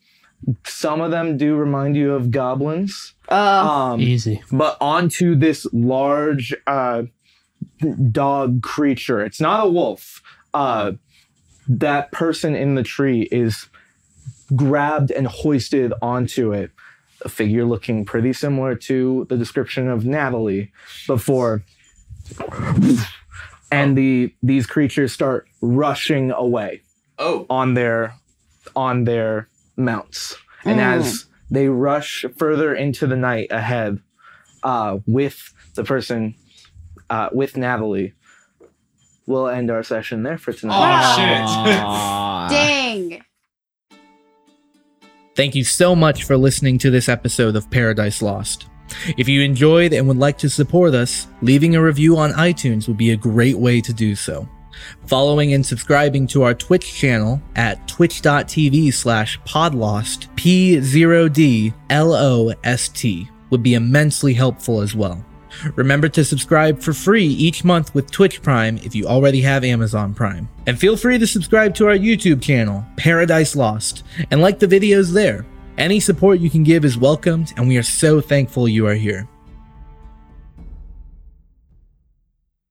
Speaker 1: some of them do remind you of goblins.
Speaker 3: Oh
Speaker 1: Um,
Speaker 2: Easy.
Speaker 1: but onto this large uh, dog creature. It's not a wolf. Uh, that person in the tree is grabbed and hoisted onto it. A figure looking pretty similar to the description of Natalie before. And the these creatures start rushing away
Speaker 6: Oh.
Speaker 1: on their on their mounts. And
Speaker 3: Mm.
Speaker 1: as they rush further into the night ahead, uh, with the person uh, with Natalie, we'll end our session there for tonight.
Speaker 6: [LAUGHS]
Speaker 3: [LAUGHS]
Speaker 6: Oh,
Speaker 5: shit.
Speaker 3: dang.
Speaker 7: Thank you so much for listening to this episode of Paradise Lost. If you enjoyed and would like to support us, leaving a review on iTunes would be a great way to do so. Following and subscribing to our Twitch channel at twitch.tv slash podlost, P0DLOST, would be immensely helpful as well. Remember to subscribe for free each month with Twitch Prime if you already have Amazon Prime. And feel free to subscribe to our YouTube channel, Paradise Lost, and like the videos there. Any support you can give is welcomed, and we are so thankful you are here.